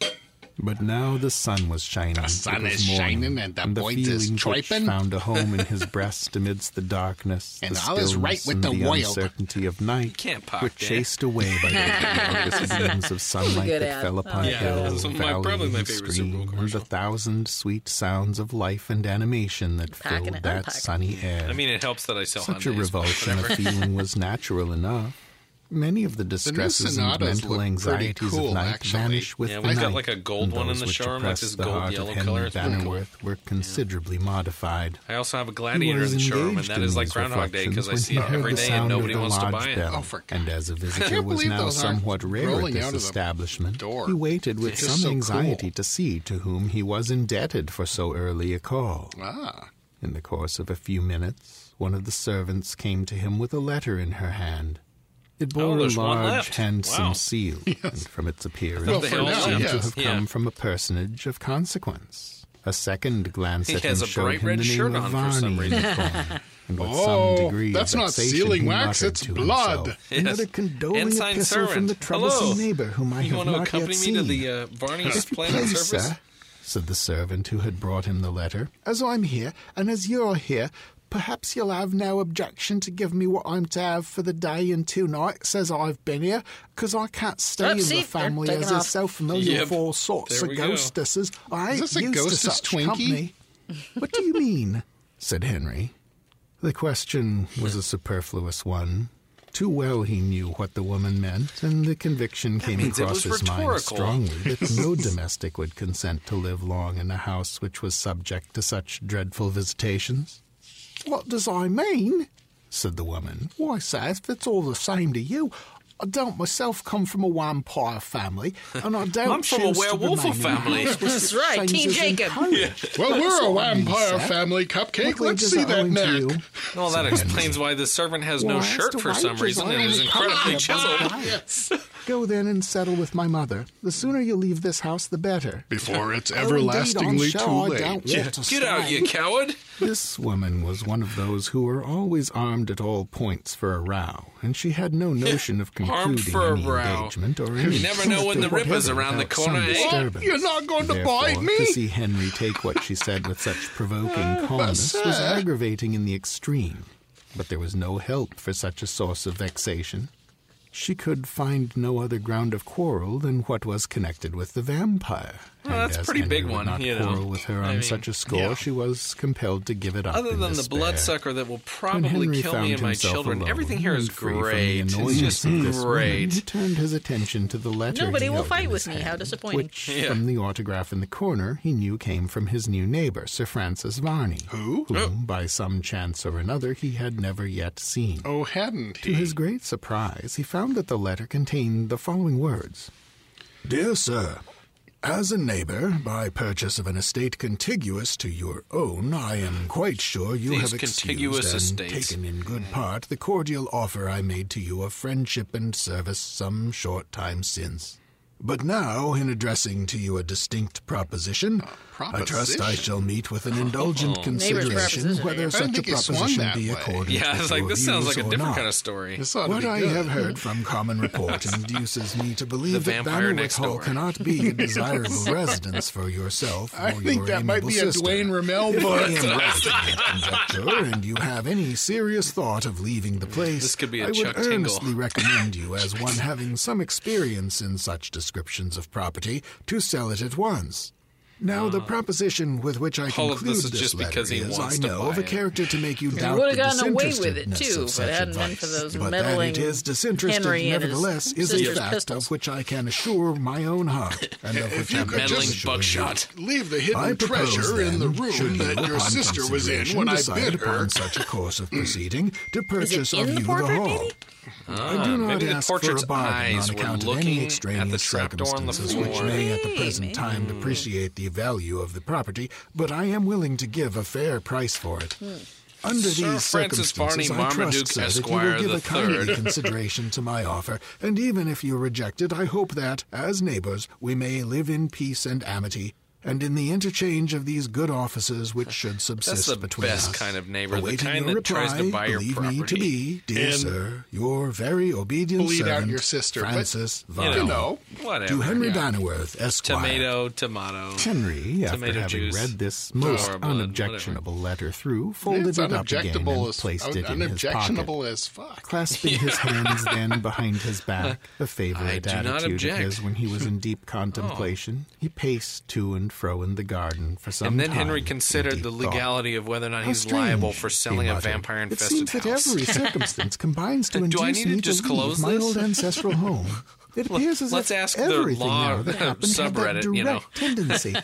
E: But now the sun was shining. The
C: sun is shining and the
E: the
C: boys is
E: feeling which
C: tripping.
E: found a home in his breast amidst the darkness,
C: And
E: the
C: all is right
E: stillness,
C: with
E: and
C: the world.
E: uncertainty of night
D: can't park
E: were
D: there.
E: chased away by the glorious beams of sunlight
A: good
E: that
A: ad.
E: fell upon
D: Yeah,
E: hills,
D: that's my-
E: valleys,
D: probably my
E: and
D: favorite Super Bowl
E: stream, and
D: commercial.
E: the thousand sweet sounds of life and animation that
A: Packing
E: filled
A: it,
E: that
A: unpacking.
E: sunny air.
D: I mean, it helps that I sell
E: Such a
D: Hyundais, but
E: revulsion of
D: whatever.
E: feeling was natural enough. Many of the distresses and
C: Sonatas
E: mental
C: look pretty
E: anxieties
C: cool,
E: of night
C: actually.
E: vanish with
D: Yeah,
E: the
D: we've
E: night.
D: got like a gold
E: and
D: one in
E: those
D: the
E: which
D: showroom, like
E: oppressed
D: this
E: the
D: gold
E: heart of
D: yellow
E: Henry
D: color. It's pretty cool.
E: Vannerworth were considerably modified.
D: I also have a
E: He
D: gladiator in
E: was
D: the showroom, and
E: engaged
D: that
E: in
D: is like
E: these
D: Groundhog Day because I
E: reflections
D: see
E: when
D: it
E: he heard
D: every
E: the
D: day and
E: sound of
D: nobody
E: the
D: wants to
E: lodge
D: buy it.
E: bell.
C: Oh, for
E: and as a visitor
C: can't
E: was
C: believe
E: now
C: those aren't
E: somewhat rare at
C: rolling
E: this
C: out of the
E: establishment,
C: door.
E: he waited with
C: just
E: some
C: so cool.
E: anxiety to see to whom he was indebted for so early a call.
C: Ah.
E: In the course of a few minutes, one of the servants came to him with a letter in her hand. It bore a
D: Oh, there's one
E: large,
D: left.
E: handsome
C: [laughs]
D: Wow.
E: seal, and from its appearance,
C: Well,
E: it
C: for now,
E: seemed to
C: yes.
E: have
D: Yeah.
E: come from a personage of consequence. A second glance
D: He
E: at him
D: has a
E: showed
D: bright
E: him
D: red
E: the name
D: shirt
E: of
D: on for some
E: Varney
D: reason. [laughs]
E: Unicorn, and with
C: Oh,
E: some degree
C: that's
E: of
C: not
E: vexation,
C: sealing
E: he
C: wax,
E: muttered
C: it's
E: to
C: blood.
E: Himself,
D: Yes.
E: Another condoling
D: Ensign
E: epistle from
D: servant.
E: the troublesome
D: Hello.
E: neighbor whom I
D: You
E: have
D: want to
E: not yet
D: accompany me
E: seen.
D: to the uh, Varney's
E: If you
D: planet
E: please,
D: surface?
E: sir, said the servant who had brought him the letter, as I'm here and as you're here, perhaps you'll have no objection to give me what I'm to have for the day and two nights as I've been here, 'cause I can't stay
A: Oopsie,
E: in
A: they're
E: the family
A: taking
E: as is
A: off.
E: so familiar
D: Yep,
E: with all sorts
D: there
E: of
D: we go.
E: ghostesses. I ain't
C: this a
E: used to
C: ghostess
E: such
C: Twinkie?
E: company. what do you mean? said Henry. The question was a superfluous one. Too well he knew what the woman meant, and the conviction came
D: means it
E: across
D: was
E: his mind
D: rhetorical.
E: strongly
D: [laughs]
E: that no domestic would consent to live long in a house which was subject to such dreadful visitations. What does I mean? said the woman. Why, sir, if it's all the same to you, I don't myself come from a vampire family, and I don't.
D: I'm from a
E: choose to
D: werewolf
E: remain in a
D: family.
E: house with
A: [laughs] That's right,
E: strangers
A: Teen Jacob.
E: encouraged.
C: Well,
E: That's
C: we're a
E: all I mean,
C: vampire
E: sir.
C: family
E: What
C: cupcake. Let's
E: wages
C: see
E: I
C: that
E: own to you?
C: neck.
D: Well, that explains why the servant has no
E: Well, as
D: shirt
E: to
D: for some
E: wages,
D: reason
E: I
D: and is
E: only come
D: incredibly
E: up
D: chiseled.
E: with that. Go then and settle with my mother. The sooner you leave this house, the better.
C: Before it's
E: Oh, indeed, I'm
C: everlastingly
E: sure
C: too
E: I
C: late.
E: don't want to
D: Get out,
E: stay.
D: you coward!
E: This woman was one of those who were always armed at all points for a row, and she had no notion of
D: Armed
E: concluding
D: for a
E: any
D: row.
E: engagement or any.
D: never know when the
E: conflict
D: Ripper's
E: whatever
D: around the
E: without
D: corner,
E: some
D: eh?
E: disturbance.
C: You're not going to
E: Therefore,
C: bite me?
E: To see Henry take what she said
D: [sighs]
E: with such provoking calmness was aggravating in the extreme, but there was no help for such a source of vexation. She could find no other ground of quarrel than what was connected with the vampire.
D: Well, that's a
E: as
D: pretty
E: Henry
D: big
E: would
D: one,
E: Not
D: you know.
E: quarrel with her on
D: I mean,
E: such a score.
C: yeah.
E: She was compelled to give it up.
D: Other
E: in
D: than the
E: despair.
D: bloodsucker that will
E: When
D: probably
E: Henry
D: kill
E: found
D: me and my
E: himself
D: children,
E: alone
D: everything here is
E: and free from the
D: great. It's
E: annoyance
D: just
E: of this woman, he
D: great.
E: turned his attention to the letter.
A: Nobody
E: he
A: will
E: held
A: fight
E: in
A: with
E: his
A: me, how
E: hand,
A: disappointing.
E: Which,
D: Yeah.
E: from the autograph in the corner, he knew came from his new neighbor, Sir Francis Varney, who,
D: Oh.
E: whom, by some chance or another, he had never yet seen.
C: Oh, hadn't he?
E: To his great surprise, he found that the letter contained the following words Dear Sir, as a neighbor, by purchase of an estate contiguous to your own, I am quite sure you
D: These
E: have excused
D: contiguous
E: and
D: estates.
E: taken in good part the cordial offer I made to you of friendship and service some short time since. But now, in addressing to you a distinct proposition, I trust I
C: proposition?
E: shall meet with an
D: Oh.
E: indulgent consideration
A: proposition.
E: whether
A: I
E: such a
C: think it swung
E: proposition
C: that
E: be
C: way.
E: accorded
D: Yeah, I was
E: to
D: like,
E: your
D: this sounds
E: views
D: like a
E: or
D: different
E: not.
D: kind of story.
C: This ought to
E: What
C: be
E: I
C: good. [laughs]
E: have heard from common report induces me to believe
D: The
E: that
D: vampire
E: Vanderwick
D: next
E: Hall
D: door.
C: [laughs]
E: cannot be a desirable residence for yourself or
C: I think
E: your
C: that might
E: amiable
C: be
E: sister.
C: a Dwayne Ramel
E: If I
C: book.
E: am right in that conjecture, and you have any serious thought of leaving the place,
D: This could be a
E: I would
D: Chuck Tingle.
E: earnestly recommend you, as one having some experience in such descriptions of property, to sell it at once. Now, the proposition with which I
D: All of
E: conclude
D: this is just
E: letter
D: because he
E: is,
D: wants
E: I
D: to
E: know,
D: buy
E: of a
D: it.
E: character to make you doubt
A: would've
E: the
A: gotten away with it,
E: disinterestedness
A: too,
E: of
A: if it
E: such
A: hadn't been for
E: advice.
A: those
E: but that
A: meddling
E: it is disinterested,
A: Henry and his
E: nevertheless, is a
A: sister's
E: fact
A: pistols.
E: of which I can assure my own heart, and of which I can
D: Meddling
E: assure you.
D: buckshot.
C: Leave the
E: I
C: hidden
E: propose,
C: treasure in the
E: then, should
C: room
E: you,
C: that your
E: upon
C: sister was in
E: consideration,
C: when I
E: decide
C: bid her.
E: upon such a
C: [laughs]
E: course of proceeding to purchase
A: in
E: of
A: the
E: you the
A: portrait,
E: hall.
A: maybe?
E: I do not
D: maybe the
E: ask for
D: portrait's
E: a bargain
D: eyes
E: on
D: were
E: account of
D: looking at
E: any
D: the
E: extraneous
D: trapdoor on the
E: circumstances which
D: floor.
E: may at the present time depreciate the value of the property, but I am willing to give a fair price for it. Under
D: Sir
E: these
D: Francis Barney
E: circumstances, I
D: Marmaduke
E: trust, sir, that you
D: Esquire
E: will give
D: the
E: a kindly
D: Third. [laughs]
E: consideration to my offer, and even if you reject it, I hope that, as neighbors, we may live in peace and amity, and in the interchange of these good offices which should subsist
D: the
E: between us.
D: best kind of neighbor, the
E: Awaiting
D: kind
E: your
D: that tries to
E: reply,
D: buy your
E: believe me to
D: property.
E: be, dear
C: And-
E: sir, your very obedient
C: Bleed out
E: servant,
C: your sister, but,
E: Francis
D: You
E: Varney.
D: know,
C: know,
D: whatever.
E: to Henry
C: yeah.
E: Dynaworth, Esquire.
D: Tomato, tomato.
E: Henry, after
D: Tomato
E: having
D: juice.
E: read this most
D: Horrible,
E: unobjectionable letter through, folded
C: It's
E: it up again
C: unobjectable
E: and
C: as
E: placed it in his pocket.
C: unobjectionable as fuck.
E: Clasping
C: [laughs]
E: his hands then behind his back,
D: [laughs]
E: a
D: I
E: favorite
D: do not
E: attitude of
D: object. Oh.
E: his when he was
D: [laughs]
E: in deep contemplation, he paced to and fro in the garden for some
D: And then
E: time.
D: Henry
E: in
D: considered
E: deep
D: the
E: thought.
D: legality of whether or not
E: How
D: he's
E: strange,
D: liable for
E: he
D: selling a
E: muttered.
D: vampire
E: It
D: infested
E: seems that
D: house.
E: every
D: [laughs]
E: circumstance combines to
D: Do I
E: induce
D: need to
E: me
D: just
E: leave
D: close
E: my
D: this? [laughs]
E: old ancestral home. It appears as
D: let's
E: if
D: ask the
E: everything
D: law [laughs]
E: now that happened had that
D: subreddit,
E: direct
D: you know. [laughs]
E: tendency.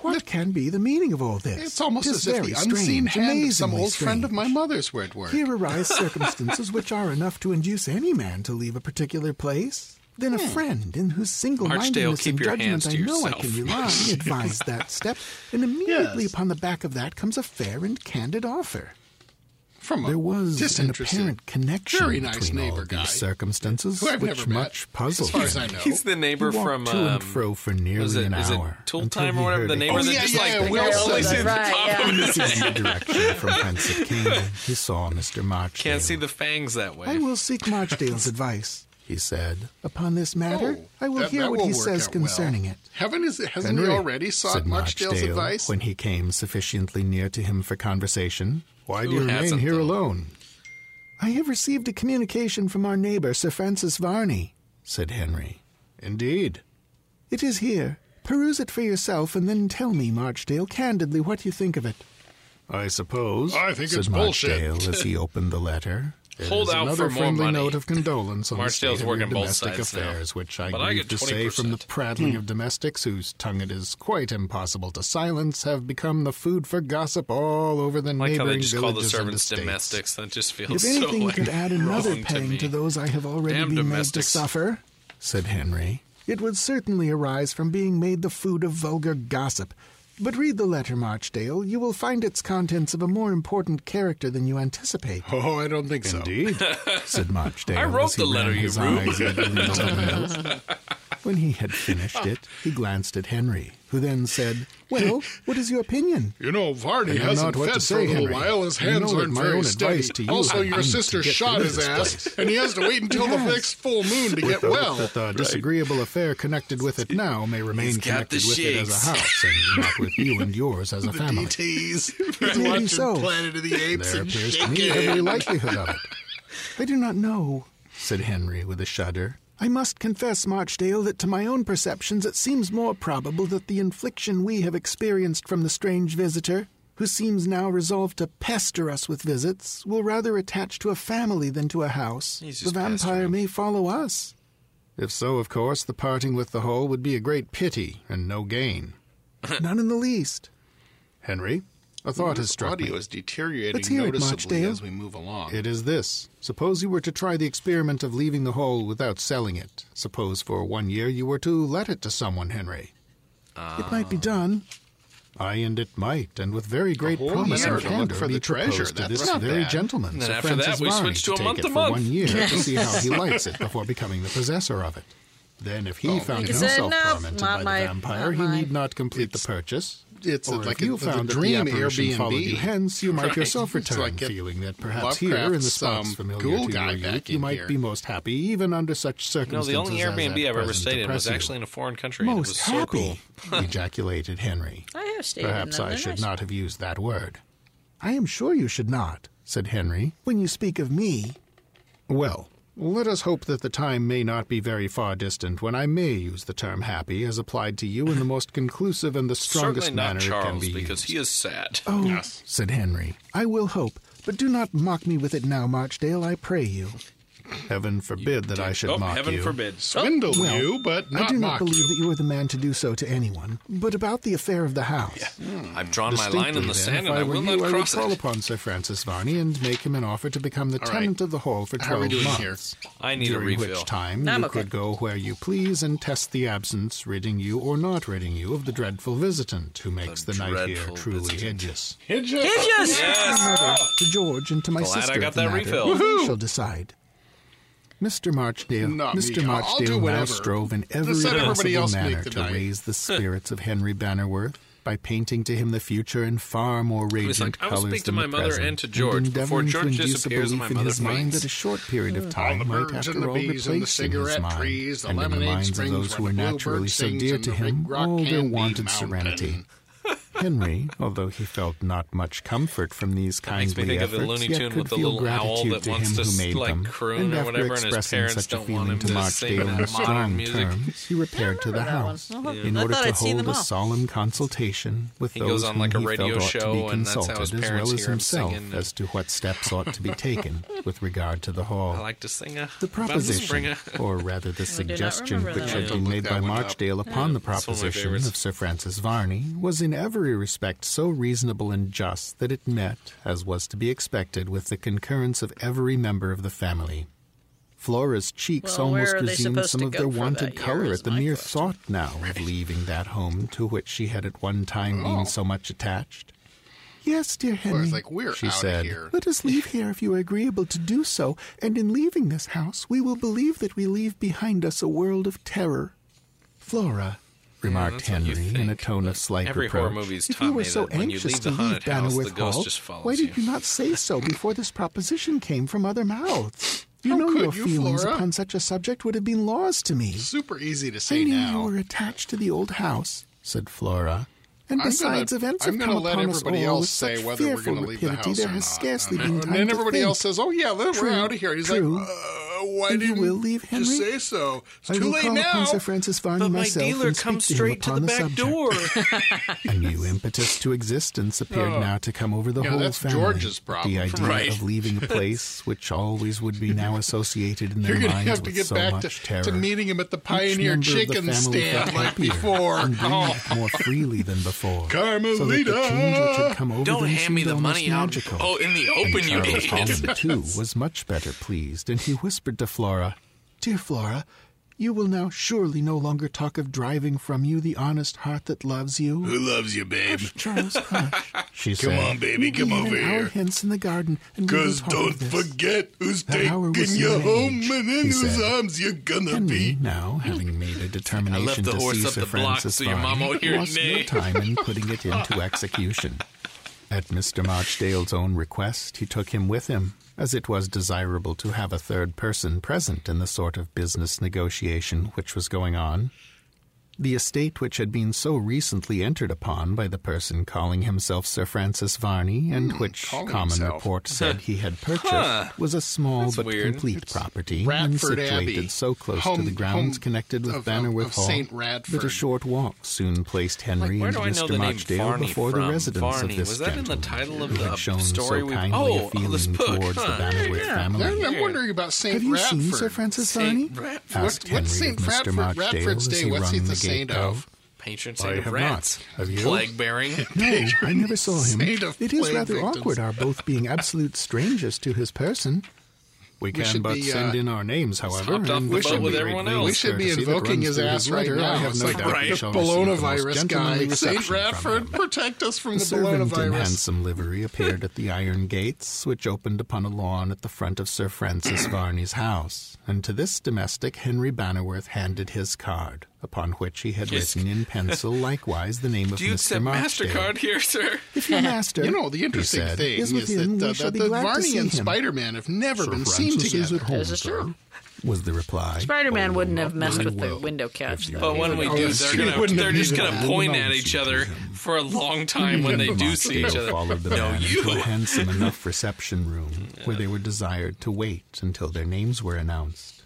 E: What can be the meaning of all this?
C: It's almost as
E: Tis
C: if
E: very
C: the unseen
E: strange,
C: hand of some
E: amazingly
C: old friend of my
E: strange.
C: mother's were at work.
D: [laughs]
E: Here arise circumstances which are enough to induce any man to leave a particular place. Then a friend in whose single-mindedness
D: keep
E: and
D: your hands
E: judgment I
D: to
E: know I can
D: yourself. [laughs]
E: rely advised that step, and immediately upon the back of that comes a fair and candid offer.
C: from a
E: There was an
C: disinterested,
E: apparent connection
C: very nice
E: between all
C: neighbor
E: of
C: guy.
E: these circumstances,
C: who I've
E: which
C: never met,
E: much puzzled
C: as far as
E: him.
C: I know.
D: He's the neighbor
E: He walked
D: from
E: to
D: um,
E: and fro for nearly
D: was it,
E: an
D: is
E: hour
D: It tool
E: until
D: time
E: he
D: or whatever.
E: heard
D: The
E: a
D: neighbor
C: Oh,
D: that
C: yeah,
D: just
C: yeah,
D: like
C: yeah,
D: barely
C: Wilson.
D: sees the
A: Right,
D: top
A: yeah.
D: of his
E: This is the direction from whence it came. He saw Mr.
D: [laughs]
E: Marchdale.
D: Can't see the fangs that way.
E: I will seek Marchdale's [laughs] advice, he said. Upon this matter,
C: Oh,
E: I will
C: that-
E: hear
C: that
E: what
C: will
E: he
C: work
E: says
C: out
E: concerning
C: well.
E: it.
C: Haven't is, hasn't he
E: Henry,
C: already sought
E: said
C: Marchdale's
E: Marchdale
C: advice?
E: When he came sufficiently near to him for conversation, why do
D: Who
E: you remain
D: hasn't,
E: here
D: though?
E: alone? I have received a communication from our neighbor, Sir Francis Varney, said Henry. Indeed. It is here. Peruse it for yourself and then tell me, Marchdale, candidly what you think of it. I suppose.
C: I think
E: said
C: it's bullshit.
D: [laughs]
E: Marchdale as he opened the letter. "there
D: Hold
E: is
D: out
E: another
D: for more
E: friendly
D: money."
E: note of condolence on
D: Marchdale's
E: the state of your
D: working both
E: domestic
D: sides now.
E: affairs, which I
D: But I
E: grieve
D: get
E: to say from the
D: 20%.
E: prattling of domestics whose tongue it is quite impossible to silence have become the food for gossip all over the
D: like how
E: neighboring
D: they just call the
E: villages and
D: servants
E: estates.
D: domestics. That just feels
E: If
D: so
E: anything
D: like,
E: could add another
D: wrong to
E: pang
D: me.
E: to, those I have already
D: Damn
E: been made
D: domestics.
E: to suffer, said Henry, it would certainly arise from being made the food of vulgar gossip. But read the letter, Marchdale. You will find its contents of a more important character than you anticipate.
C: oh, I don't think so. [laughs]
E: Indeed, said Marchdale.
D: I wrote
E: as he
D: the letter,
E: ran
D: you
E: his
D: rube.
E: eyes over the
C: [laughs]
E: notes. when he had finished it, he glanced at Henry, who then said, Well, what is
C: [laughs]
E: your opinion?
C: You know, Varney
E: I know
C: hasn't
E: not what
C: fed
E: to
C: for a
E: say,
C: little
E: Henry.
C: while. His
E: You know
C: hands
E: that
C: aren't
E: my
C: very
E: own
C: steady.
E: advice to you
C: also,
E: would
C: your
E: be to
C: sister
E: get
C: shot
E: rid of
C: his
E: this
C: ass,
E: place.
C: and he has to wait until the
E: Yes.
C: next full moon to get
E: the hope
C: well.
E: that the disagreeable affair connected with it now may remain
D: He's got the
E: connected with it as
D: shakes.
E: a house and not with you and yours as a
C: [laughs] the
E: family.
C: DTs.
E: Maybe
C: watching
E: so.
C: Planet of the Apes
E: There
C: and
E: appears to me
C: shaking.
E: every likelihood of it. I do not know, said Henry with a shudder. I must confess, Marchdale, that to my own perceptions it seems more probable that the infliction we have experienced from the strange visitor, who seems now resolved to pester us with visits, will rather attach to a family than to a house.
D: He's
E: The
D: just
E: vampire
D: pestering.
E: may follow us. If so, of course, the parting with the whole would be a great pity and no gain. None in the least. Henry, a thought has struck me.
C: Audio is deteriorating
E: Let's hear it,
C: noticeably
E: Marchdale.
C: as we move along.
E: It is this. Suppose you were to try the experiment of leaving the hole without selling it. Suppose for one year you were to let it to someone, Henry. it might be done. Ay, and it might, and with very great
C: whole
E: promise
C: year
E: and
C: to look
E: candor,
C: for the
E: be
C: treasure.
E: proposed to
C: That's
E: this
C: not
E: very
C: bad.
E: gentleman,
D: And then
E: Sir
D: after that,
E: Francis
D: we
E: Varney,
D: switch to a
E: take
D: month
E: it
D: to
E: for
D: month.
E: one
C: [laughs]
E: year to see how he likes it before becoming the possessor of it. Then, if he found
A: Oh. He said,
E: himself
A: "No,
E: tormented
A: not
E: by
A: my-
E: the vampire,
A: not
E: he
A: my-
E: need not complete the purchase.
C: it's
E: or
C: like
E: if you
C: a- the
E: found that
C: dream
E: the apparition
C: Airbnb.
E: followed you hence, you might
D: Right.
E: yourself
C: It's
E: return,
C: like a
E: feeling that perhaps here in the
C: Lovecraft's,
E: spots
C: um, ghoul
E: familiar to
C: guy
E: your youth,
C: back
E: you
C: in
E: might
C: here.
E: be most happy, even under such
D: No,
E: circumstances.
D: the only
E: as at
D: Airbnb I've ever
E: present
D: stayed in
E: depress
D: was
E: you.
D: actually in a foreign country. and it
E: most
D: was so
E: happy.
D: cool. [laughs]
E: ejaculated Henry.
A: I have stayed in
E: Perhaps
A: them.
E: I
A: They're
E: should
A: nice.
E: not have used that word. I am sure you should not, said Henry. When you speak of me. Well, let us hope that the time may not be very far distant when I may use the term happy as applied to you in the most conclusive and the strongest
D: Certainly not
E: manner it can
D: Charles
E: be
D: because
E: used.
D: he is sad.
E: Oh, said Henry, I will hope, but do not mock me with it now, Marchdale, I pray you. Heaven forbid that I should
D: oh,
E: mock
D: heaven
E: you.
D: forbid.
C: Swindle
E: Well,
C: you, but
E: I
C: not
E: do not
C: mock
E: believe
C: you.
E: that you are the man to do so to anyone. But about the affair of the house.
D: I've drawn my line in the
E: Distinctly, then,
D: sand
E: if
D: and I
E: were
D: will
E: you,
D: not
E: I
D: cross
E: would call
D: it.
E: upon Sir Francis Varney and make him an offer to become the
C: All right.
E: tenant of the hall for
C: How are we
E: twelve
C: doing
E: months.
C: here?
D: I need a
E: During
D: refill.
E: which time
A: I'm
E: you
A: okay.
E: could go where you please and test the absence, ridding you or not ridding you of the dreadful visitant who makes the, night here
D: dreadful
E: truly
D: visitant.
E: hideous.
C: Hidget.
A: Hideous!
E: To George and to my
D: Glad I
E: sister
D: got
E: of the
D: that
E: matter,
D: refill.
E: They shall decide. Mr. Marchdale,
C: Not me.
E: Mr.
C: I'll- I'll do
E: Marchdale now
C: whatever.
E: strove in
C: Just
E: every
C: let everybody
E: possible
C: else make
E: manner
C: the
E: to
C: night. [laughs]
E: raise the spirits of Henry Bannerworth by painting to him the future in far more
D: was
E: radiant
D: like, "I will
E: colors
D: speak to
E: than
D: my
E: the
D: mother
E: present,
D: and to George before
E: endeavoring
D: George
E: to induce a
D: disappears and
E: belief
D: my
E: in his
D: mother
E: mind
D: faints."
E: that a short period of time
C: the
E: might,
C: birds
E: after
C: and the
E: all,
C: bees and the
E: replace in his
C: cigarette
E: mind,
C: trees, the
E: and in the
C: lemonade
E: minds of
C: springs
E: those who
C: where
E: were
C: the bluebird
E: naturally so
C: sings
E: dear
C: and
E: to
C: the
E: him,
C: big rock
E: all their
C: candy
E: wanted
C: mountain.
E: serenity. Henry, [laughs] although he felt not much comfort from these
D: makes
E: kinds
D: me
E: of
D: think of the Looney
E: efforts,
D: Tune with
E: yet could
D: the
E: feel
D: little owl
E: gratitude
D: that
E: to him
D: wants to,
E: who made
D: like,
E: them.
D: croon
E: and
D: or
E: after
D: whatever, and his
E: expressing
D: parents
E: such a
D: don't
E: feeling
D: want him
E: to
D: to
E: Marchdale
D: sing
E: in
D: that modern
E: strong
D: music.
E: terms, he repaired to the
A: remember that one.
E: house
A: I hope-
E: in
A: I
E: order
A: thought
E: to
A: I'd seen
E: hold
A: them
E: a
A: all.
E: solemn consultation with
D: He
E: those
D: goes on
E: whom
D: like a
E: he
D: radio
E: felt ought to be
D: show, and that's how his
E: consulted, as
D: parents
E: well as
D: hear him
E: himself,
D: singing.
E: as to what steps ought to be taken with regard to the hall.
D: I like to sing a
E: The proposition,
D: About
E: [laughs] or rather
A: do
E: the
A: not
E: suggestion
A: remember
E: which
A: that
E: had
A: one.
E: been made
C: that
E: by
C: one up.
E: Marchdale upon the
D: one of my
E: proposition
D: favorites.
E: of Sir Francis Varney, was in every respect so reasonable and just that it met, as was to be expected, with the concurrence of every member of the family. Flora's cheeks
A: Well, where
E: almost
A: are they
E: resumed
A: supposed
E: some
A: to
E: of
A: go
E: their
A: for
E: wonted
A: that year
E: color
A: is
E: at the
A: my
E: mere
A: question.
E: thought
A: Oh.
E: now of leaving that home to which she had at one time been so much attached. Yes, dear Henry.
C: Or it's like, we're
E: she
C: out
E: said.
C: here.
E: Let us leave here if you are agreeable to do so, and in leaving this house, we will believe that we leave behind us a world of terror. Flora,
D: what
E: remarked
D: you
E: Henry in a
D: think,
E: tone of slight
D: every
E: reproach,
D: horror movie's
E: if
D: taught
E: you were
D: me
E: so
D: that when you
E: anxious
D: leave the
E: to leave
D: haunted house, the
E: Danowith
D: ghost
E: Hall,
D: just follows
E: why did
D: you.
E: you not
D: [laughs]
E: say so before this proposition came from other mouths? You
C: How
E: know
C: could
E: your
C: you,
E: feelings
C: Flora?
E: upon such a subject would have been laws to me.
C: Super easy to
E: I
C: say
E: knew
C: now.
E: you were attached to the old house, said Flora. And
C: I'm gonna-
E: besides, events
C: I'm
E: have
C: gonna
E: come
C: let
E: upon us
C: everybody
E: all
C: else
E: with
C: say
E: such
C: whether we're
E: fearful
C: gonna leave the
E: rapidity.
C: house
E: There
C: or
E: has
C: not.
E: scarcely
C: I
E: been
C: mean,
E: time
C: and then
E: to
C: everybody
E: think.
C: else says, "Oh yeah, look,
E: True,
C: we're out of here." He's
E: true.
C: like, uh, "Why
E: And you
C: didn't
E: will leave,
C: just
E: Henry?
C: say so? It's
E: I
C: too
E: will
C: late
E: call
C: now."
E: upon Sir Francis Varney
D: But my
E: myself
D: dealer
E: and speak
D: comes
E: to him
D: straight to the
E: upon
D: back
E: subject.
D: door.
E: [laughs]
D: Oh.
E: A new impetus to existence appeared now to come over the
C: Yeah,
E: whole
C: that's
E: family.
C: George's
E: at
C: problem.
E: The idea
D: Right.
E: of leaving a
C: [laughs]
E: place which always would be now associated in their
C: You're gonna
E: minds
C: have to
E: with
C: get
E: so
C: back
E: much
C: to,
E: terror.
C: to meeting him at the
E: Each
C: Pioneer
E: member of the
C: Chicken
E: family felt
C: stand like
E: happier
C: before.
E: and
C: Oh.
E: breathed more freely than before. So that the
C: [laughs] Carmelita!
E: change which had come over
D: Don't
E: them
D: hand me
E: seemed
D: the
E: almost
D: money. I'll-
E: magical.
D: Oh, in the
E: And
D: open, you
E: Charles
D: idiot.
C: [laughs]
E: Holland, too, was much better pleased, and he whispered to Flora, "Dear Flora, you will now surely no longer talk of driving from you the honest heart that loves
C: [laughs]
E: you."
C: Who loves you, babe?
E: Hush, Charles, hush, she
C: Come
E: said.
C: on, baby,
E: Maybe
C: come
E: in
C: over
E: an hour
C: here.
E: hence in the garden, and we will
C: Because
E: talk
C: don't
E: of this.
C: forget who's
E: That hour was
C: taking you
E: your
C: home
E: age,
C: and
E: he
C: in whose
E: said.
C: arms you're gonna
E: Henry,
C: be.
E: now having
D: [laughs]
E: made a
D: I left
E: determination
D: the
E: to
D: horse
E: see
D: up
E: Sir
D: the block
E: Francis
D: so your
E: Varney,
D: mama won't hear
E: lost
D: nay.
E: no time in putting
D: [laughs]
E: it into execution. At Mr. Marchdale's own request, he took him with him, as it was desirable to have a third person present in the sort of business negotiation which was going on. The estate which had been so recently entered upon by the person calling himself Sir Francis Varney, and
D: Hmm,
E: which
C: calling
E: common
C: himself.
E: report said he had purchased,
D: Huh.
E: was a small but
D: weird.
E: complete property and
C: Radford
E: situated
C: Abbey.
E: so close to
C: Home-
E: the grounds
C: home
E: connected with
C: of-
E: Bannerworth
C: of
E: Hall
C: Saint
E: that
C: Radford.
E: a short walk soon placed Henry
D: Where
E: and
D: do I know
E: Mr.
D: the name
E: Marchdale
D: Varney
E: before
D: from?
E: the residence
D: Varney.
E: of this
D: Was that in the
E: gentleman
D: title of
E: who
D: the
E: had shown
D: story
E: so
D: we-
E: kindly
D: Oh,
E: a
D: oh,
E: feeling
D: this book,
E: towards
D: huh.
E: the Bannerworth
A: Yeah.
E: family.
C: I'm wondering about Saint
E: Have you
C: Radford.
E: seen Sir Francis Varney?
D: Saint Radford.
E: Asked
C: What- what's
E: Henry
C: Saint
E: of Mr.
C: Radford-
E: Marchdale
C: Radford's
E: as
C: day?
E: he
C: What's he
E: rung
C: the
E: the
C: saint
E: gate
C: of?
D: Patron
E: I
D: saint of
E: have
D: rats.
E: not. Have you?
D: Plague bearing.
E: [laughs] No, I never saw him.
C: Saint of
E: It is
C: plague
E: rather
C: victims.
E: awkward our both being absolute strangers to his person. We can
C: should
E: but
C: be, uh,
E: send in our names, however,
D: hopped off
E: and
D: the
E: wish
D: boat
E: him
D: with
E: the
D: everyone
E: great
D: else.
E: legal
C: We should be
E: courtesy that
C: invoking
E: runs
C: his
E: through
C: ass right
E: letter.
C: now.
E: I have
C: It's
E: no
C: like
E: doubt
C: right,
E: we
C: the
E: shall receive the most
C: Bolognavirus
E: gentlemanly
C: guy. Saint
E: reception from
C: Radford,
E: him.
C: protect us from
E: A
C: the
E: servant in
C: Bolognavirus.
E: handsome livery appeared at the iron gates, which opened upon a lawn at the front of Sir
C: [coughs]
E: Francis Varney's house, and to this domestic Henry Bannerworth handed his card, upon which he had
D: Yes.
C: [laughs]
E: written in pencil likewise the name of
D: Do you
E: Mr.
D: accept
E: Marchdale.
D: MasterCard here, sir?
E: If
A: [laughs]
E: your master,
C: You know, the interesting
E: he said,
C: thing
E: is,
C: is,
E: with him,
C: that
E: we
C: uh,
E: shall
C: that
E: be
C: the
E: glad to
C: Varney
E: see
C: and
E: him.
C: Spider Man have never
E: Sir
C: been seen
E: Francis is at
C: together.
E: home,
A: This is
E: sir,
A: true.
E: was the reply.
A: Spider Man
E: "Oh,
A: wouldn't have
E: not
A: messed
E: very
A: with the
E: well.
A: window couch.
E: If
A: though.
D: But when we
C: Oh,
D: do,
C: that's
D: they're
C: true.
D: gonna
C: Wouldn't have
D: they're just
C: needed
D: gonna
E: that.
D: point
E: Wouldn't
D: at
E: have
D: each
E: suited
D: other
E: him.
D: for a long time when they
E: Henry
D: do see each
E: Mosdale
D: other.
E: followed the
D: No,
E: man to a
D: you.
E: handsome enough reception [laughs] room where they were desired to wait until their names were announced.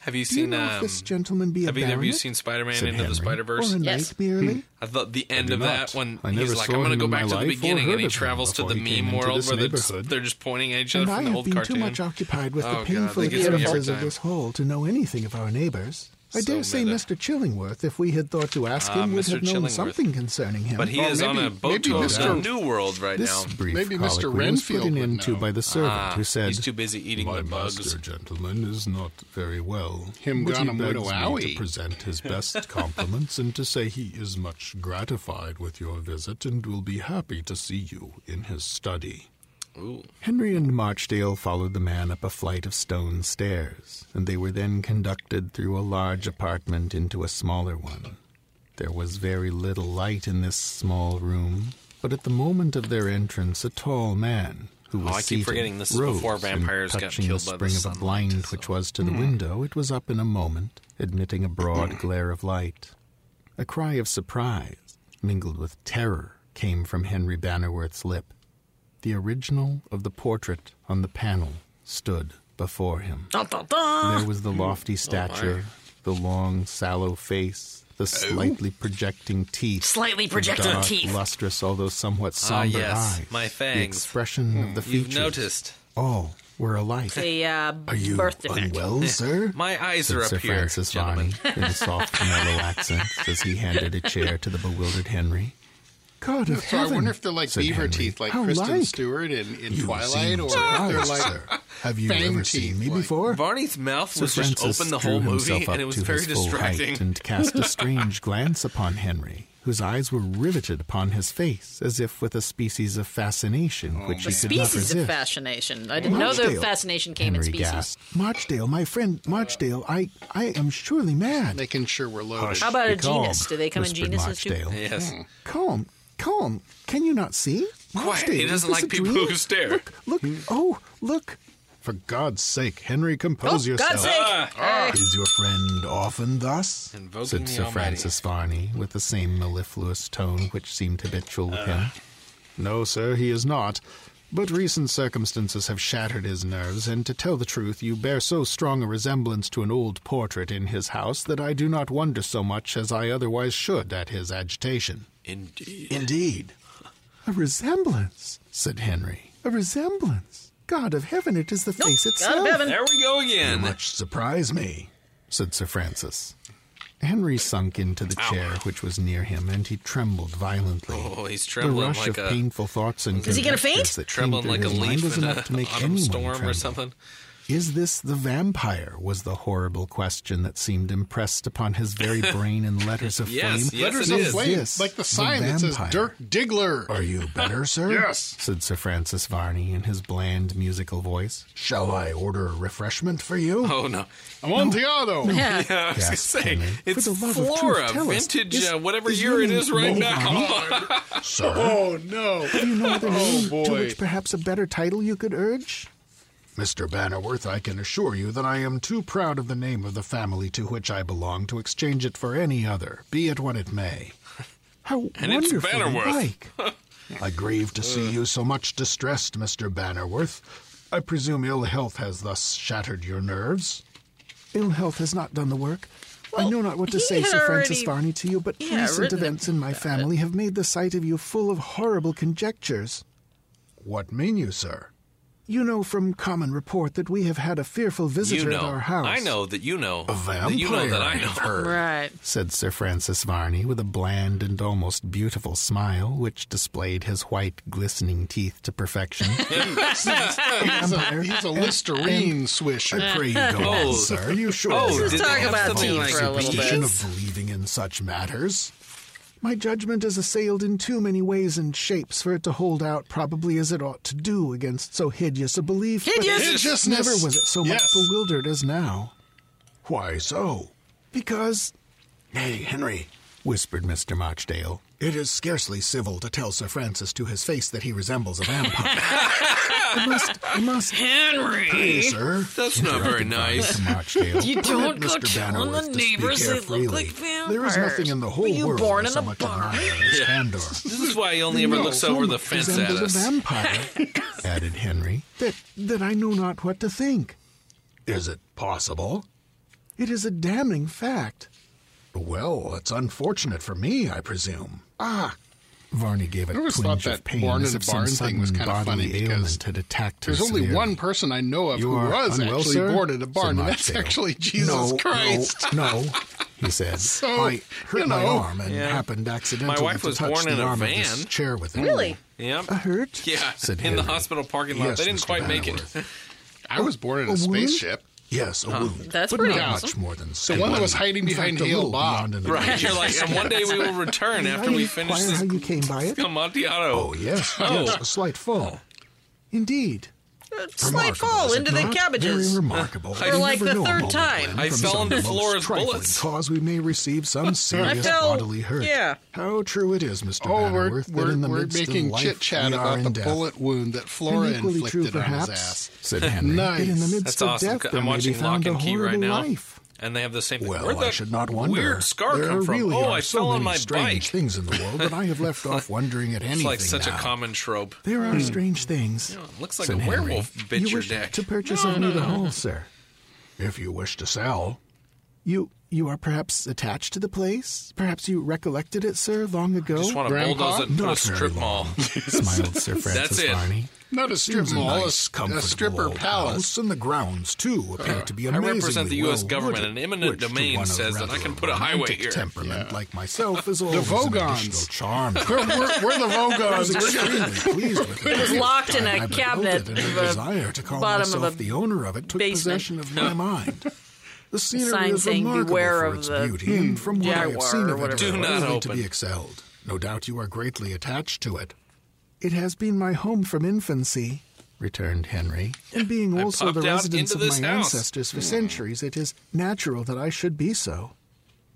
D: Have you
E: Do you
D: seen?
E: know if
D: Um,
E: this gentleman be a
D: have either of you
E: baronet?"
D: seen Spider-Man
E: said
D: into the
E: Henry,
D: Spider-Verse?
E: Or a
A: Yes. Hmm.
E: knight merely?
D: I thought the end of
E: not.
D: that when
E: I
D: he's
E: never
D: like,
E: saw
D: I'm going to
E: him
D: go
E: in
D: back
E: my
D: to the
E: life or
D: beginning,
E: heard
D: and he
E: of him
D: travels to
E: before
D: the
E: he came
D: meme
E: into
D: world
E: this
D: where they're just,
E: neighborhood.
D: they're just pointing at each other
E: And I
D: from the
E: have
D: old
E: been too
D: cartoon.
E: much occupied with
D: Oh, God,
E: the
D: that
E: painful
D: gets me every
E: appearances of
D: time.
E: this hall to know anything of our neighbors. I
D: So
E: dare say
D: meta.
E: Mr. Chillingworth, if we had thought to ask him, would
D: Mr.
E: have known
D: Chillingworth.
E: something concerning him.
D: But he
C: Well,
D: is on a
C: maybe-
D: boat
C: maybe
D: to a
C: Mr.
D: new world right
E: this
D: now.
E: brief
C: Maybe Mr.
E: colloquy was put
C: Renfield
E: an
C: would
E: end to
C: know.
E: by the servant,
D: Ah,
E: who said,
D: he's too busy eating
E: My
D: the bugs.
E: master, gentlemen, is not very well.
C: Him
E: but
C: gone
E: he
C: him widow
E: begs me
C: owie.
E: to
C: [laughs]
E: present his best compliments and to say he is much gratified with your visit and will be happy to see you in his study.
D: Ooh.
E: Henry and Marchdale followed the man up a flight of stone stairs, and they were then conducted through a large apartment into a smaller one. There was very little light in this small room, but at the moment of their entrance, a tall man who was
D: Oh, I keep
E: seated
D: forgetting this is
E: rose
D: before
E: and
D: vampires got
E: touching
D: killed
E: the
D: by the
E: spring of a
D: sunlight,
E: blind which was to the window. It was up in a moment, admitting a broad glare of light. A cry of surprise, mingled with terror, came from Henry Bannerworth's lip. The original of the portrait on the panel stood before him.
A: Dun, dun, dun.
E: There was the
D: Oh,
E: lofty stature, the long, sallow face,
D: Oh.
E: the slightly projecting teeth,
A: Slightly
E: the
A: projecting
E: dark,
A: teeth.
E: lustrous although somewhat somber
D: Ah, yes,
E: eyes,
D: my
E: the
D: fangs. Hmm,
E: expression of the
D: You've
E: features,
D: noticed.
E: all were alike.
A: The uh,
E: Are you
A: birth defect.
E: unwell,
D: [laughs]
E: sir?
D: My eyes
E: said
D: are up
E: Sir
D: here,
E: Francis Varney
D: gentlemen.
E: in
D: [laughs]
E: a soft, mellow accent as he handed a chair to the bewildered Henry. God of
C: So I
E: heaven!
C: wonder if they're like
E: said
C: beaver
E: Henry.
C: teeth, like
E: How
C: Kristen
E: like?
C: Stewart in, in
E: You
C: Twilight,
E: seem
C: or if
E: surprised,
C: they're like
E: sir. Have you
C: Fang
E: ever
C: teeth,
E: seen me
C: like-
E: before?
D: Barney's mouth
E: Sir
D: was just
E: Francis
D: open the
E: drew
D: whole movie,
E: himself up
D: and it was
E: to
D: very
E: his full height
D: distracting.
E: and cast
A: [laughs]
E: a strange glance upon Henry, whose eyes were riveted upon his face, as if with a species of fascination which he could not
A: Oh, Species
E: resist.
A: of fascination. I didn't know the
E: Marchdale.
A: fascination came
E: Henry
A: in species.
E: gasped, Marchdale, my friend, Marchdale, I, I am surely mad.
C: Making sure we're loaded.
A: How about
E: Be
A: a genus?
E: calm,
A: Do they come in
E: whispered
A: genuses too?
E: Marchdale. Hmm.
D: Yes.
E: Calm, calm. Can you not see?
D: Quiet.
E: Marchdale,
D: He
E: is
D: doesn't
E: this a
D: like people
E: dream?
D: who stare. Hmm.
E: Look, look. Oh, look. For God's sake, Henry, compose
A: Oh, God's sake!
D: Ah,
A: Alright.
E: Is your friend often thus?
D: Invoking
E: said
D: the
E: Sir
D: Almighty.
E: Francis Varney, with the same mellifluous tone which seemed habitual with him. Uh. No, sir, he is not. But recent circumstances have shattered his nerves, and to tell the truth, you bear so strong a resemblance to an old portrait in his house that I do not wonder so much as I otherwise should at his agitation.
D: Indeed.
E: Indeed. A resemblance, said Henry. A resemblance. God of heaven, it is the face itself.
A: God of heaven.
D: There we go again.
E: Much surprise me, said Sir Francis. Henry sunk into the chair which was near him, and he trembled violently.
D: Oh, he's
E: the
D: trembling
E: rush
D: like
E: of
D: a
E: painful thoughts and
A: Is he gonna
E: conjectures
A: faint?
E: That came
D: trembling
E: through
D: like a
E: his mind
D: leaf
E: was
D: in
E: enough
D: a
E: to make
D: autumn
E: anyone
D: storm
E: tremble.
D: or something.
E: Is this the vampire? Was the horrible question that seemed impressed upon
D: [laughs]
E: his very brain in letters of
D: Yes,
E: flame.
D: yes,
C: Letters
D: it
C: of
D: is.
C: flame,
E: Yes,
C: like the
E: the
C: sign that says
E: vampire.
C: Dirk Diggler.
E: Are you
C: [laughs]
E: better, sir?
C: Yes.
E: said Sir Francis Varney in his bland musical voice. Shall I order a refreshment for you?
D: Oh no!
C: Amontillado.
A: Yeah.
D: I was gonna
E: Yes,
D: say
E: Henry.
D: it's
E: For the love of truth,
D: Flora,
E: tell us,
D: vintage,
E: is-
D: uh, whatever
E: is
D: year
E: your
D: it
E: name
D: is right
E: Mo
D: now. [laughs]
E: sir.
C: Oh no.
E: Do you know
D: Oh,
E: other name to
C: boy.
E: which perhaps a better title you could urge? Mr. Bannerworth, I can assure you that I am too proud of the name of the family to which I belong to exchange it for any other, be it what it may. How
D: And it's
E: wonderful
D: Bannerworth. Uh.
E: like! [laughs] I grieve to see you so much distressed, Mr. Bannerworth. I presume ill health has thus shattered your nerves. Ill health has not done the work. I know not what to
A: he
E: say,
A: had
E: Sir Francis
A: already-
E: Varney, to you, but
A: Yeah,
E: recent
A: written
E: events in my family have made the sight of you full of horrible conjectures. What mean you, sir? You know from common report that we have had a fearful
D: You
E: visitor at
D: know,
E: our house.
D: I know that you know
E: A
D: that you know that I
E: vampire,
D: know
E: I've heard.
A: Right.
E: [laughs] said Sir Francis Varney with a bland and almost beautiful smile which displayed his white glistening teeth
D: [laughs]
E: to perfection.
C: [laughs] He's a, he's a Listerine swisher.
E: pray you go
D: Oh.
E: sir. You sure?
D: Oh,
E: deserve
D: did
A: Let's
D: they
A: talk
D: have
A: about
D: something
A: teeth
D: like
A: for a little
E: superstition
A: bit.
E: of believing in such matters. My judgment is assailed in too many ways and shapes for it to hold out probably as it ought to do against so hideous a belief. but
A: Hideous?
C: Hideousness.
E: Never was it so much
C: Yes.
E: bewildered as now. Why so? Because. Nay, Henry, whispered Mr. Marchdale. It is scarcely civil to tell Sir Francis to his face that he resembles
D: [laughs]
E: a vampire. I must, I must. Pray,
A: Henry!
E: sir.
D: That's not very nice.
A: You don't go telling
E: on
A: the neighbors they look like vampires.
E: There is nothing in the whole
A: Were you
E: world
A: born
E: I
A: in
E: so
A: a
E: much
A: barn?
E: admire
D: [laughs]
E: as candor.
D: This is why he only ever
E: No,
D: looks
E: so
D: over the
E: much
D: fence at
E: resembles a
D: us. [laughs]
E: vampire, added Henry, that, that I know not what to think. Is it possible? It is a damning fact. Well, it's unfortunate for me, I presume. Ah! Varney gave a
C: always
E: twinge
C: thought that
E: of pain
C: barn
E: as
C: and
E: if some
C: barn thing was
E: sudden
C: kinda funny
E: bodily
C: because
E: ailment had attacked her
C: There's only
E: severely.
C: one person I know of
E: You
C: who
E: are
C: was
E: unwell,
C: actually
E: sir?
C: born at a
E: said
C: barn, and that's
E: Marchdale.
C: actually Jesus
E: no,
C: Christ.
E: No, no,
C: [laughs]
E: he said.
C: So,
E: I hurt
C: you
E: my
C: know.
E: arm and
D: Yeah.
E: happened accidentally
D: My wife
E: to
D: was
E: touch
D: born
E: the
D: in a
E: arm of this
D: van.
E: chair with him.
A: Really?
D: Yep.
E: A hurt?
D: Yeah.
E: said
D: in the
E: Henry.
D: hospital parking lot,
E: Yes,
D: they didn't
E: Mr.
D: quite make it.
E: Bannerworth.
C: I was born in
E: A
C: a
E: wound?
C: spaceship.
E: Yes, a wound.
A: That's
E: but
A: pretty
E: not
A: awesome.
E: much more than
C: The one that was hiding
E: In
C: behind
E: fact, a
C: Hale
E: little
C: Bob.
E: beyond an
D: Right. You're
E: illusion.
D: like, and one day we will return
E: Did
D: after
E: I
D: we finish
E: inquire
D: this
E: how you came by it?
D: Amontillado.
E: Oh,
C: [laughs]
E: yes, yes, a slight fall. Indeed.
A: Slight
E: Remarkable,
A: fall
E: is it
A: into the
E: not?
A: cabbages.
E: Very remarkable.
D: For
E: You
A: like
E: never
A: the
E: know a
A: third
E: moment
A: time.
E: when
D: I
E: from
D: fell
E: some
D: into
E: of the most
D: Flora's
E: trifling
D: bullets.
E: cause we may receive some serious
A: fell-
E: bodily hurt.
A: yeah.
E: How true it is, Mr.
C: Oh, we're,
E: Bannerworth, that
C: we're,
E: in the
C: we're
E: midst of
C: making
E: life
C: chit chat
E: we are
C: about
E: in
C: the
E: death.
C: bullet wound that
E: And
C: Flora
E: equally
C: inflicted
E: true,
C: on his ass.
E: perhaps, [laughs] said Henry,
C: Nice.
E: that in the midst
D: That's
E: of
D: awesome.
E: death there
D: I'm
E: may be
D: watching Lock
E: found a
D: and Key right
E: horrible
D: now,
E: life.
D: and they have the same.
E: Well,
D: Where the
E: I should not wonder.
D: Weird scar
E: there
D: come from?
E: really
D: oh,
E: are
D: I
E: so
D: fell on
E: many
D: my
E: strange
D: bike.
E: things in the world that I
D: [laughs]
E: have left off wondering at anything
D: It's like such
E: now.
D: a common trope.
E: There are strange things.
D: looks like
E: Hmm. said
D: a
E: Henry.
D: werewolf bit
E: you
D: your
E: wish
D: neck.
E: to purchase of me the whole, sir. If you wish to sell. You you are perhaps attached to the place? Perhaps you recollected it, sir, long ago?
D: Just want to
C: Grandpa?
D: bulldoze it and put a
E: Not very
D: strip mall.
E: long,
D: [laughs]
E: smiled Sir Francis
D: it.
E: Varney.
C: Not a strip
E: Seems
C: mall, a
E: nice,
C: s- a
E: comfortable
C: stripper
E: old
C: palace.
E: house, and the grounds too appear to be
D: I
E: amazingly
D: represent the U.S.
E: well
D: government,
E: wooded,
D: and eminent
E: which to
D: domain
E: one of
D: says that
E: rather
D: I can put a
E: romantic
D: highway here.
E: Temperament like myself is always an
C: Vogons.
E: additional [laughs] charm. to
C: We're, we're, we're the
E: I [laughs] was
C: Vogons. We're gonna-
E: extremely pleased with it.
A: It was locked in a
E: I built
A: cabinet
E: it, and
A: of
E: a
A: a
E: desire to call
A: bottom of
E: myself
A: a
E: the owner of it took
A: basement.
E: possession of
A: [laughs]
E: my mind. The scenery
A: Sign
E: is
A: saying,
E: remarkable
A: "Beware
E: for
A: of
E: its
A: the hmm,
E: beauty, and from what I have
A: jaguar,"
E: seen
A: or
E: of it,
A: whatever.
E: it
D: Do
E: is
D: not
E: worthy to
D: open.
E: be excelled. No doubt you are greatly attached to it. It has been my home from infancy, returned Henry, and being also
D: popped
E: the
D: out
E: residence of
D: into
E: my
D: this house.
E: ancestors for centuries, it is natural that I should be so.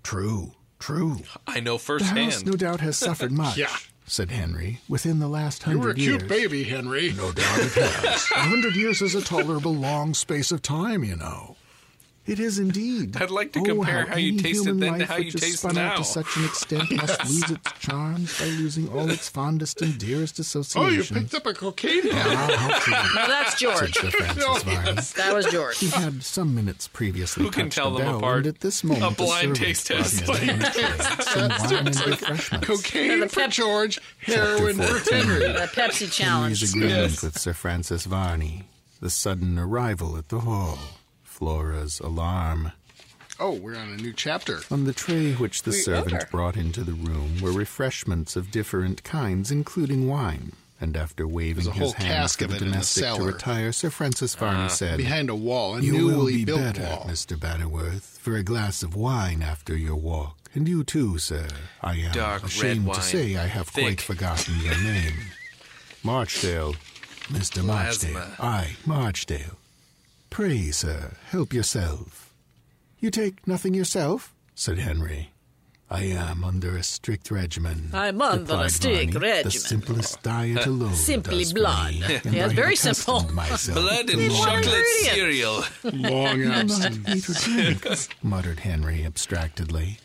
E: True, true.
D: I know
E: The house,
D: firsthand.
E: no doubt,
D: [laughs]
E: has suffered much,
C: Yeah.
E: said Henry, within the last
C: [laughs] You were a
E: hundred years.
C: cute baby, Henry.
E: No doubt it has. A hundred years is a tolerable long space of time, you know. It is indeed.
D: I'd like to
E: Oh,
D: compare how you
E: any
D: tasted
E: human
D: then to
E: life
D: how
E: which
D: you
E: is
D: taste
E: spun out
D: now.
E: to such an
D: [laughs]
E: extent must lose its charms by losing all its fondest and
C: Oh,
E: dearest
C: you
E: associations.
C: picked up a cocaine
E: [laughs]
C: habit.
E: Ah,
D: [laughs]
E: how true,
A: Now that's
E: said
A: George.
E: Sir Francis
C: Oh,
E: Varney.
A: That was George.
E: He had some minutes previously
D: Who can
E: touched
D: tell
E: the
D: them
E: bell,
D: apart?
E: and at this moment
D: A
E: the
D: blind
E: servants
D: taste
E: brought
D: test. [laughs]
E: in many trays, some wine and refreshments.
C: Cocaine for
A: pep-
C: George, heroin for Henry.
A: The Pepsi
E: Henry's
A: challenge.
E: agreement
D: Yes.
E: with Sir Francis Varney, the sudden arrival at the hall, Flora's alarm.
C: Oh, we're on a new chapter.
E: On the tray which the servant
A: enter.
E: brought into the room were refreshments of different kinds, including wine. And after waving
C: There's a
E: his
C: whole
E: hand
C: cask
E: for
C: of
E: the
C: it in the
E: domestic to
C: cellar. Uh,
E: retire, Sir Francis Varney said,
C: Behind a wall, a
E: "You will
C: newly
E: be
C: built
E: better,
C: wall.
E: Mr. Bannerworth, for a glass of wine after your walk, and you too, sir. I am
D: Dark red
E: ashamed
D: wine.
E: to say I have
D: Thick.
E: quite forgotten your name, Marchdale, Mr.
D: Plasma.
E: Marchdale. I, Marchdale. Pray, sir, help yourself. You take nothing yourself, said Henry. I am under a strict regimen.
A: I'm under a
E: replied
A: strict
E: Varney. The
A: regimen.
E: simplest diet alone.
A: Simply
E: does for
A: blood.
E: me, and
A: Yes,
E: I have
A: very simple.
E: accustomed myself
D: Blood
E: to
D: and
E: long
D: chocolate
A: ingredients.
D: cereal.
C: Long
E: not eat or drink, [laughs] muttered Henry abstractedly.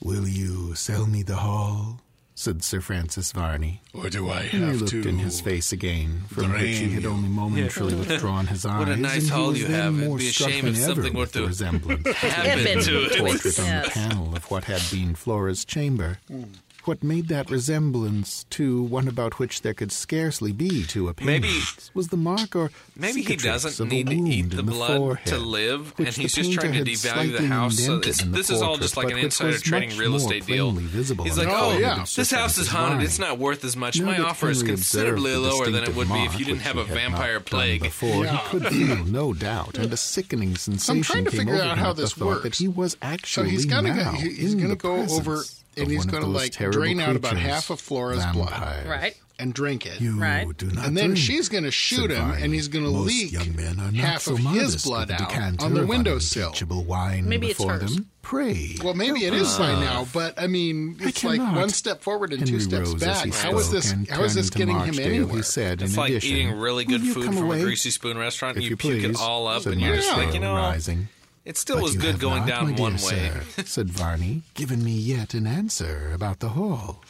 E: Will you sell me the hall? said Sir Francis Varney.
C: Or do I
E: Henry
C: have
E: looked
C: to?
E: in his face again, from which he
C: drain
E: had
C: you.
E: only momentarily withdrawn his eyes.
D: What a nice
E: and he
D: hall
E: was
D: you
E: then
D: have. It'd
E: more
D: be a
E: struck
D: shame
E: than
D: if
E: ever
D: something were
E: with the
D: to [laughs]
E: resemblance
D: Happen
A: Happened
D: to
E: the
A: to
D: it.
A: it.
E: portrait on the
A: Yes.
E: panel of what had been Flora's chamber.
D: Hmm.
E: What made that resemblance to one about which there could scarcely be two opinions
D: Maybe-
E: was the mark or
D: Maybe he
E: cicatrice
D: doesn't
E: of a
D: need to
E: wound
D: eat the
E: in the
D: blood
E: forehead,
D: to live,
E: which
D: and
E: the
D: he's just trying to
E: painter had
D: devalue the
E: slightly
D: house. So
E: indented
D: it's-
E: in the
D: this is all just like an
E: portrait, but which
D: insider
E: was
D: trading
E: much
D: real
E: more
D: estate deal.
E: plainly visible
D: He's
E: on
D: like,
E: the
D: oh,
E: colouring
C: yeah,
E: of Sir
D: this house is
E: Francis
D: haunted.
E: Varney."
D: It's not worth as much.
E: Now
D: My
E: that
D: offer is
E: Henry observed
D: considerably
E: the
D: lower than it
E: distinctive
D: would be if
E: mark,
D: you didn't
E: which
D: have a
E: he had not
D: vampire
E: done
D: plague.
E: Before he could feel no doubt, and a sickening sensation
C: trying to
E: came
C: figure
E: over
C: out
E: him
C: how
E: at the
C: this
E: thought that
C: works.
E: he was actually
C: he's gonna go-
E: now
C: he- he's
E: in
C: gonna
E: the
C: go over
E: presence
C: and
E: of
C: he's
E: one of
C: gonna,
E: those
C: like,
E: terrible
C: drain out about
E: creatures,
C: half of Flora's blood.
E: vampires.
A: Right.
C: and drink it.
E: You
A: Right.
E: do not
C: and then
E: drink,
C: she's going to shoot
E: said
C: him,
E: Varney.
C: and he's going to
E: Most
C: leak
E: young men are not
C: half
E: so
C: of
E: modest
C: his
E: with
C: blood
E: a
C: out
E: decanter
C: on the
E: of
C: windowsill.
E: unintelligible wine
A: Maybe it's
E: before
A: hers.
E: them. Pray.
C: Well, maybe it
E: help
C: is by
E: us.
C: now, but I mean,
E: Ah. I
C: it's like
E: cannot.
C: one step forward and
E: Henry
C: two steps
E: rose as
C: back.
E: he
C: How is
E: spoke
C: this?
E: and
C: How is this
E: turning to
C: getting him
E: Marchdale,
C: anywhere?
E: He said,
D: It's
E: in
D: like
E: addition,
D: eating really good
E: "Will you
D: food
E: come
D: from
E: away?
D: a greasy spoon restaurant
E: if
D: and you,
E: you
D: puke
E: please,
D: it all up
E: said
D: and you're just
E: Marchdale,
D: like, you know,
E: rising.
D: it still
E: But
D: was
E: you
D: good
E: have
D: going
E: not, my
D: down
E: dear
D: one way. [laughs]
E: sir, said Varney, given me yet an answer about the hall.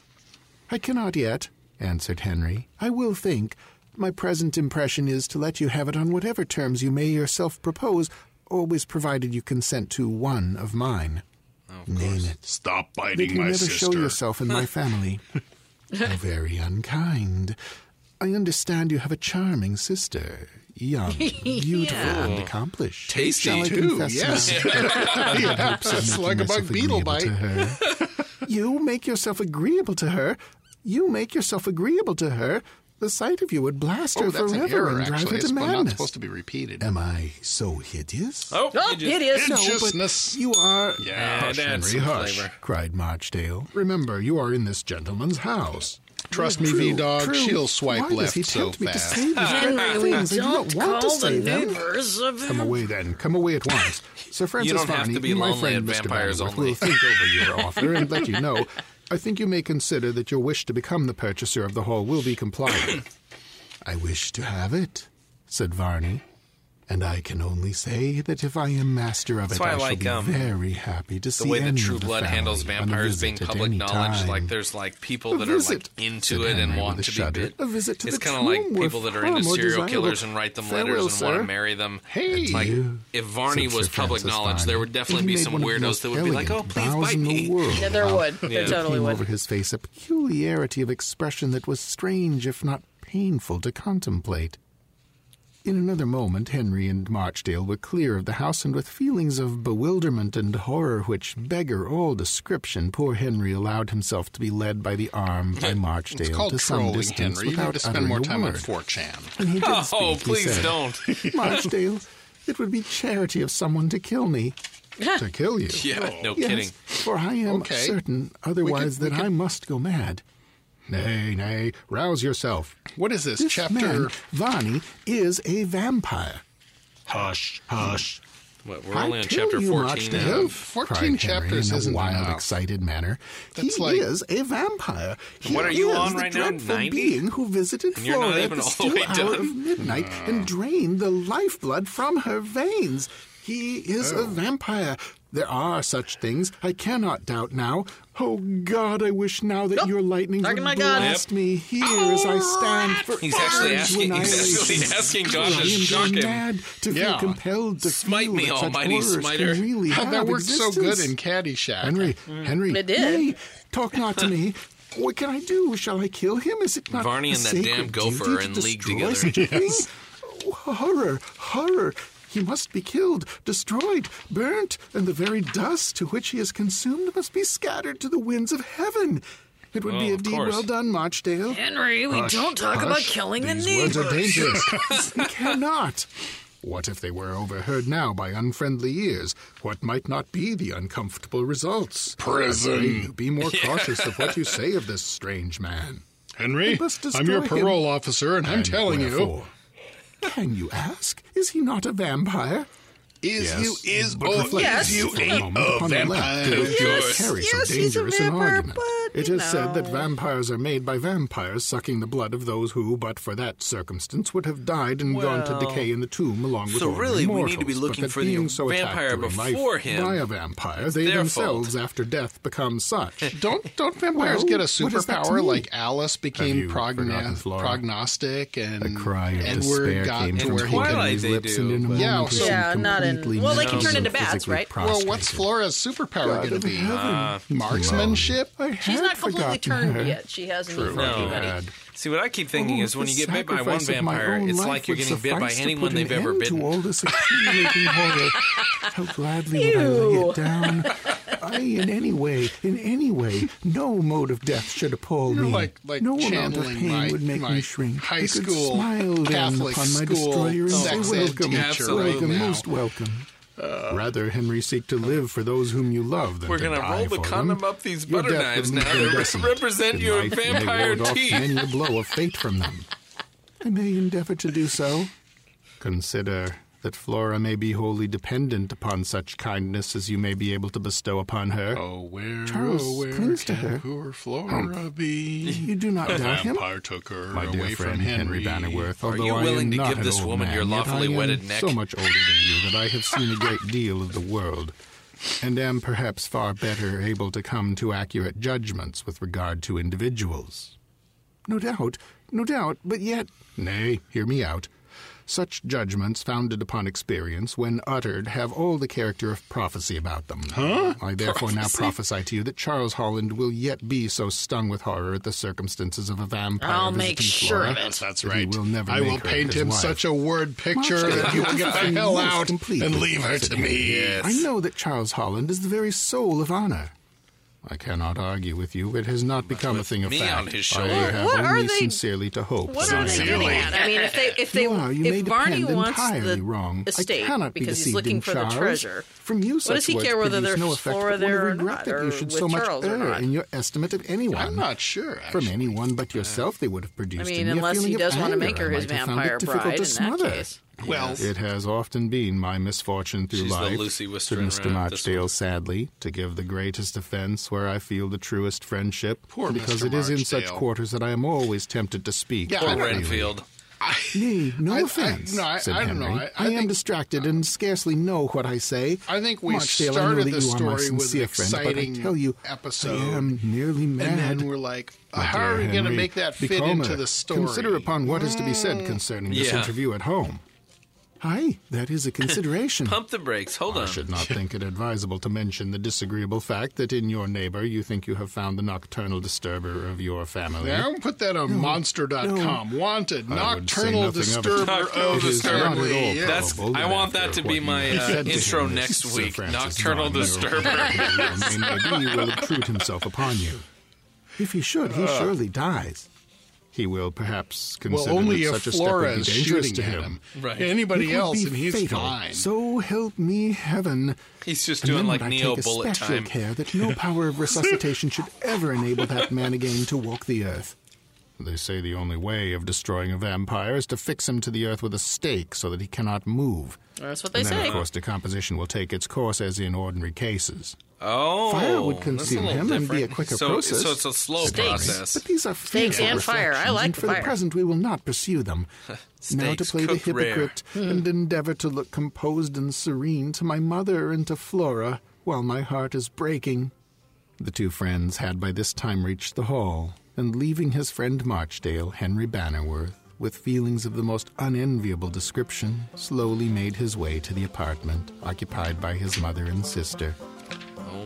E: I cannot yet, answered Henry. I will think. My present impression is to let you have it on whatever terms you may yourself propose, always provided you consent to one of mine. Name it.
C: Stop
E: That
C: biting
E: you never show yourself in my family. How very unkind. I understand you have a charming sister, young, beautiful, and accomplished.
D: Tasty,
E: Shall I
C: too, [laughs]
E: confess
C: yes.
E: my [laughs]
C: yeah,
E: making
C: it's like a
E: myself
C: bug beetle
E: agreeable
C: bite.
E: to her.
C: [laughs]
E: you make yourself agreeable to her. You make yourself agreeable to her. The sight of you would blast
C: Oh,
E: her
C: that's an
E: forever
C: error.
E: and drive
C: Actually,
E: her
C: it's
E: to
C: not
E: madness.
C: supposed to be repeated.
E: Am I so hideous?
D: Oh,
A: Oh,
D: you just-
A: it is.
E: No, but
C: Righteousness.
E: you are.
D: Yeah,
E: hush,
D: that's
E: Henry,
D: some
E: hush!
D: flavor.
E: cried Marchdale. Remember, you are in this gentleman's house.
C: Trust me,
E: True,
C: V-Dog,
E: true.
C: she'll swipe
E: Why does
C: left
E: he
C: so
E: tempt me
C: fast.
E: To say
A: [laughs]
E: these dreadful
A: We
E: things? I do
A: don't
E: not want to
A: call the
E: say them.
A: neighbors a
E: Come
A: vampire.
E: away then. Come away at [laughs] once. Sir Francis
D: don't have
E: Varney,
D: to be
E: you, my
D: lonely
E: friend,
D: at
E: Mr.
D: Vampires
E: Bannerworth,
D: Only.
E: will think over [laughs] your offer and let you know. I think you may consider that your wish to become the purchaser [coughs] of the hall will be complied with. I wish to have it, said Varney. And I can only say that if I am master of
D: That's
E: it,
D: why I
E: I,
D: like,
E: shall
D: um,
E: be very happy to see
D: the way that
E: any
D: True
E: of the
D: Blood handles
E: family on a
D: vampires being
E: visit at
D: public
E: any
D: knowledge.
E: time.
D: Like there's like people that
E: A
D: are like
E: visit,
D: into
E: said
D: it and
E: Henry
D: want
E: with
D: to
E: a
D: be
E: shudder.
D: bit.
E: A visit to
D: it's
E: the
D: kind of like
E: tomb were
D: people that are
E: far
D: into
E: more
D: serial
E: desirable.
D: killers and write them
E: Farewell,
D: letters and want
E: sir.
D: to marry them.
C: Hey.
D: like
E: You,
D: if Varney
E: said
D: was
E: Sir
D: public
E: Francis
D: knowledge,
E: Varney.
D: there would definitely
E: He
D: be
E: made
D: some
E: one of the
D: weirdos
E: most
D: that would be like, "Oh,
E: elegant
D: please
E: bows
D: bite
E: in the
D: me."
E: world.
A: Yeah, there
E: Wow.
A: would. There
E: There
A: totally
E: came
A: would.
E: over his face a peculiarity of expression that was strange, if not painful, to contemplate. In another moment, Henry and Marchdale were clear of the house, and with feelings of bewilderment and horror which beggar all description, poor Henry allowed himself to be led by the arm by
C: It's
E: Marchdale
C: called
E: to some
C: trolling,
E: distance
C: Henry. You
E: without
C: need to spend
E: uttering
C: more
E: a
C: time on
E: word.
C: 4chan.
E: When he
D: [laughs]
E: did
D: Oh,
E: speak, he
D: please
E: said,
D: don't.
E: [laughs] Marchdale, it would be charity of someone to kill me. [laughs] to kill you?
D: Yeah, no
E: Yes,
D: kidding.
E: for I am
C: Okay.
E: certain otherwise
C: we
E: that I must go mad. Nay, nay, rouse yourself.
C: What is this,
E: This
C: chapter?
E: man, Vani, is a vampire.
C: Hush, hush.
D: What, we're
E: I
D: only on
E: tell
D: chapter
E: you,
D: 14 now.
E: Rochdale,
C: 14
E: cried Henry
C: chapters
E: in a
C: isn't
E: wild,
C: enough.
E: excited manner.
C: That's
E: he
C: like-
E: is a vampire. He
D: What are you
E: is
D: on
E: the
D: right now,
E: dreadful
D: 90?
E: being who visited
D: And you're not
E: Florida at
D: even
E: the
D: all the
E: still
D: way
E: hour
D: done?
E: of midnight and drained the lifeblood from her veins. He is
C: Oh.
E: a vampire. There are such things. I cannot doubt now. Oh God, I wish now that your lightning
A: Talking
E: would
A: my God.
E: blast me here as I stand for
D: He's actually
E: arduous
D: asking- he's actually
E: annihilation.
D: asking God to
E: I am going
D: shock him.
E: mad to
C: Yeah.
E: feel compelled to
D: Smite
E: feel
D: me,
E: that such
D: almighty
E: horrors can
D: smiter. Hmm.
E: Really
C: How'd [laughs] that
E: have
C: work so good
E: existence.
C: in Caddyshack?
E: Henry, Henry,
A: It did.
E: nay, talk not
D: [laughs]
E: to me. What can I do? Shall I kill him? Is it not
D: Varney
E: a
D: and that damn
E: sacred
D: gopher
E: duty to
D: are in league
E: destroy
D: together. [laughs]
E: such a thing? Oh, horror, horror! He must be killed, destroyed, burnt, and the very dust to which he is consumed must be scattered to the winds of heaven. It would be
D: Well,
E: a
D: Oh, of
E: deed
D: course.
E: well done, Marchdale.
A: Henry, we don't talk about killing the
E: Words
A: neighbor. [laughs]
E: are dangerous. You cannot. What if they were overheard now by unfriendly ears? What might not be the uncomfortable results?
C: Prison.
E: I pray you Be more cautious of what you say of this strange man.
C: Henry,
E: They must
C: I'm your
E: destroy him.
C: parole officer, and I'm
E: And
C: telling you,
E: wherefore? Can you ask? Is he not a vampire?
C: is
E: Yes,
C: you is
E: but
C: or
E: reflect
A: Yes.
C: is you
E: for a
C: ain't
E: moment
C: a
E: upon the lack
C: vampire?
E: to which you
D: Yes,
E: carry so
A: yes, he's a
E: dangerous an
A: vampire,
E: argument.
A: but,
E: It
A: you
E: is said that
A: know.
E: vampires are made by vampires sucking the blood of those who, but for that circumstance, would have died and gone to decay in the tomb along with
D: So really,
E: ordinary
D: we need to
E: mortals,
D: be looking
E: but that
D: for the
E: being so attacked
D: vampire
E: during
D: before
E: life
D: him
E: By a vampire, they
D: their
E: themselves, after death, become
D: [laughs]
E: such.
C: Don't don't vampires
E: Well,
C: get a
E: what does that
C: superpower
E: mean?
C: like Alice
E: Have
C: became
E: you forgotten,
C: progna-
E: Flora?
C: prognostic and
E: A cry of
C: Edward
E: despair
C: got
E: came
C: to
E: from
C: where he
D: Twilight.
C: could.
E: Henry's
D: they
E: lips,
D: do,
E: and in a
D: but-
E: moment
C: Yeah,
E: he
C: so-
A: Yeah, not in-
E: completely
A: well, they can
E: numbed
A: turn into
E: and
A: bats,
E: physically
A: right?
C: Well, what's
E: prostrated.
C: Flora's superpower
E: God
C: going
E: of
C: to be? uh,
E: heaven.
C: Marksmanship?
E: I
A: She's
E: had
A: not completely
E: forgotten
A: turned
E: her.
A: yet. She hasn't even
D: No.
A: anybody.
D: See, what I keep thinking
E: Oh,
D: is when
E: the
D: you get bit by one
E: sacrifice of my
D: vampire,
E: own
D: it's
E: life
D: like you're
E: would
D: getting bit by
E: suffice to
D: anyone
E: put
D: they've
E: an
D: ever
E: end To
D: bitten.
E: all this accumulating horror. How gladly would I lay it down. I, in any way, in any way, no mode of death should appall
C: You're
E: me.
C: like- like
E: no amount of
C: channeling
E: pain
C: my-
E: would make
C: my
E: me shrink.
C: high
E: I could
C: school
E: smile down
C: Catholic
E: upon my
C: school
E: destroyer and say,
C: sex ed
E: welcome,
D: teacher right
E: welcome,
C: now."
E: most welcome. Rather, Henry, seek to live for those whom you love than
D: We're
E: to
D: gonna
E: die
D: roll the
E: for
D: condom
E: them.
D: up these
E: Your
D: butter
E: death
D: knives
E: would
D: now
E: be
D: to
E: indecent.
D: represent
E: In
D: your
E: life, you may
D: vampire
E: ward off
D: teeth.
E: Many a blow of fate from them. [laughs] I may endeavor to do so. Consider that Flora may be wholly dependent upon such kindness as you may be able to bestow upon her.
C: Oh, where,
E: Charles
C: oh, where
E: clings to
C: can
E: her.
C: poor Flora be?
E: You
D: [laughs]
E: do not doubt him?
C: Vampire took her
E: My dear
C: away
E: friend
C: from Henry. Oh,
E: Henry Bannerworth,
D: Are
E: although
D: you
E: I am
D: willing to
E: not
D: give
E: an
D: this
E: old
D: woman
E: man,
D: your
E: yet
D: lawfully
E: I am
D: wedded neck?
E: so much older than you that I have seen a great deal of the world, and am perhaps far better able to come to accurate judgments with regard to individuals. No doubt, no doubt, but yet. Nay, hear me out. Such judgments, founded upon experience, when uttered, have all the character of prophecy about them. Huh? I therefore now prophesy to you that Charles Holland will yet be so stung with horror at the circumstances of a vampire.
A: I'll
E: visiting
A: make sure
E: Flora
A: of it.
C: Yes, that's
E: that he
C: right.
E: will never
C: I
E: make
C: will
E: her
C: paint
E: his
C: him
E: wife.
C: such a word picture that he will get the hell
E: Most
C: out
E: completely,
C: and leave her
E: said
C: to
E: Henry.
C: me.
E: I know that Charles Holland is the very soul of honor. I cannot argue with you. It has not become a thing of
D: me
E: fact.
D: on his
E: I
D: shoulder.
E: have
A: What are
E: only
A: they-
E: sincerely to hope.
A: What
E: that I
A: are they
E: am
A: getting
E: wrong.
A: at? I mean, if they if they
E: You are. You may
A: if Barney
E: depend
A: wants
E: entirely
A: the
E: wrong. I
A: estate
E: cannot be
A: because
E: deceived
A: he's looking
E: in
A: for
E: Charles.
A: the treasure.
E: From you, such
A: does he
E: words
A: care whether
E: produce
A: there's
E: no effect
A: Flora
E: but one of
A: there or
E: regret
A: not,
E: that
A: or
E: you should
A: with
E: so much
A: Charles or
E: err
A: not?
E: in your estimate of anyone.
C: I'm not sure.
E: From
C: Actually.
E: anyone but yourself, they would have produced.
A: uh, I mean,
E: in me a
A: unless he
E: feeling of
A: does want to
E: anger
A: make her
E: I
A: his
E: might have found it
A: vampire
E: difficult
A: bride
E: to
A: in that
E: smother.
A: case.
C: Well,
E: It has often been my misfortune through
D: She's the
E: life,
D: Lucy
E: said
D: Wister in
E: Mr.
D: Round, this one.
E: Marchdale sadly, to give the greatest offense where I feel the truest friendship,
C: Poor
E: because
C: Mr.
E: it is in such
C: Marchdale.
E: quarters that I am always tempted to speak.
C: Yeah, I
D: Poor
C: don't-
E: openly.
D: Renfield.
E: Nay, no
C: I- I-
E: offense,
C: no, I-
E: said
C: I don't
E: Henry.
C: know. I- I
E: am
C: think- uh,
E: distracted and scarcely know what I say.
C: I think we
E: Marchdale, I know
C: started
E: that
C: this
E: you are my
C: story with an
E: sincere friend, but I
C: exciting
E: tell you,
C: episode,
E: I am nearly mad.
C: And then we're like,
E: My
C: how are
E: dear
C: we going to
E: Henry,
C: make that
E: be
C: fit into
E: calmer.
C: the story?
E: Consider upon what is to be said concerning this
D: Yeah.
E: interview at home. Aye,
D: [laughs]
E: that is a consideration.
D: Pump the brakes. Hold
E: I
D: on. [laughs]
E: should not think it advisable to mention the disagreeable fact that in your neighbor you think you have found the nocturnal disturber of your family.
C: Now put that on monster.com. Wanted,
E: I would say
C: nocturnal
E: nothing of it.
C: disturber
D: Nocturnal
C: of
E: It
C: the
E: is not at all
C: family. Yeah.
D: That's-
E: probable
D: I want that
E: after
D: to be
E: what
D: my,
E: you
D: uh,
E: said to
D: intro
E: him,
D: next
E: Sir
D: week,
E: Francis
D: Nocturnal
E: Bond, your
D: Disturber.
E: old man, [laughs] maybe he will obtrude himself upon you. If he should, he surely dies. He will perhaps
C: Uh. Well,
E: consider
C: only
E: that
C: if
E: such a step would be
C: Flores
E: dangerous
C: shooting
E: to
C: at
E: him.
C: him.
D: Right.
E: It
C: Anybody
E: would
C: else,
E: be
C: and he's
E: fatal.
C: fine.
E: So help me heaven.
D: He's just
E: And
D: doing
E: then
D: like
E: would I
D: Neo
E: take
D: bullet
E: a special
D: time.
E: care that no power of resuscitation should ever enable that man again to walk the earth. They say the only way of destroying a vampire is to fix him to the earth with a stake so that he cannot move.
A: That's what they
E: and then,
A: say.
E: of course, decomposition will take its course as in ordinary cases.
D: Oh,
E: Fire would
D: that's a
E: consume
D: little
E: him and be a
D: different.
E: quicker
D: so,
E: process.
D: So it's a slow
A: Steaks.
D: process.
E: But these are
A: Steaks
E: fearful
A: Oh, and fire. I
E: reflections,
A: like
E: and
A: the
E: for
A: fire.
E: the present we will not pursue them. now to
D: Steaks
E: play the
D: cooked rare.
E: hypocrite and
C: Hmm.
E: endeavor to look composed and serene to my mother and to Flora while my heart is breaking. The two friends had by this time reached the hall, and leaving his friend Marchdale, Henry Bannerworth, with feelings of the most unenviable description, slowly made his way to the apartment occupied by his mother and sister.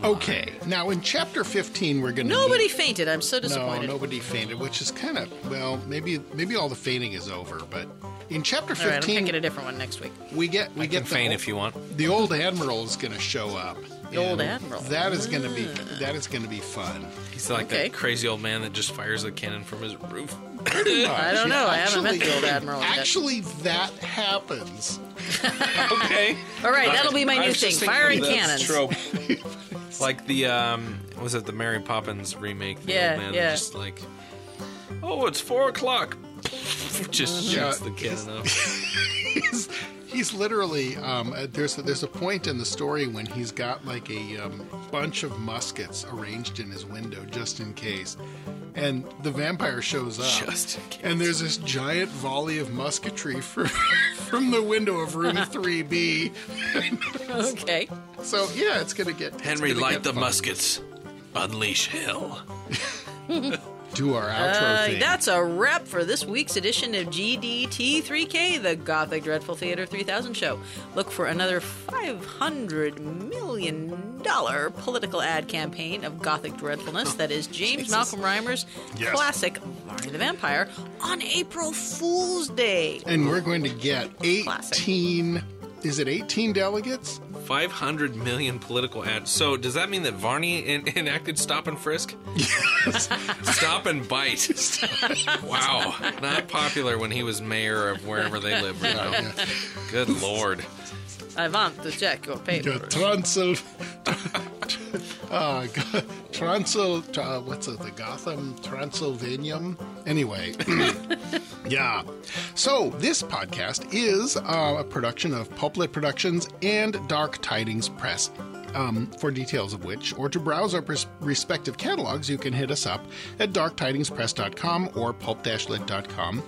C: Okay, now in chapter 15, we're going to.
A: Nobody fainted. I'm so
C: No,
A: disappointed.
C: nobody fainted, which is kind of well. Maybe maybe all the fainting is over, but in chapter
A: All right, I'm
C: fifteen,
A: picking a different one next week.
C: we get we get the
D: Feign
C: whole-
D: if you want.
C: The old admiral is going to show up.
A: The old
C: and
A: admiral. Ah.
C: That is going to be that is going to be fun.
D: He's like
A: Okay.
D: that crazy old man that just fires a cannon from his
A: [laughs]
D: roof.
A: I don't know. I haven't met
E: [laughs]
A: the old admiral yet.
C: Actually, that happens.
D: okay.
A: All right, that'll be my
D: I
A: new
D: was
A: thing:
D: just thinking
A: fire and
D: of that
A: cannons.
D: trope.
A: [laughs]
D: like the um, was it the Mary Poppins remake? The
A: Yeah,
D: old man that
A: yeah.
D: Just like, oh, it's four o'clock. [laughs] Just
C: Yeah.
D: shoots the cannon
E: [laughs]
D: up.
C: he's, he's literally um, uh, there's a, there's a point in the story when he's got like a um, bunch of muskets arranged in his window just in case, and the vampire shows up.
D: Just in case.
C: And there's this giant volley of musketry from [laughs] from the window of room 3B.
A: [laughs] Okay.
C: So yeah, it's gonna get it's
D: Henry,
C: gonna
D: light
C: get
D: the
C: fun.
D: muskets. Unleash hell.
C: Do our outro
A: Uh,
C: thing.
A: that's a wrap for this week's edition of GDT3K, the Gothic Dreadful Theater 3000 show. Look for another $500 million political ad campaign of Gothic Dreadfulness that is James Malcolm Reimer's
C: Oh, Yes.
A: classic Varney the Vampire on April Fool's Day.
C: and we're going to get
A: Classic.
C: 18. Is it 18 delegates?
D: Five hundred million political ads. So does that mean that Varney en- [laughs] enacted stop and frisk? stop and bite. wow, not popular when he was mayor of wherever they lived. You know? Good lord.
A: I want to check your
C: Yeah,
A: papers.
C: [laughs] Transyl. uh, G- Transyl. Uh, what's it? The Gotham Transylvanium? Anyway. [clears throat] yeah. Ah. So, this podcast is uh, a production of Pulplit Productions and Dark Tidings Press. Um, for details of which, or to browse our pres- respective catalogs, you can hit us up at darktidingspress.com or pulp-lit.com.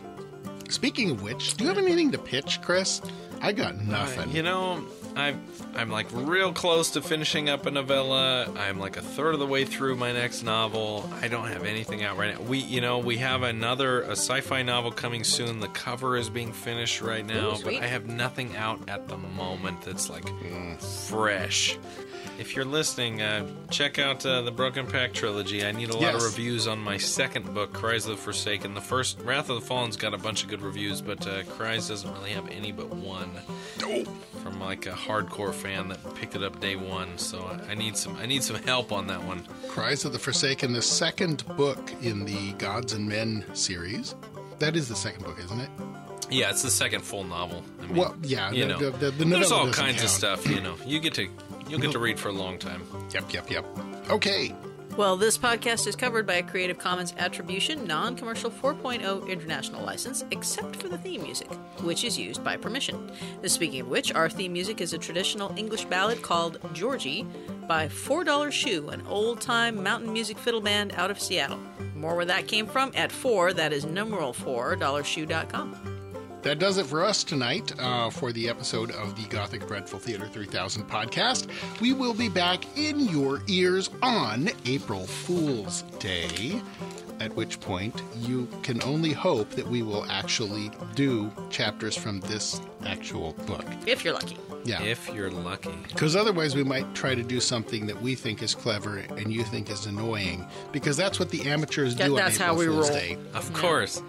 C: Speaking of which, do you have anything to pitch, Chris? I got nothing.
D: You know, I'm I'm like real close to finishing up a novella. I'm like a third of the way through my next novel. I don't have anything out right now. We you know, we have another a sci-fi novel coming soon. The cover is being finished right now, but
A: sweet.
D: I have nothing out at the moment that's like fresh. If you're listening, uh, check out uh, the Broken Pack trilogy. I need a lot
C: Yes.
D: of reviews on my second book, Cries of the Forsaken. The first, Wrath of the Fallen's got a bunch of good reviews, but uh, Cries doesn't really have any but one from like a hardcore fan that picked it up day one. So I, I need some I need some help on that one.
C: Cries of the Forsaken, the second book in the Gods and Men series. That is the second book, isn't it?
D: Yeah, it's the second full novel. I mean,
C: Well, yeah,
D: you
C: the-
D: know,
C: the- the- the
D: there's
C: novella
D: all
C: doesn't
D: kinds of
C: count.
D: stuff. You know, you get to you'll get to read for a long time.
C: Yep, yep, yep. Okay.
A: Well, this podcast is covered by a Creative Commons Attribution Non Commercial 4.0 International License, except for the theme music, which is used by permission. Speaking of which, our theme music is a traditional English ballad called Georgie by $4 Shoe, an old time mountain music fiddle band out of Seattle. More where that came from at 4, that is numeral 4, dollarshoe.com.
E: that does it for us tonight uh, for the episode of the Gothic Dreadful Theater 3000 podcast. We will be back in your ears on April Fool's Day, at which point you can only hope that we will actually do chapters from this actual book.
A: If you're lucky.
E: Yeah.
D: If you're lucky.
E: Because otherwise, we might try to do something that we think is clever and you think is annoying. Because that's what the amateurs
A: Yeah,
E: do
A: that's
E: on
A: how
E: April
A: we
E: Fool's
A: roll.
E: Day.
D: Of course.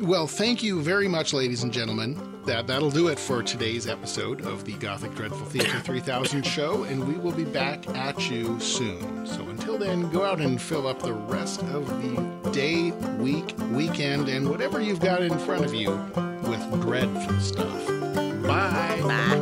E: Well, thank you very much, ladies and gentlemen. That that'll do it for today's episode of the Gothic Dreadful Theater 3000 show, and we will be back at you soon. So until then, go out and fill up the rest of the day, week, weekend, and whatever you've got in front of you with dreadful stuff. Bye.
A: Bye.